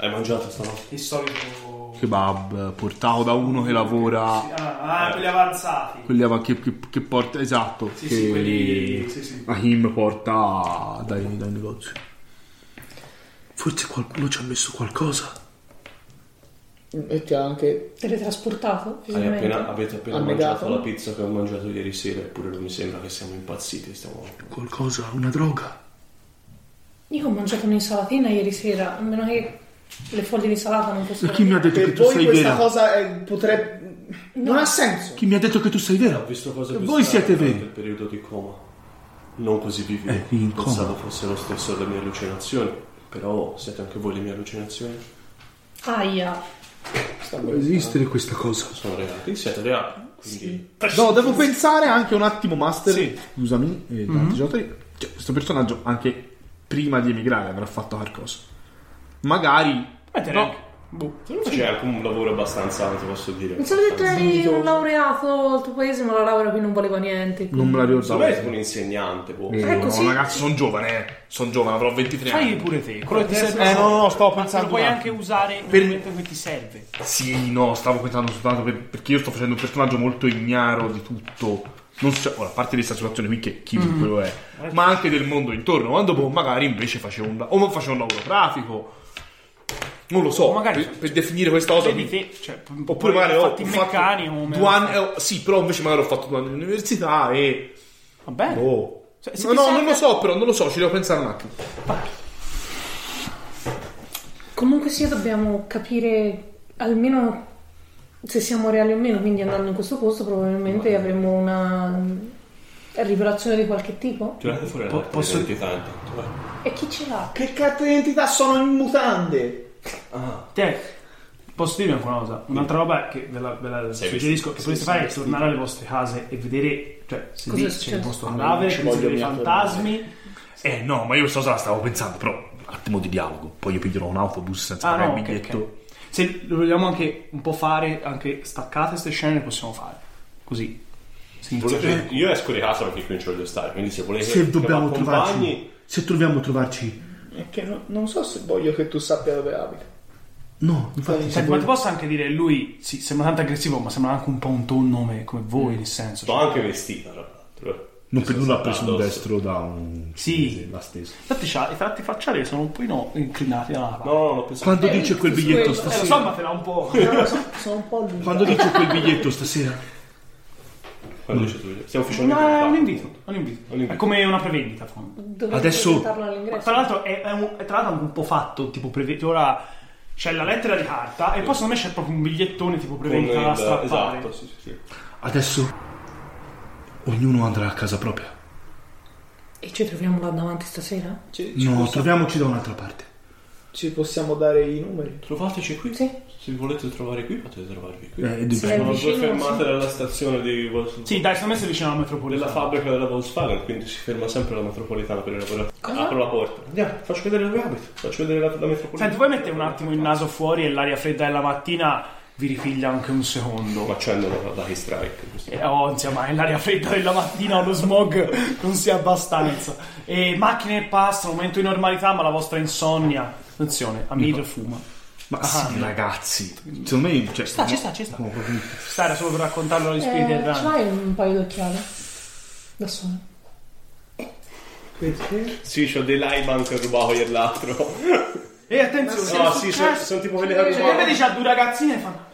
Speaker 2: Hai mangiato stanotte?
Speaker 4: Il solito.
Speaker 3: Kebab portato da uno che lavora.
Speaker 4: Ah, ah, quelli avanzati.
Speaker 3: Quelli av- che, che, che porta. Esatto.
Speaker 4: Sì,
Speaker 3: che
Speaker 4: sì, quelli. Sì, sì.
Speaker 3: Ahim porta dai, dai negozi.
Speaker 10: Forse qualcuno ci ha messo qualcosa.
Speaker 8: E ti ha anche...
Speaker 5: Teletrasportato?
Speaker 2: Hai
Speaker 5: fisicamente?
Speaker 2: appena, avete appena
Speaker 8: Ammigato.
Speaker 2: mangiato la pizza che ho mangiato ieri sera, eppure non mi sembra che siamo impazziti. Stiamo...
Speaker 10: Qualcosa, una droga.
Speaker 5: Io ho mangiato un'insalatina ieri sera, a meno che le foglie di salata non
Speaker 10: E
Speaker 5: fossero...
Speaker 10: chi mi ha detto che
Speaker 8: Per
Speaker 10: tu
Speaker 8: voi
Speaker 10: sei
Speaker 8: questa
Speaker 10: vera?
Speaker 8: cosa eh, potrebbe... Non ha senso.
Speaker 10: Chi mi ha detto che tu sei
Speaker 2: Ho
Speaker 10: vera?
Speaker 2: visto cose
Speaker 10: E
Speaker 2: più
Speaker 10: voi
Speaker 2: strane
Speaker 10: siete
Speaker 2: durante
Speaker 10: veri.
Speaker 2: il periodo di coma. Non così vividi.
Speaker 10: Eh, in coma.
Speaker 2: Pensavo fosse lo stesso delle mie allucinazioni. Però siete anche voi le mie allucinazioni?
Speaker 5: Aia.
Speaker 10: Può esistere questa cosa.
Speaker 2: Sono reali. Siete reali. Quindi
Speaker 11: No, devo pensare anche un attimo, Master.
Speaker 2: Sì.
Speaker 11: Scusami, eh, Dante Giotri. Cioè, questo personaggio, anche prima di emigrare, avrà fatto qualcosa. Magari.
Speaker 4: no.
Speaker 2: Secondo me c'è anche un lavoro abbastanza, come ti posso dire.
Speaker 5: Mi sono detto eri un Cioè, laureato al tuo paese, ma la laurea qui non valeva niente.
Speaker 11: Non me
Speaker 2: Secondo me
Speaker 11: la
Speaker 2: è tipo
Speaker 11: ricordavo.
Speaker 2: un insegnante, boh.
Speaker 11: Eh,
Speaker 5: Ecco,
Speaker 11: no,
Speaker 5: sì.
Speaker 11: ragazzi, sono giovane, eh. Sono giovane, avrò 23
Speaker 4: Fai
Speaker 11: anni.
Speaker 4: pure te. Quello che ti serve.
Speaker 11: Eh, no, no, stavo
Speaker 4: Lo
Speaker 11: pensando.
Speaker 4: puoi
Speaker 11: un
Speaker 4: anche
Speaker 11: attimo.
Speaker 4: usare
Speaker 11: Per-
Speaker 4: per momento che ti serve.
Speaker 11: Sì, no, stavo pensando soltanto per- perché io sto facendo un personaggio molto ignaro di tutto. Non so, cioè, ora, a parte di questa situazione qui che chi
Speaker 4: Mm-hmm.
Speaker 11: quello è, ma anche del mondo intorno. Quando boh, magari invece facevo un, la- o facevo un lavoro grafico. Non lo so,
Speaker 4: O magari-
Speaker 11: per, per definire questa cosa.
Speaker 4: Vedi
Speaker 11: mi-
Speaker 4: te, cioè, p-
Speaker 11: Oppure magari ho,
Speaker 4: fatti
Speaker 11: ho
Speaker 4: meccanico,
Speaker 11: fatto
Speaker 4: me
Speaker 11: due
Speaker 4: lo
Speaker 11: anni,
Speaker 4: fai.
Speaker 11: eh, sì, però invece magari ho fatto due anni di università e...
Speaker 4: Va bene.
Speaker 11: Boh.
Speaker 4: Se- se
Speaker 11: no,
Speaker 4: ti
Speaker 11: no,
Speaker 4: serve-
Speaker 11: non lo so, però non lo so, ci devo pensare un attimo.
Speaker 5: Comunque sia, dobbiamo capire almeno se siamo reali o meno, quindi andando in questo posto probabilmente avremo una rivelazione di qualche tipo.
Speaker 2: Tirate Cioè, fuori la
Speaker 4: Po-
Speaker 2: carta
Speaker 4: posso-
Speaker 2: d'identità intanto. eh.
Speaker 5: E chi ce l'ha?
Speaker 8: Che carte d'identità sono in mutande?
Speaker 4: Te, posso dirvi anche una cosa? Un'altra roba che ve la, ve la
Speaker 2: Sei
Speaker 4: suggerisco che potreste fare è tornare alle vostre case e vedere, cioè, se lì
Speaker 5: è
Speaker 4: c'è
Speaker 5: successo?
Speaker 4: il vostro
Speaker 8: Ah,
Speaker 4: cadavere,
Speaker 8: ci
Speaker 4: se
Speaker 8: voglio
Speaker 4: dei
Speaker 8: mia
Speaker 4: fantasmi.
Speaker 11: Eh no, ma io questa cosa la stavo pensando, però un attimo di dialogo. Poi io piglierò un autobus senza
Speaker 4: Ah,
Speaker 11: pagare
Speaker 4: no, ok,
Speaker 11: il biglietto.
Speaker 4: ok. Se lo vogliamo anche un po' fare, anche staccate queste scene, le possiamo fare. Così. eh, Si inizia-
Speaker 2: Volete- io esco di casa perché qui non ci voglio stare, quindi se volete
Speaker 10: Se dobbiamo
Speaker 2: che mi accompagni,
Speaker 10: trovarci. Se troviamo trovarci.
Speaker 8: È che no- non so se voglio che tu sappia dove abita.
Speaker 10: No, infatti.
Speaker 4: Senti, ma ti posso anche dire, lui sì, sembra tanto aggressivo, ma sembra anche un po' un tonno come, come voi,
Speaker 2: Mm.
Speaker 4: nel senso.
Speaker 2: Sto
Speaker 4: Cioè,
Speaker 2: anche vestita, tra l'altro. eh.
Speaker 11: Non
Speaker 2: Mi
Speaker 11: per
Speaker 2: sono
Speaker 11: nulla ha
Speaker 2: saltato
Speaker 11: preso un
Speaker 2: addosso.
Speaker 11: destro da un...
Speaker 4: Sì.
Speaker 11: cinese, La stessa.
Speaker 4: infatti c'ha- i tratti facciali sono un po' no, inclinati dalla parte.
Speaker 2: No, no, l'ho pensato.
Speaker 10: Quando dice quel biglietto
Speaker 5: Quello.
Speaker 4: Eh,
Speaker 10: stasera?
Speaker 4: lo so, ma te l'ha un po'.
Speaker 8: Sono un po' lungo.
Speaker 10: Quando dice quel biglietto stasera?
Speaker 2: Quando dice tu, stiamo facendo
Speaker 4: No, è un
Speaker 2: invito.
Speaker 4: invito, è un invito.
Speaker 2: Un invito.
Speaker 4: È come una prevendita. a fondo.
Speaker 5: Dovremmo
Speaker 10: Adesso-
Speaker 5: presentarlo all'ingresso.
Speaker 4: Tra l'altro è, è un, è tra l'altro un po' fatto, tipo prevendita. Ora c'è la lettera di carta e poi secondo me c'è proprio un bigliettone tipo
Speaker 2: Con
Speaker 4: prevendita da
Speaker 2: il-
Speaker 4: strappare.
Speaker 2: Esatto, sì, sì, sì.
Speaker 10: Adesso ognuno andrà a casa propria.
Speaker 5: E ci troviamo là davanti stasera?
Speaker 8: Ci, ci
Speaker 10: No,
Speaker 8: possi-
Speaker 10: troviamoci da un'altra parte.
Speaker 8: ci possiamo dare i numeri?
Speaker 2: Trovateci qui.
Speaker 5: Sì.
Speaker 2: Se volete trovare qui, potete trovarvi qui.
Speaker 10: Eh,
Speaker 5: Sì,
Speaker 10: dobbiamo-
Speaker 5: è
Speaker 2: Sono due
Speaker 5: vicino,
Speaker 2: fermate
Speaker 5: sì.
Speaker 2: dalla stazione di Volkswagen.
Speaker 4: Sì, dai, secondo me si vicino alla
Speaker 2: Della
Speaker 4: metropolitana.
Speaker 2: fabbrica della Volkswagen, quindi si ferma sempre la metropolitana per lavorare.
Speaker 5: Cosa?
Speaker 2: Apro la porta. Andiamo, faccio vedere dove abito. Faccio vedere la, la metropolitana.
Speaker 4: Senti, voi mettete un attimo il naso fuori e l'aria fredda della mattina vi ripiglia anche un secondo.
Speaker 2: Ma accendono la Lucky Strike. giusto?
Speaker 4: Eh, oh, insomma, è l'aria fredda della mattina, lo smog non si è abbastanza. E macchine passano, momento di normalità, ma la vostra insonnia. Attenzione, Amir fuma.
Speaker 11: Ma sì, ragazzi. Secondo me... Cioè,
Speaker 4: Sta, Ah, ci sta, ci sta.
Speaker 11: no, proprio-
Speaker 4: Sta, era solo per raccontarlo agli spiriti
Speaker 5: Eh, ce
Speaker 4: erranti.
Speaker 5: l'hai un paio d'occhiali? Da solo.
Speaker 8: Perché?
Speaker 2: Sì, c'ho dei Laiban che rubavo iell'altro.
Speaker 4: E attenzione,
Speaker 2: No, sì, sono, sono tipo quelli che
Speaker 4: cioè, che
Speaker 2: rubavo.
Speaker 4: vedi c'ha due ragazzine e fanno.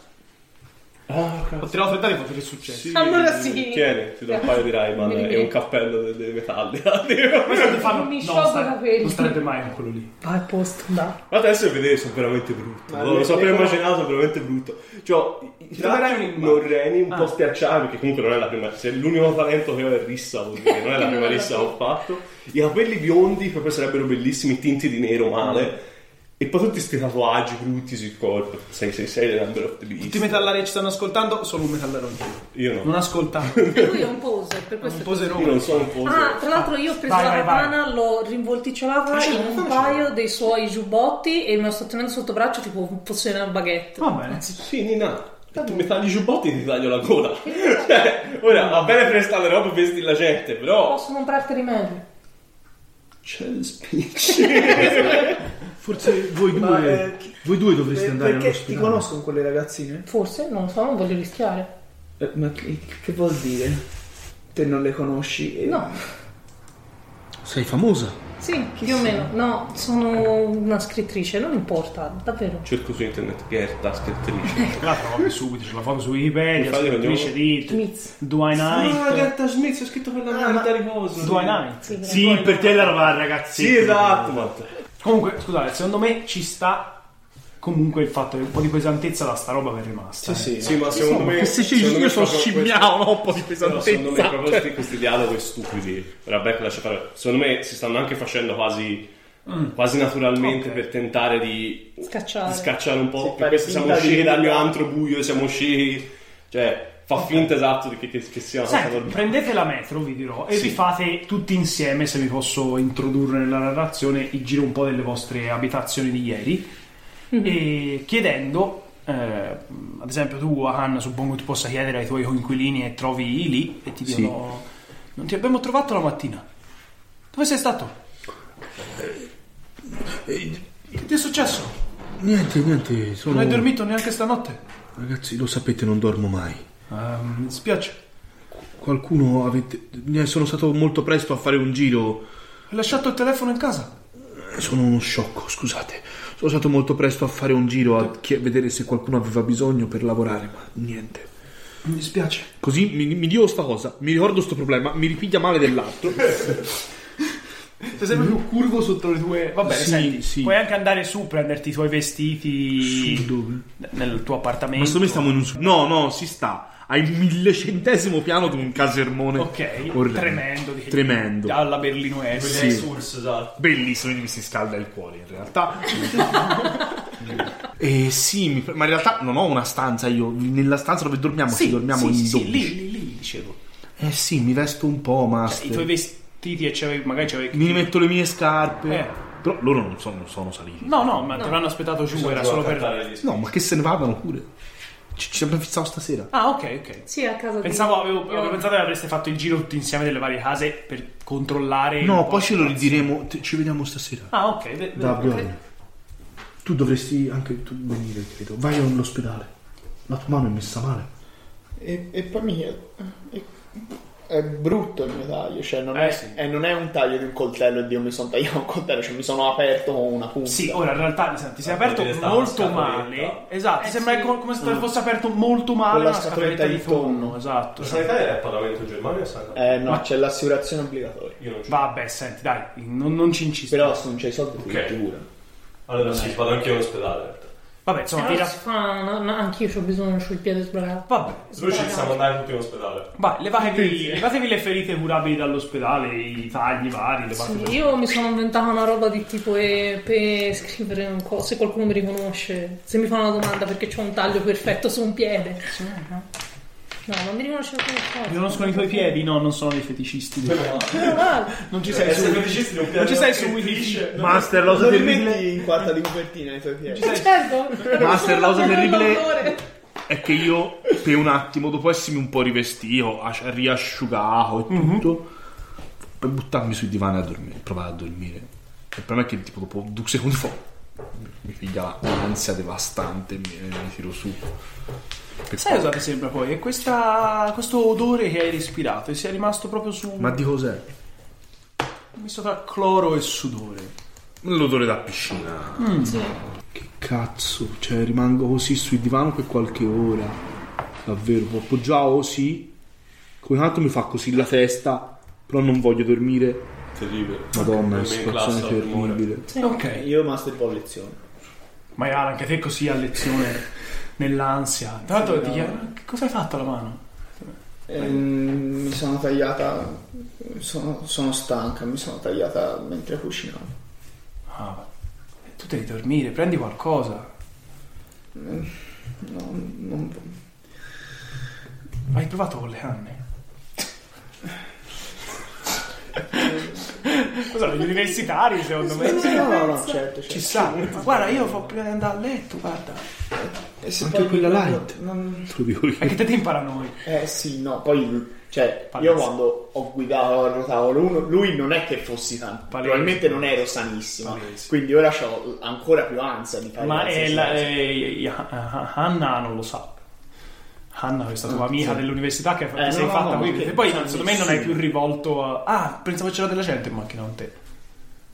Speaker 4: Ho tirato fredda e fatto che è successo.
Speaker 2: Sì,
Speaker 5: Allora sì.
Speaker 2: Tieni, ti do un paio di Rayman
Speaker 5: Mi
Speaker 2: e
Speaker 5: rivedo.
Speaker 2: un cappello de- dei metalli.
Speaker 4: Questo ti fanno.
Speaker 5: Mi
Speaker 4: No,
Speaker 5: sciolgo
Speaker 4: sta-
Speaker 5: i capelli.
Speaker 4: non starebbe mai con quello lì.
Speaker 5: Vai a posto, da.
Speaker 2: Adesso vedete, sono veramente brutto.
Speaker 8: Ma
Speaker 2: Non lo so,
Speaker 8: le-
Speaker 2: appena
Speaker 8: le-
Speaker 2: immaginato, è veramente brutto. Cioè, i
Speaker 4: troverai
Speaker 2: tratti
Speaker 4: un-
Speaker 2: norreni un
Speaker 4: Ah.
Speaker 2: po' schiacciati, perché comunque non è la prima. Se l'unico talento che ho è rissa, vuol dire, non è la prima rissa che ho fatto. I capelli biondi, proprio sarebbero bellissimi, tinti di nero male. E poi tutti questi tatuaggi brutti sul corpo. 666 del number of the beast.
Speaker 4: Tutti i metallari che ci stanno ascoltando sono un metallaro anch'io.
Speaker 2: Io no.
Speaker 4: Non ascoltate.
Speaker 5: Lui è un poser, per questo
Speaker 4: Un
Speaker 2: Io
Speaker 4: poserone.
Speaker 2: non sono un po'.
Speaker 5: Ah, tra l'altro io ho preso
Speaker 4: Vai,
Speaker 5: la
Speaker 4: vai, vai.
Speaker 5: katana, l'ho rinvolticciolata in un paio dei suoi giubbotti e me la sto tenendo sotto braccio tipo fosse una baguette.
Speaker 4: Va bene.
Speaker 2: Sì, Nina. Tanto mi tagli i giubbotti e ti taglio la coda. Cioè, ora va bene prestare le robe e vestire la gente, però.
Speaker 5: Posso comprarti rimedio.
Speaker 2: C'è il speech.
Speaker 10: Forse voi due,
Speaker 8: Ma, eh,
Speaker 10: voi due dovreste
Speaker 8: Eh,
Speaker 10: andare
Speaker 8: perché ti
Speaker 10: all'ospedale.
Speaker 8: conoscono quelle ragazzine?
Speaker 5: Forse, non lo so, non voglio rischiare.
Speaker 8: Eh, ma che, che vuol dire? Te non le conosci? e-
Speaker 5: No.
Speaker 10: Sei famosa.
Speaker 5: Sì, più o meno. No, sono una scrittrice, non importa, davvero.
Speaker 2: Cerco su internet Gerta, scrittrice.
Speaker 4: La trovi subito, c'è la foto su Wikipedia,
Speaker 2: Infatti,
Speaker 4: scrittrice di
Speaker 5: Smith.
Speaker 4: Dwayne
Speaker 7: Sono la
Speaker 4: Knight.
Speaker 7: gatta Smith, ho scritto quella merda di cosa.
Speaker 4: Dwayne Knight.
Speaker 5: Sì,
Speaker 3: Sì, per te la roba, ragazzi.
Speaker 2: sì, esatto, ma
Speaker 4: Comunque, scusate, secondo me ci sta comunque il fatto che un po' di pesantezza da sta roba che è rimasta. eh.
Speaker 8: Sì,
Speaker 2: Sì, ma secondo me.
Speaker 3: Se ci
Speaker 2: secondo
Speaker 3: io
Speaker 2: me
Speaker 3: sono
Speaker 2: proprio
Speaker 3: scimmiao, no? Un po' di
Speaker 2: questo- però secondo me
Speaker 3: pesantezza.
Speaker 2: proprio questi, questi dialoghi stupidi. Rebecca lascia fare. Secondo me si stanno anche facendo quasi. Quasi naturalmente
Speaker 4: Ok.
Speaker 2: per tentare di,
Speaker 5: Scacciare.
Speaker 2: di scacciare un
Speaker 8: Sì,
Speaker 2: po'.
Speaker 8: fare
Speaker 2: perché siamo
Speaker 8: finta di
Speaker 2: usciti dal mio
Speaker 8: nulla.
Speaker 2: antro buio, siamo usciti. Cioè, fa finta esatto di che, che, che sia una cosa
Speaker 4: Senti,
Speaker 2: normale.
Speaker 4: prendete la metro, vi dirò, e
Speaker 2: Sì.
Speaker 4: vi fate tutti insieme, se vi posso introdurre nella narrazione, il giro un po' delle vostre abitazioni di ieri, e chiedendo, eh, ad esempio tu, Hanna, suppongo tu possa chiedere ai tuoi coinquilini e trovi lì e ti dicono, non ti abbiamo trovato la mattina. Dove sei stato? Che ti è successo?
Speaker 10: Niente, niente,
Speaker 4: Non
Speaker 10: sono...
Speaker 4: hai dormito neanche stanotte?
Speaker 10: Ragazzi, lo sapete, non dormo mai.
Speaker 4: Ehm, mi spiace.
Speaker 10: Qualcuno avete... ne- Sono stato molto presto a fare un giro.
Speaker 4: Hai lasciato il telefono in casa?
Speaker 10: Sono uno sciocco, scusate. Sono stato molto presto a fare un giro a chi- a vedere se qualcuno aveva bisogno per lavorare, ma niente.
Speaker 4: Mi dispiace.
Speaker 10: Così mi, mi dio sta cosa, mi ricordo sto problema, mi ripiglia male dell'altro.
Speaker 4: Sei sempre più curvo sotto le tue. Va bene,
Speaker 10: Sì,
Speaker 4: senti,
Speaker 10: sì.
Speaker 4: puoi anche andare su, prenderti i tuoi vestiti
Speaker 10: Su dove?
Speaker 4: nel tuo appartamento.
Speaker 10: Ma secondo me stiamo in un... No, no, si sta al millecentesimo piano di un casermone.
Speaker 4: Ok,
Speaker 10: orrendo.
Speaker 4: tremendo. Di...
Speaker 10: Tremendo.
Speaker 4: Alla berlinoese.
Speaker 11: esatto.
Speaker 3: Bellissimo, quindi mi si scalda il cuore in realtà. Eh sì, mi- ma in realtà non ho una stanza io, nella stanza dove dormiamo,
Speaker 4: Sì,
Speaker 3: ci dormiamo
Speaker 4: sì,
Speaker 3: in
Speaker 4: sì, sì,
Speaker 3: dodici.
Speaker 4: lì, lì, lì, dicevo.
Speaker 10: Eh sì, mi vesto un po', master.
Speaker 4: Cioè, I tuoi vestiti e c'avevi, magari c'avevi.
Speaker 10: Mi metto le mie scarpe.
Speaker 4: Eh.
Speaker 10: Però loro non sono, sono saliti.
Speaker 4: No, no, ma te l'hanno aspettato giù, era solo per.
Speaker 10: No, ma che se ne vadano pure. Ci, ci abbiamo fissato stasera.
Speaker 4: Ah, ok, ok.
Speaker 5: Sì, a casa di-
Speaker 4: Pensavo, avevo, avevo
Speaker 5: Io-
Speaker 4: pensato che avreste fatto il giro tutti insieme delle varie case per controllare. un
Speaker 10: No,
Speaker 4: po'.
Speaker 10: poi ce lo ridiremo. te- Ci vediamo stasera.
Speaker 4: Ah, ok. ve- ve-
Speaker 10: Da Bjorn. Tu dovresti anche tu venire, credo. Vai all'ospedale. La tua mano è messa male.
Speaker 8: E, e poi mi chiedo, e- è brutto il mio taglio, cioè non,
Speaker 4: Eh,
Speaker 8: è,
Speaker 4: sì.
Speaker 8: e non è un taglio di un coltello e Dio mi sono tagliato un coltello, cioè mi sono aperto con una punta.
Speaker 4: Sì, ora in realtà ti senti, si è aperto
Speaker 2: dire, sta
Speaker 4: molto
Speaker 2: una scatoletta.
Speaker 4: male. Esatto,
Speaker 5: Eh,
Speaker 4: sembra
Speaker 5: sì.
Speaker 4: co- come se te fosse aperto molto male
Speaker 8: Con la
Speaker 4: una
Speaker 8: scatoletta
Speaker 4: scatoletta di
Speaker 8: di
Speaker 4: tonno.
Speaker 8: tonno.
Speaker 4: Esatto.
Speaker 2: La sanità è al Parlamento in Germania? Sai?
Speaker 8: Eh no,
Speaker 4: Ma-
Speaker 8: c'è l'assicurazione obbligatoria.
Speaker 2: Io non ci
Speaker 4: Vabbè, senti, dai, non, non ci insisto.
Speaker 8: Però se non c'hai i soldi ti
Speaker 2: Ok.
Speaker 8: giuro.
Speaker 2: Allora sì, vado anche io in ospedale. in realtà.
Speaker 4: Vabbè, insomma,
Speaker 5: Però
Speaker 4: era...
Speaker 5: si fa- no, no, anch'io ho bisogno sul piede sbragato.
Speaker 4: Vabbè,
Speaker 2: Noi ci siamo andati tutti in ospedale.
Speaker 4: vai, levatevi, levatevi le ferite curabili dall'ospedale, i tagli vari, levate
Speaker 5: Sì, Io mi sono inventata una roba di tipo eh, per scrivere un co- se qualcuno mi riconosce, se mi fa una domanda perché c'ho un taglio perfetto su un piede. No, non mi riconosce nessuno.
Speaker 4: Riconoscono i tuoi piedi? No, non sono dei feticisti.
Speaker 5: Ah,
Speaker 4: Non ci sei su.
Speaker 2: Non
Speaker 4: Non ci sei su Wikipedia.
Speaker 3: Master, la cosa
Speaker 8: Lo
Speaker 3: terribile
Speaker 8: rimetti in quarta di copertina ai tuoi piedi.
Speaker 5: Certo,
Speaker 3: Master, la cosa
Speaker 5: Sono
Speaker 3: terribile-
Speaker 5: l'autore.
Speaker 3: è che io, per un attimo, dopo essermi un po' rivestito, as- riasciugato e
Speaker 8: Mhm.
Speaker 3: tutto, per buttarmi sui divani a dormire, provare a dormire. Il problema è che, tipo, dopo due secondi fa mi- mi piglia l'ansia devastante e mi, mi tiro su. Per
Speaker 4: Sai cosa ti sembra poi? È questa, questo odore che hai respirato e sei rimasto proprio su.
Speaker 3: Ma di cos'è?
Speaker 4: misto tra cloro e sudore.
Speaker 3: L'odore da piscina.
Speaker 8: Mm.
Speaker 10: Che cazzo, cioè rimango così sul divano per qualche ora. Davvero, può appoggiare così. Come tanto mi fa così la testa, però non voglio dormire.
Speaker 2: Terribile.
Speaker 10: Madonna, è una
Speaker 2: Dormi in
Speaker 10: situazione
Speaker 2: classe a un'ora.
Speaker 10: terribile.
Speaker 4: Ok.
Speaker 8: Io master po' lezione.
Speaker 4: Ma Iara, anche te così a lezione nell'ansia. Tra l'altro ti chiedo, che cosa hai fatto alla mano?
Speaker 8: Ehm, mi sono tagliata. Sono, sono stanca, mi sono tagliata mentre cucinavo.
Speaker 4: Ah, tu devi dormire, prendi qualcosa.
Speaker 8: No, non
Speaker 4: Hai provato con le canne? Cosa, gli universitari secondo me?
Speaker 8: No, no, no, certo,
Speaker 4: Cioè, Ci
Speaker 8: certo.
Speaker 4: sta. Ma guarda, io fa prima di andare a letto, guarda.
Speaker 8: E se
Speaker 10: Anche
Speaker 8: poi
Speaker 10: quella
Speaker 8: mi-
Speaker 10: light.
Speaker 8: non-
Speaker 10: Te lo dico io.
Speaker 4: È che te ti imparano noi.
Speaker 8: Eh sì, no, poi cioè,
Speaker 4: Palese.
Speaker 8: io quando ho guidato al rotavolo uno, lui non è che fossi tanto,
Speaker 4: Palese.
Speaker 8: probabilmente non ero sanissimo,
Speaker 4: Palese.
Speaker 8: quindi ora ho ancora più ansia di fare
Speaker 4: Ma è
Speaker 8: qualsiasi
Speaker 4: la-
Speaker 8: cosa.
Speaker 4: eh, eh, Hanna non lo sa. Hanna, questa tua amica
Speaker 8: Ah, sì.
Speaker 4: dell'università che ti
Speaker 8: no,
Speaker 4: sei
Speaker 8: no,
Speaker 4: fatta
Speaker 8: no,
Speaker 4: qui.
Speaker 8: perché
Speaker 4: e poi
Speaker 8: sanno
Speaker 4: secondo me non hai
Speaker 8: nessuno.
Speaker 4: più rivolto a. Ah, pensavo c'era della gente in macchina con te.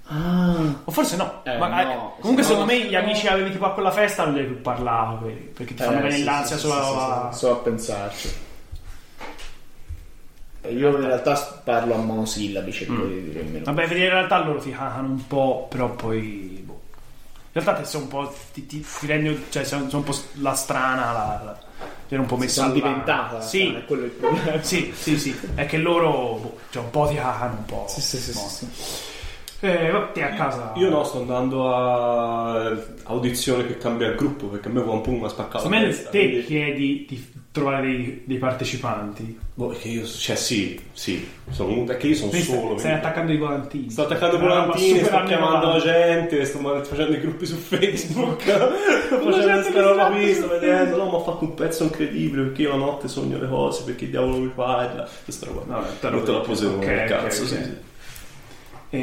Speaker 8: Ah.
Speaker 4: O forse no.
Speaker 8: Eh,
Speaker 4: ma-
Speaker 8: no,
Speaker 4: eh, comunque,
Speaker 8: se no-
Speaker 4: secondo me, gli amici che avevi tipo a quella festa non li avevi più parlato quelli, perché
Speaker 8: Eh,
Speaker 4: ti fanno venire l'ansia solo a-
Speaker 8: So a pensarci. E Io in realtà s- parlo a monosillabi, cerco di dire il meno.
Speaker 4: Vabbè, perché in realtà loro ti cacano un po', però poi. Boh. In realtà te sei un po'. ti, ti, ti rendi- cioè, sei un, sei un po' la strana. La, la, sei un po'
Speaker 8: Mi
Speaker 4: messa
Speaker 8: sono
Speaker 4: là.
Speaker 8: diventata.
Speaker 4: Sì,
Speaker 8: eh, quello è il problema.
Speaker 4: sì, sì, sì. È che loro. Boh, cioè, un po' ti cacano, un po'.
Speaker 8: Sì, sì, sì,
Speaker 4: no.
Speaker 8: sì, sì.
Speaker 4: Eh, vabbè, te a casa.
Speaker 2: Io no, sto andando a eh, audizione che cambia il gruppo perché a me un po' mi ha spaccato.
Speaker 4: Secondo
Speaker 2: la
Speaker 4: me
Speaker 2: testa,
Speaker 4: te
Speaker 2: quindi-
Speaker 4: chiedi di trovare dei, dei partecipanti.
Speaker 2: Boh, è che io, cioè sì, sì, sono un- è che io sono
Speaker 4: Stai,
Speaker 2: solo.
Speaker 4: stai
Speaker 2: quindi-
Speaker 4: attaccando i volantini. Ah,
Speaker 2: Sto attaccando
Speaker 4: Una roba
Speaker 2: volantini,
Speaker 4: super
Speaker 2: sto chiamando la
Speaker 4: ammirabile.
Speaker 2: gente, sto ma- facendo i gruppi su Facebook, sto
Speaker 4: gente
Speaker 2: facendo
Speaker 4: che si
Speaker 2: questa roba qui,
Speaker 4: tratta
Speaker 2: sto
Speaker 4: su
Speaker 2: vedendo, no, ma ho fatto un pezzo incredibile perché io la notte sogno le cose, perché il diavolo mi parla, questa roba.
Speaker 4: No, te lo-
Speaker 2: Metto la pose
Speaker 4: ok,
Speaker 2: come
Speaker 4: ok,
Speaker 2: cazzo,
Speaker 4: ok.
Speaker 2: sì, sì.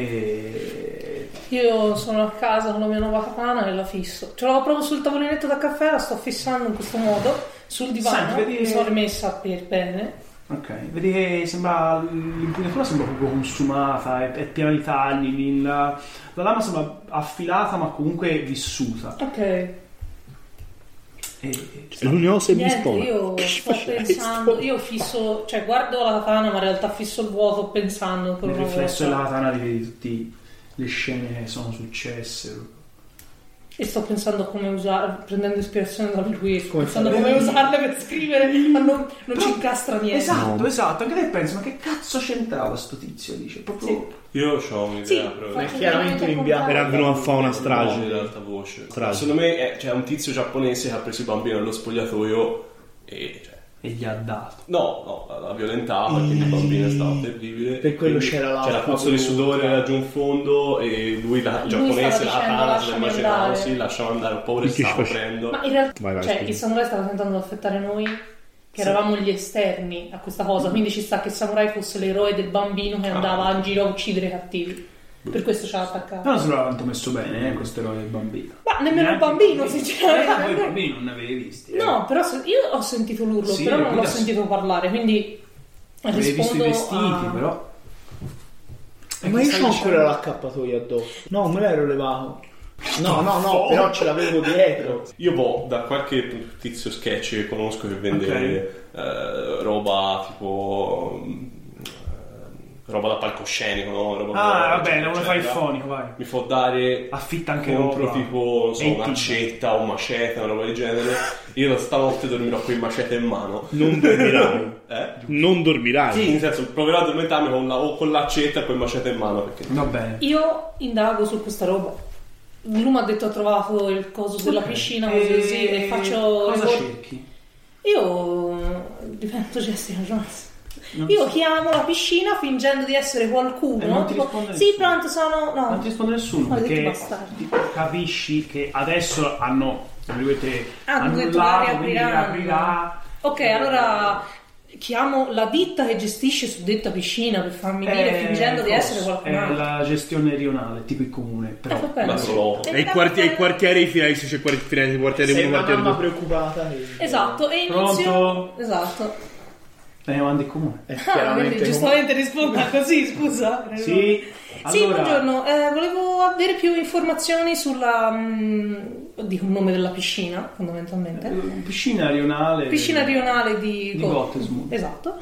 Speaker 4: E...
Speaker 5: Io sono a casa con la mia nuova katana e la fisso. Ce l'ho proprio sul tavolinetto da caffè, la sto fissando in questo modo. Sul divano
Speaker 4: Senti, vedi-
Speaker 5: mi sono rimessa per bene.
Speaker 4: Ok, vedi che sembra l'impugnatura sembra proprio consumata, è, è piena di tagli, la, la lama sembra affilata ma comunque vissuta.
Speaker 5: Ok.
Speaker 4: E, e-
Speaker 5: se io sto pensando, io fisso, cioè guardo la katana, ma in realtà fisso il vuoto pensando ancora
Speaker 4: nel
Speaker 5: una
Speaker 4: riflesso
Speaker 5: volta.
Speaker 4: della katana rivedi tutte le scene che sono successe.
Speaker 5: E sto pensando a come usare, prendendo ispirazione da lui, e sto
Speaker 8: Come
Speaker 5: pensando a
Speaker 8: fare?
Speaker 5: come usarle per scrivere, ma non, non ci incastra niente.
Speaker 4: Esatto, esatto, anche te pensi, ma che cazzo c'entrava sto tizio? Dice proprio.
Speaker 2: Io ho un'idea,
Speaker 5: Sì,
Speaker 2: però-
Speaker 8: chiaramente
Speaker 5: faccio veramente
Speaker 8: un inviato.
Speaker 5: comprare.
Speaker 11: Era venuto a fare una
Speaker 2: No,
Speaker 11: strage.
Speaker 2: in alta voce.
Speaker 11: Strage.
Speaker 2: Secondo me è- c'è un tizio giapponese che ha preso i bambini allo spogliatoio e... Cioè,
Speaker 4: E gli ha dato.
Speaker 2: no, no, la, la violentava, quindi il bambino stava terribile.
Speaker 8: Per quello
Speaker 2: Quindi
Speaker 8: c'era la-
Speaker 2: C'era pozzo di sudore laggiù in fondo e lui, la
Speaker 5: Lui
Speaker 2: giapponese,
Speaker 5: stava
Speaker 2: la tana,
Speaker 5: dicendo,
Speaker 2: se
Speaker 5: "Lasciami
Speaker 2: immaginava,
Speaker 5: andare".
Speaker 2: sì, lasciava andare, ho paura che
Speaker 11: Chi ci
Speaker 2: stava
Speaker 11: faceva?
Speaker 2: prendo.
Speaker 5: Ma in realtà,
Speaker 11: Vai, vai,
Speaker 5: cioè,
Speaker 11: scusa.
Speaker 5: il samurai stava tentando di affettare noi, che eravamo gli esterni a questa
Speaker 4: Mm.
Speaker 5: cosa, quindi ci sta che il samurai fosse l'eroe del bambino
Speaker 4: Ah.
Speaker 5: che andava in giro a uccidere i cattivi. Per questo ci ha attaccato.
Speaker 4: Però non sembrava tanto messo bene, eh, questo eroe del bambino.
Speaker 5: Ma nemmeno il bambino,
Speaker 4: In realtà voi i
Speaker 5: sinceramente.
Speaker 4: bambini non ne avevi visti. eh.
Speaker 5: No, però se- io ho sentito l'urlo,
Speaker 4: Sì,
Speaker 5: però non l'ho
Speaker 4: quindi ass-
Speaker 5: sentito parlare, quindi
Speaker 4: avevi visto i
Speaker 5: rispondo
Speaker 4: vestiti,
Speaker 5: a-
Speaker 4: però. E
Speaker 8: Ma
Speaker 4: che
Speaker 8: io
Speaker 4: stai dicendo?
Speaker 8: ho ancora l'accappatoio addosso. No, me l'ero levato. No, no, no, però ce l'avevo dietro.
Speaker 2: Io boh, da qualche tizio sketch che conosco che vende eh, roba tipo mm, eh, roba da palcoscenico, no? Roba
Speaker 4: Ah, va
Speaker 2: eccetera,
Speaker 4: bene, vuole fare il
Speaker 2: eccetera.
Speaker 4: fonico, vai.
Speaker 2: Mi può dare
Speaker 4: Affitta anche
Speaker 2: compro
Speaker 4: roba.
Speaker 2: tipo non so,
Speaker 4: E il
Speaker 2: un'accetta o un maceta, una roba del genere. Io stanotte dormirò con il maceta in mano.
Speaker 11: Non dormirai.
Speaker 2: Eh?
Speaker 11: Non dormirai.
Speaker 2: Sì, nel senso, proverò a addormentarmi con la, o con l'accetta e con il maceta in mano perché
Speaker 4: Va bene.
Speaker 5: Io indago su questa roba. Lui mi ha detto ha trovato il coso della piscina, così così, e faccio...
Speaker 4: Cosa
Speaker 5: ricor-
Speaker 4: cerchi?
Speaker 5: Io mm, divento Jessica Jones.
Speaker 4: Non
Speaker 5: Io
Speaker 4: so.
Speaker 5: chiamo la piscina fingendo di essere qualcuno.
Speaker 4: E non ti
Speaker 5: tipo,
Speaker 4: risponde
Speaker 5: sì,
Speaker 4: nessuno."
Speaker 5: pronto, sono. No.
Speaker 4: Non ti risponde nessuno
Speaker 5: Maledetti
Speaker 4: perché
Speaker 5: bastardi.
Speaker 4: capisci che adesso hanno, tra virgolette,
Speaker 5: Ah, hanno detto la
Speaker 4: annullato, quindi
Speaker 5: riapriranno.
Speaker 4: riaprirà.
Speaker 5: Ok,
Speaker 4: Eh,
Speaker 5: allora chiamo la ditta che gestisce suddetta piscina per farmi dire
Speaker 4: eh,
Speaker 5: fingendo di
Speaker 4: cosa?
Speaker 5: essere qualcun
Speaker 4: È
Speaker 5: altro.
Speaker 4: la gestione rionale, tipo il comune, però.
Speaker 5: Eh, va bene.
Speaker 2: la trovo.
Speaker 5: E
Speaker 11: E il
Speaker 5: intanto-
Speaker 11: quartiere, il quartiere Firenze c'è il quartiere 1,
Speaker 8: Sei
Speaker 11: quartiere
Speaker 8: una mamma
Speaker 11: 2.
Speaker 8: preoccupata.
Speaker 11: Eh,
Speaker 8: Eh, che-
Speaker 5: Esatto, e
Speaker 4: Pronto?
Speaker 5: inizio. Esatto.
Speaker 4: La chiamano il comune.
Speaker 8: È
Speaker 5: Ah,
Speaker 8: chiaramente
Speaker 5: quindi giustamente risponda così, scusa.
Speaker 4: Sì,
Speaker 5: Sì,
Speaker 4: allora,
Speaker 5: buongiorno. Eh, volevo avere più informazioni sulla. mh, dico il nome della piscina, fondamentalmente.
Speaker 4: eh, Piscina rionale.
Speaker 5: piscina rionale di,
Speaker 4: Eh, Di
Speaker 5: Go-
Speaker 4: Gottesmund.
Speaker 5: Esatto.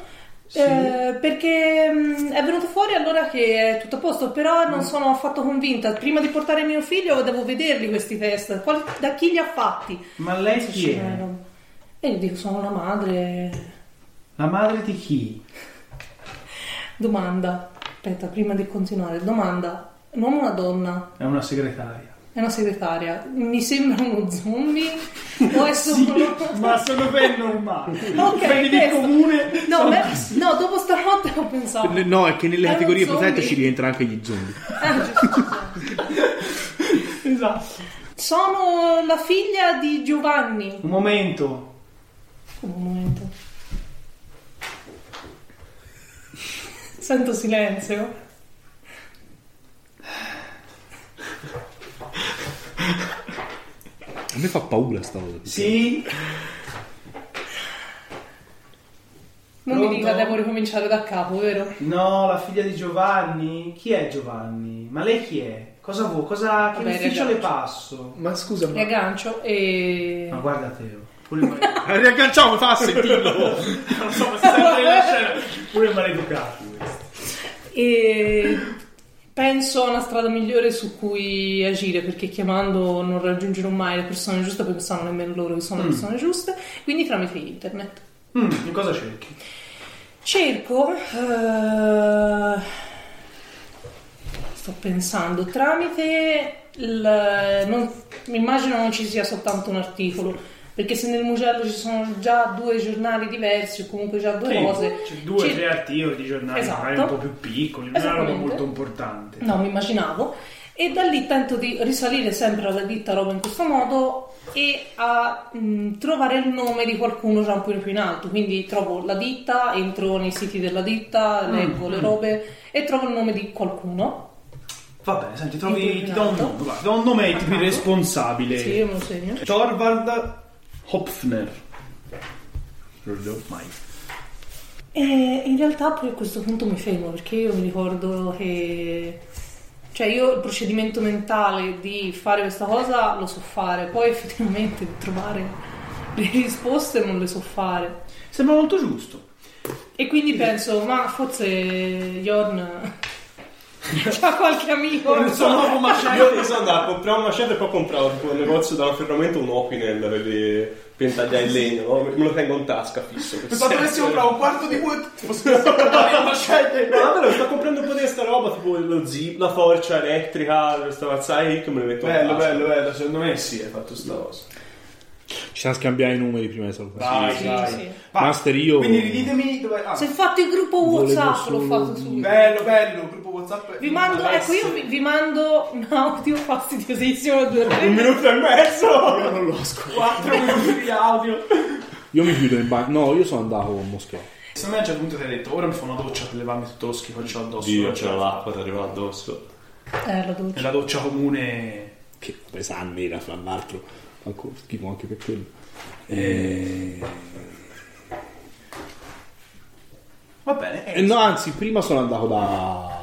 Speaker 4: Sì.
Speaker 5: Eh, perché mh, è venuto fuori allora che è tutto a posto, però
Speaker 4: Mm.
Speaker 5: non sono affatto convinta. Prima di portare mio figlio devo vederli questi test. Qual- da chi li ha fatti?
Speaker 4: Ma lei chi è?
Speaker 5: C'erano. E io dico, sono la madre.
Speaker 4: La madre di chi?
Speaker 5: Domanda. Aspetta, prima di continuare, domanda. Un uomo o una donna?
Speaker 4: È una segretaria.
Speaker 5: È una segretaria. Mi sembra uno zombie? O è solo...
Speaker 4: Ma sono ben normale.
Speaker 5: Ok,
Speaker 4: Quelli di
Speaker 5: questo.
Speaker 4: comune.
Speaker 5: No,
Speaker 4: sono-
Speaker 5: beh, no, dopo stanotte ho pensato...
Speaker 11: No, è che nelle
Speaker 5: Erano
Speaker 11: categorie
Speaker 5: zombie.
Speaker 11: protette ci rientra anche gli zombie.
Speaker 5: Ah, giusto.
Speaker 4: Esatto.
Speaker 5: Sono la figlia di Giovanni.
Speaker 4: Un momento.
Speaker 5: Come un momento. Sento silenzio.
Speaker 11: A me fa paura sta cosa.
Speaker 4: Sì,
Speaker 5: Non
Speaker 4: Pronto?
Speaker 5: mi dica devo ricominciare da capo, vero?
Speaker 4: no, la figlia di Giovanni. Chi è Giovanni? Ma lei chi è? Cosa vuoi? Cosa, che
Speaker 1: Vabbè,
Speaker 4: ufficio
Speaker 1: ragazzi.
Speaker 4: le passo?
Speaker 8: Ma scusa, ma...
Speaker 1: Riaggancio e...
Speaker 4: Ma guarda Teo.
Speaker 8: Riagganciamo, fa a sentirlo.
Speaker 4: Non so, ma si sente la scena. Pure maleducati questi.
Speaker 1: E penso a una strada migliore su cui agire perché chiamando non raggiungerò mai le persone giuste perché non sanno nemmeno loro che sono le persone giuste, quindi tramite internet.
Speaker 4: Mm, in cosa cerchi?
Speaker 1: Cerco, eh, sto pensando, tramite il... Non, mi immagino non ci sia soltanto un articolo, perché se nel mugello ci sono già due giornali diversi o comunque già due
Speaker 4: Sì,
Speaker 1: cose...
Speaker 4: c'è due o
Speaker 1: cer-
Speaker 4: tre articoli di giornali,
Speaker 1: Esatto.
Speaker 4: magari un po' più piccoli, non è una roba
Speaker 1: Esattamente.
Speaker 4: molto importante.
Speaker 1: No, mi immaginavo. E da lì tento di risalire sempre alla ditta roba in questo modo e a mh, trovare il nome di qualcuno già un po' più in alto. Quindi trovo la ditta, entro nei siti della ditta, leggo le robe e trovo il nome di qualcuno.
Speaker 4: Va bene, senti, trovi, ti do un
Speaker 1: Incriminato.
Speaker 4: nome, guarda, ti do un nome tipo
Speaker 1: Ah,
Speaker 4: responsabile.
Speaker 1: Sì, io me lo segno.
Speaker 4: Torvald Hopfner. Non lo vedo mai.
Speaker 1: E in realtà poi a questo punto mi fermo perché io mi ricordo che cioè io il procedimento mentale di fare questa cosa lo so fare, poi effettivamente di trovare le risposte non le so fare.
Speaker 4: Sembra molto giusto.
Speaker 1: E quindi penso, ma forse Jorn c'ha qualche amico.
Speaker 4: Il suo nuovo
Speaker 2: Io
Speaker 4: macete.
Speaker 2: penso andare a comprare un macete e poi comprare tipo, un negozio da ferramenta un opinel per, le- per tagliare il legno. no? Me lo tengo in tasca fisso. Eh, per
Speaker 4: Pensavo
Speaker 2: sempre.
Speaker 4: dovessimo comprare un quarto di wood. Possiamo comprare il macete.
Speaker 2: No, davvero, sto comprando un po' di questa roba, tipo lo zip, la forcia elettrica, questa mazzai che me le metto in
Speaker 4: Bello,
Speaker 2: tasca.
Speaker 4: bello, bello, secondo me sì, hai fatto sta cosa.
Speaker 3: Ci siamo scambiati i numeri prima di salutare.
Speaker 4: Dai,
Speaker 1: sì,
Speaker 4: dai.
Speaker 1: sì.
Speaker 4: Va.
Speaker 3: Master, io-
Speaker 4: Quindi riditemi dove... ah,
Speaker 1: Se ho fatto il gruppo WhatsApp, l'ho fatto subito.
Speaker 4: Bello, bello, gruppo WhatsApp.
Speaker 1: Vi mando, ecco, io vi, vi mando un audio fastidiosissimo da due ore.
Speaker 2: Minuto e mezzo!
Speaker 8: Io non lo ascolto.
Speaker 4: 4 minuti di audio.
Speaker 3: Io mi chiudo in bagno. No, io sono andato con Moschea.
Speaker 4: Secondo me a un certo punto ti hai detto, ora mi fa una doccia per levarmi tutto lo schifo che ho addosso. cioè,
Speaker 2: Dio,
Speaker 4: non ce
Speaker 2: c'era
Speaker 4: la
Speaker 2: l'acqua, ti arriva addosso.
Speaker 1: Eh, la doccia.
Speaker 4: Nella doccia comune...
Speaker 3: Che pesante era, fra l'altro. Manco schifo anche per quello. Eh, E...
Speaker 4: Va bene. eh,
Speaker 3: e eh, no, anzi, prima sono andato da...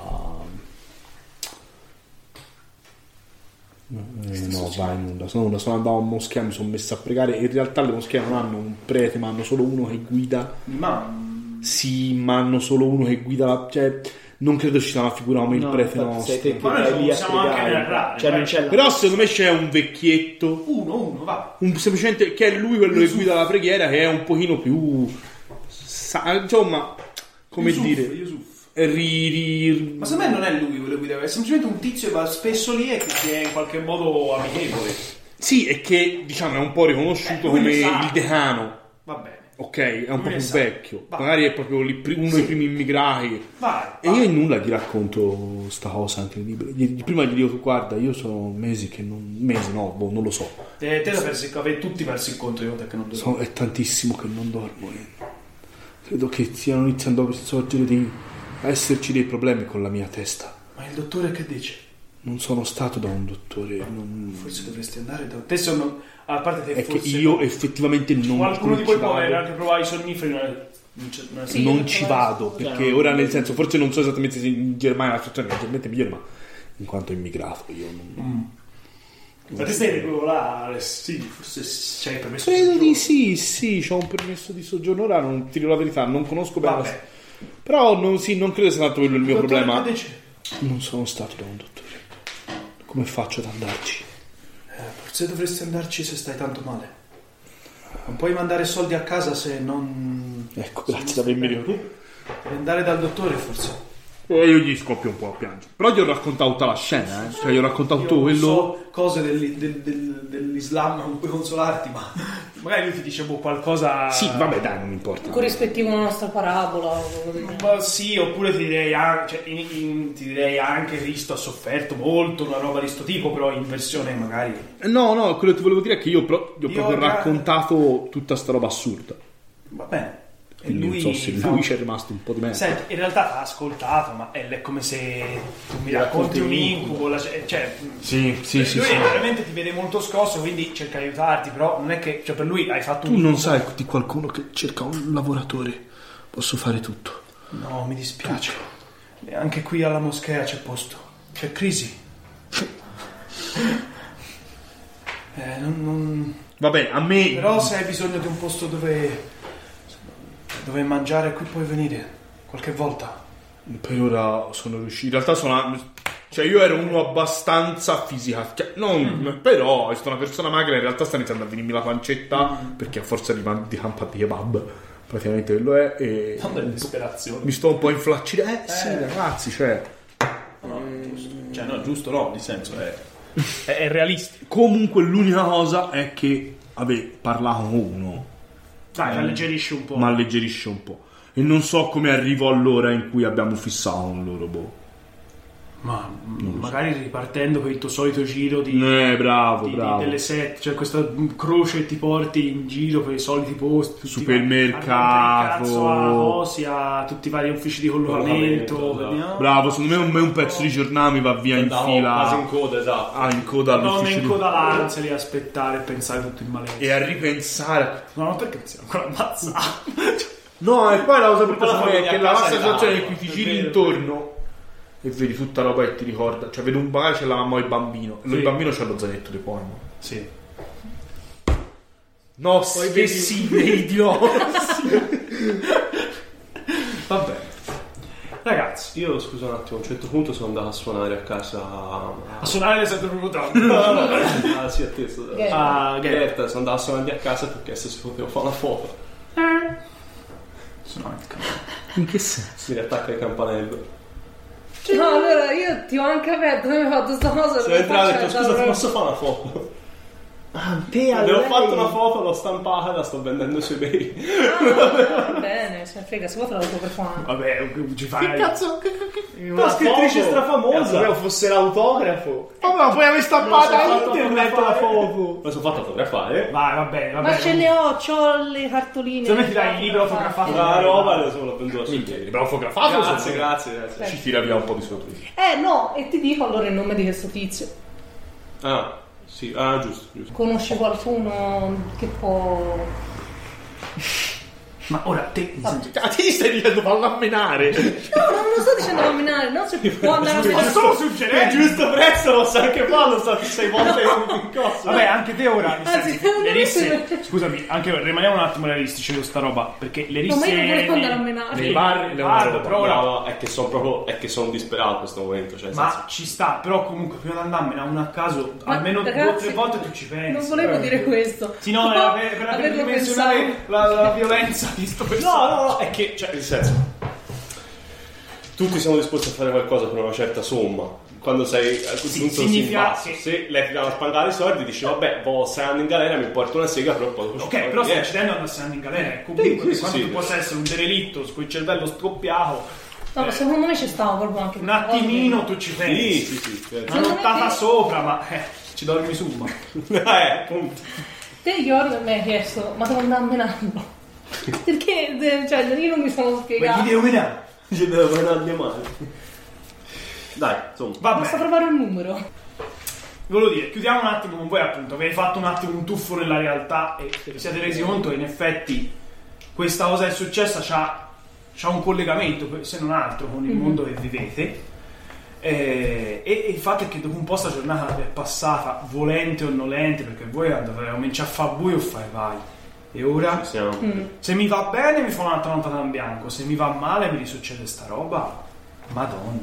Speaker 3: Eh, no, vai nulla, sono nulla. Sono andato a Moschea, mi sono messo a pregare. In realtà le moschee non hanno un prete, ma hanno solo uno che guida.
Speaker 4: Ma...
Speaker 3: Sì, ma hanno solo uno che guida la... Cioè, non credo ci sia una figura come il
Speaker 8: No,
Speaker 3: prete
Speaker 8: infatti,
Speaker 3: nostro.
Speaker 8: sei te che
Speaker 4: Ma noi
Speaker 8: vai lì a
Speaker 4: possiamo anche
Speaker 8: spiegare.
Speaker 4: narrare,
Speaker 8: Cioè,
Speaker 4: vai.
Speaker 8: non c'è la...
Speaker 3: Però secondo me c'è un vecchietto
Speaker 4: Uno, uno, va.
Speaker 3: un semplicemente che è lui quello che guida la preghiera che è un pochino più sa- insomma come
Speaker 4: Yusuf,
Speaker 3: dire
Speaker 4: Yusuf.
Speaker 3: ri- ri-
Speaker 4: Ma secondo me non è lui quello che deve è semplicemente un tizio che va spesso lì e che è in qualche modo amichevole.
Speaker 3: sì e che diciamo è un po' riconosciuto
Speaker 4: Eh, lui
Speaker 3: come
Speaker 4: ne sa.
Speaker 3: il decano
Speaker 4: Va bene.
Speaker 3: ok è un
Speaker 4: Lui
Speaker 3: po'
Speaker 4: ne
Speaker 3: più
Speaker 4: sa.
Speaker 3: vecchio
Speaker 4: Va.
Speaker 3: magari è proprio lì pri- uno dei primi immigrati
Speaker 4: Vai.
Speaker 3: e io in nulla gli racconto sta cosa incredibile Gli- prima gli dico guarda io sono mesi che non mesi no boh, non lo so
Speaker 4: Te, te la persi, avete tutti perso il conto di volte che non dovevo.
Speaker 3: So- è tantissimo che non dormo. e Credo che stiano iniziando a sorgere di a esserci dei problemi con la mia testa.
Speaker 4: Ma il dottore che dice?
Speaker 3: Non sono stato da un dottore. non-
Speaker 4: Forse dovresti andare da... Te sono... A parte te
Speaker 3: Mm. È che
Speaker 4: forse...
Speaker 3: io effettivamente non,
Speaker 4: Qualcuno
Speaker 3: non
Speaker 4: di
Speaker 3: ci
Speaker 4: voi può aver
Speaker 3: vado.
Speaker 4: anche provato i sonniferi. Non, non c'è- non è-
Speaker 1: Sì.
Speaker 3: Non ci vado perché ora, nel senso, forse non so esattamente se in Germania la situazione è leggermente migliore, ma in quanto immigrato io non.
Speaker 4: Ma te sei quello là, eh, sì, forse c'hai permesso
Speaker 3: Credo
Speaker 4: soggiorno.
Speaker 3: di sì, sì, ho un permesso di soggiorno. Ora non ti dico la verità, non conosco bene. la-
Speaker 4: Vabbè.
Speaker 3: Però non, sì, non credo sia stato quello il mio
Speaker 4: Dottore,
Speaker 3: problema.
Speaker 4: che dice?
Speaker 3: Non sono stato da un dottore. Come faccio ad andarci?
Speaker 4: Eh, Forse dovresti andarci se stai tanto male. Non puoi mandare soldi a casa se non...
Speaker 3: Ecco, grazie per avermi ricordato.
Speaker 4: Devi andare dal dottore forse.
Speaker 3: E io gli scoppio un po' a piangere. Però gli ho raccontato tutta la scena, eh. Cioè, gli ho raccontato tutto
Speaker 4: Io
Speaker 3: quello.
Speaker 4: so cose del- del- del- dell'Islam, non puoi consolarti, ma magari lui ti dice boh, qualcosa...
Speaker 3: Sì, vabbè, dai, non importa.
Speaker 1: Corrispettivo alla nostra parabola. o quello che-
Speaker 4: Ma sì, oppure ti direi, an- cioè, in- in- ti direi anche Cristo ha sofferto molto, una roba di sto tipo, però in versione magari...
Speaker 3: Eh, No, no, quello che ti volevo dire è che io pro- gli ho
Speaker 4: Io
Speaker 3: proprio
Speaker 4: gra-
Speaker 3: raccontato tutta sta roba assurda.
Speaker 4: Va bene. E
Speaker 3: Quindi non so se
Speaker 4: fa-
Speaker 3: lui c'è rimasto un po' di merda.
Speaker 4: Senti, in realtà ti ha ascoltato, ma è è come se tu mi racconti
Speaker 8: racconti
Speaker 4: un
Speaker 8: un
Speaker 4: incubo, la- cioè...
Speaker 3: Sì, sì,
Speaker 4: lui veramente ti vede molto scosso, quindi cerca di aiutarti, però non è che... Cioè, per lui hai fatto
Speaker 10: Tu
Speaker 4: un...
Speaker 10: non sai di qualcuno che cerca un lavoratore. Posso fare tutto.
Speaker 4: No, mi dispiace. E Anche qui alla moschea c'è posto. C'è crisi. Eh, non, non-
Speaker 11: Vabbè, a me
Speaker 4: Però se hai bisogno di un posto dove... dove mangiare, qui puoi venire. Qualche volta.
Speaker 11: per ora sono riuscito. In realtà sono. Cioè, io ero uno abbastanza fisica. cioè, non, però, sono una persona magra. In realtà sta iniziando a venirmi la pancetta. Perché a forza di, man- di campa di kebab, praticamente quello è. E
Speaker 2: Sono delle disperazioni.
Speaker 11: mi sto un po' inflaccendo. Eh, sì, ragazzi, cioè.
Speaker 12: Cioè, no, giusto, no, nel senso
Speaker 2: eh.
Speaker 12: è.
Speaker 3: È, è realistico.
Speaker 11: Comunque, l'unica cosa è che avevo parlato con uno.
Speaker 4: Dai, alleggerisci un po'.
Speaker 11: ma alleggerisce un po'. E non so come arrivo all'ora in cui abbiamo fissato con loro, boh.
Speaker 4: Ma mh, magari ripartendo con il tuo solito giro di,
Speaker 11: Eh, bravo,
Speaker 4: di- di-
Speaker 11: bravo.
Speaker 4: delle set, cioè questa mh, croce che ti porti in giro per i soliti posti, tutti
Speaker 11: Supermercato.
Speaker 4: va- a rompere il cazzo a Osia, tutti i vari uffici di collocamento,
Speaker 2: Collocamento,
Speaker 4: vediamo.
Speaker 11: Bravo, secondo me un, me un pezzo di giornata mi va via in
Speaker 2: Andavo quasi in
Speaker 11: fila.
Speaker 2: coda, esatto.
Speaker 11: Ah, in coda
Speaker 4: non
Speaker 11: all'ufficio.
Speaker 4: in
Speaker 11: di-
Speaker 4: coda l'ansia di aspettare e pensare tutto in malessere.
Speaker 11: E a ripensare.
Speaker 4: No, ma perché mi siamo ancora ammazzati?
Speaker 11: No, e poi la cosa brutta
Speaker 2: la
Speaker 11: secondo me è
Speaker 2: famiglia
Speaker 11: che
Speaker 2: a
Speaker 11: la
Speaker 2: casa
Speaker 11: vasta
Speaker 2: è
Speaker 11: situazione
Speaker 2: là,
Speaker 11: in cui ti
Speaker 2: è
Speaker 11: giri
Speaker 2: vero.
Speaker 11: intorno e vedi tutta roba che ti ricorda. Cioè, vedo un bagaglio c'è la mamma e il bambino. E il bambino c'ha lo zainetto di porno.
Speaker 4: sì.
Speaker 11: No, che sì, idiota.
Speaker 2: Vabbè. Ragazzi, io scusa un attimo, a un certo punto sono andato a suonare a casa
Speaker 4: A suonare le sette proprio tanto.
Speaker 2: Ah, sì, a te. A Gerta, sono andato a suonare a casa perché se si poteva fare una foto.
Speaker 4: Suonare il cazzo.
Speaker 11: In che senso?
Speaker 2: Mi riattacca il campanello.
Speaker 5: No, allora Cioè, io ti ho anche aperto, come hai fatto sta cosa?
Speaker 2: Sono entrato e ho
Speaker 5: Cioè,
Speaker 2: detto, scusa, ti
Speaker 5: davvero-
Speaker 2: posso fare una foto?
Speaker 8: Te
Speaker 2: Le ho fatto una foto, l'ho stampata e la sto vendendo su eBay.
Speaker 5: Ah, va bene, se ne frega, se vuoi te la uso per fare.
Speaker 4: Vabbè, ci fai.
Speaker 8: Cazzo, che- che- che-
Speaker 2: La scrittrice strafamosa.
Speaker 8: Sapevo fosse l'autografo.
Speaker 11: Vabbè, poi aver
Speaker 2: Me la sono
Speaker 11: stampata
Speaker 2: fatta
Speaker 11: internet la
Speaker 2: fotografare.
Speaker 11: foto.
Speaker 2: Me la sono fatta fotografare.
Speaker 4: Vai, va bene, va
Speaker 5: Ma
Speaker 4: bene.
Speaker 5: ce le ho, c'ho le cartoline.
Speaker 4: Se no ti dai il libro autografato.
Speaker 2: La roba adesso me la prendo su eBay.
Speaker 11: Abbiamo fotografato.
Speaker 2: Grazie, grazie, grazie.
Speaker 11: Ci tira via un po' di sotto.
Speaker 5: Eh no, e ti dico allora il nome di questo tizio.
Speaker 2: Ah, sì, ah, giusto, giusto.
Speaker 5: Conosci qualcuno che può...
Speaker 4: Ma ora te, nel senso,
Speaker 11: Ti stai dicendo fallo a menare.
Speaker 5: No, non lo sto dicendo camminare, no? Se può andare a
Speaker 4: solo suggerendo.
Speaker 2: giusto prezzo lo sa anche fa, lo sa sei volte in cosa.
Speaker 4: Vabbè, anche te ora. nel
Speaker 5: Anzi,
Speaker 4: senso, le
Speaker 5: non
Speaker 4: risse-
Speaker 5: essere-
Speaker 4: Scusami, anche ora, rimaniamo un attimo realistici con sta roba. Perché le
Speaker 5: No,
Speaker 4: risse.
Speaker 5: ma io non volevo
Speaker 4: nei-
Speaker 5: andare a menare.
Speaker 4: Nei bar, le bar, però
Speaker 2: Però
Speaker 4: ora.
Speaker 2: no, è che sono proprio è che sono disperato in questo momento, cioè nel senso-
Speaker 4: Ma ci sta, però comunque prima di andarmene a una a caso,
Speaker 5: Ma,
Speaker 4: almeno due o
Speaker 5: ragazzi,
Speaker 4: tre volte tu ci pensi.
Speaker 5: Non volevo dire questo.
Speaker 4: Eh, Sì, no, era per, per, per
Speaker 5: Averlo pensato.
Speaker 4: dimensionare la, la violenza di sto
Speaker 2: No,
Speaker 4: personaggio.
Speaker 2: no, no, è che, cioè, nel senso, tutti siamo disposti a fare qualcosa per una certa somma. Quando sei a quel
Speaker 4: Sì,
Speaker 2: punto
Speaker 4: significa
Speaker 2: si
Speaker 4: che-
Speaker 2: imbassa. Se lei ti dà una spangata di soldi, dici, vabbè, boh, sei andato in galera, mi porto una sega, però poi...
Speaker 4: Ok, però stai
Speaker 2: Eh,
Speaker 4: uccidendo una andando in galera. Comunque,
Speaker 2: Sì,
Speaker 4: per
Speaker 2: sì,
Speaker 4: quanto
Speaker 2: sì.
Speaker 4: tu possa essere un derelitto con il cervello scoppiato,
Speaker 5: No, ma secondo me ci stava proprio anche
Speaker 4: Eh. un attimino tu ci pensi.
Speaker 2: Sì, sì, sì. certo.
Speaker 4: Una
Speaker 5: Secondo me
Speaker 4: nottata
Speaker 5: sì.
Speaker 4: sopra, ma eh, ci dormi su, ma.
Speaker 2: eh, appunto.
Speaker 5: Te Jorg mi hai chiesto, ma devo andare a menarlo? Perché, de- cioè, io non mi sono spiegato.
Speaker 4: devo menare.
Speaker 2: Ci devo guardare male. Dai, insomma.
Speaker 5: Basta
Speaker 4: Vabbè,
Speaker 5: trovare un numero.
Speaker 4: volevo dire, chiudiamo un attimo con voi appunto, avete fatto un attimo un tuffo nella realtà e vi siete resi conto che in effetti questa cosa che è successa c'ha, c'ha un collegamento, se non altro, con il mondo che vivete. Eh, e, e il fatto è che dopo un po' sta giornata è passata, volente o nolente, perché voi andate a cominciare a fare buio o fai vai. E ora?
Speaker 2: Siamo...
Speaker 4: Se mi va bene mi fa un'altra nottata in bianco, se mi va male mi risuccede sta roba. Madonna,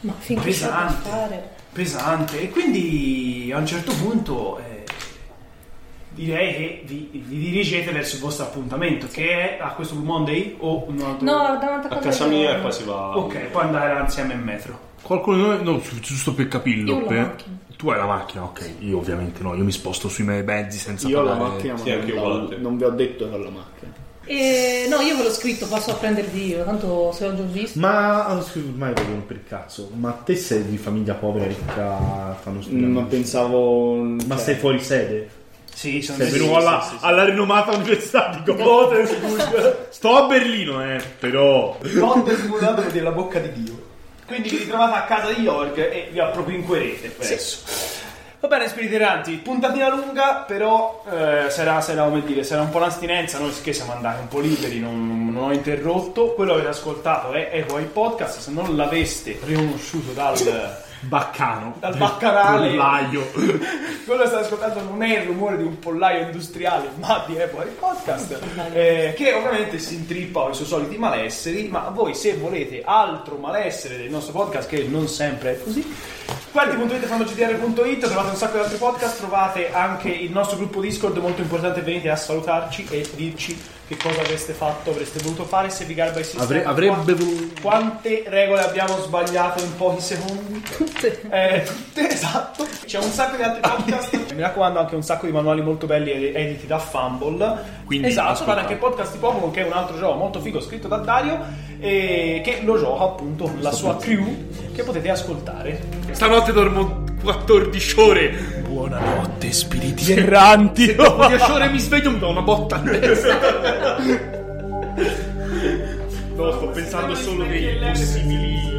Speaker 5: Ma finché c'è da
Speaker 4: Pesante.
Speaker 5: fare...
Speaker 4: pesante. E quindi a un certo punto eh, direi che vi, vi dirigete verso il vostro appuntamento, che è a questo Blue Monday o un altro...
Speaker 5: No, davanti a
Speaker 2: A
Speaker 5: casa,
Speaker 2: casa
Speaker 5: di
Speaker 2: mia
Speaker 5: Jorg.
Speaker 2: e poi si va...
Speaker 4: Ok, puoi andare insieme in metro.
Speaker 11: Qualcuno di noi, no, gi- giusto per capirlo.
Speaker 5: Io ho la
Speaker 11: per-
Speaker 5: macchina.
Speaker 11: Tu hai la macchina, ok. Io ovviamente no, io mi sposto sui miei mezzi senza
Speaker 8: Io ho la
Speaker 11: parlare.
Speaker 8: macchina, ma
Speaker 2: Sì, anche io
Speaker 8: non,
Speaker 2: guardo te.
Speaker 8: non vi ho detto che ho la macchina.
Speaker 5: Eh, no, io ve l'ho scritto, passo a prendervi io, tanto se ho già visto.
Speaker 11: Ma ah, scusa, ormai devo rompere il cazzo. Ma te sei di famiglia povera, ricca, fanno
Speaker 4: Mm,
Speaker 11: studiare.
Speaker 8: Non pensavo.
Speaker 11: Ma
Speaker 8: cioè,
Speaker 11: sei fuori sede?
Speaker 4: Sì, sono
Speaker 11: Sei venuto alla, alla rinomata università di Göttingen. Sto a Berlino, eh, però.
Speaker 4: Non desnudato per la bocca di Dio. Quindi vi ritrovate a casa di York e vi appropinquerete presso. Va bene, spiriti erranti, puntatina lunga, però eh, sarà, sarà, come dire, sarà un po' un'astinenza, noi che siamo andati un po' liberi, non, non ho interrotto. Quello che avete ascoltato è Eco il Podcast, se non l'aveste riconosciuto dal
Speaker 3: baccano.
Speaker 4: Dal baccanale.
Speaker 3: Pollaio.
Speaker 4: Quello che state ascoltando non è il rumore di un pollaio industriale, ma di Epoch Podcast, eh, che ovviamente si intrippa con i suoi soliti malesseri, ma voi se volete altro malessere del nostro podcast, che non sempre è così, guardi.it, fannogdr.it, trovate un sacco di altri podcast, trovate anche il nostro gruppo Discord, molto importante, venite a salutarci e dirci che cosa avreste fatto, avreste voluto fare, se vi garba il sistema.
Speaker 3: Avre- avrebbe
Speaker 4: Qua-
Speaker 3: voluto-
Speaker 4: Quante regole abbiamo sbagliato in pochi secondi? Eh, tutte, esatto. C'è un sacco di altri podcast. Mi raccomando, anche un sacco di manuali molto belli ed- editi da Fumble.
Speaker 3: Quindi,
Speaker 4: esatto,
Speaker 3: ascoltate.
Speaker 4: guarda anche Podcast di Popolo, che è un altro gioco molto figo scritto da Dario, e che lo gioca appunto con la sua crew, che potete ascoltare.
Speaker 3: Stanotte dormo 14 ore.
Speaker 4: Buonanotte, spiriti erranti.
Speaker 3: Dopo 10 ore mi sveglio mi do una botta a testa. No, sto pensando solo dei possibili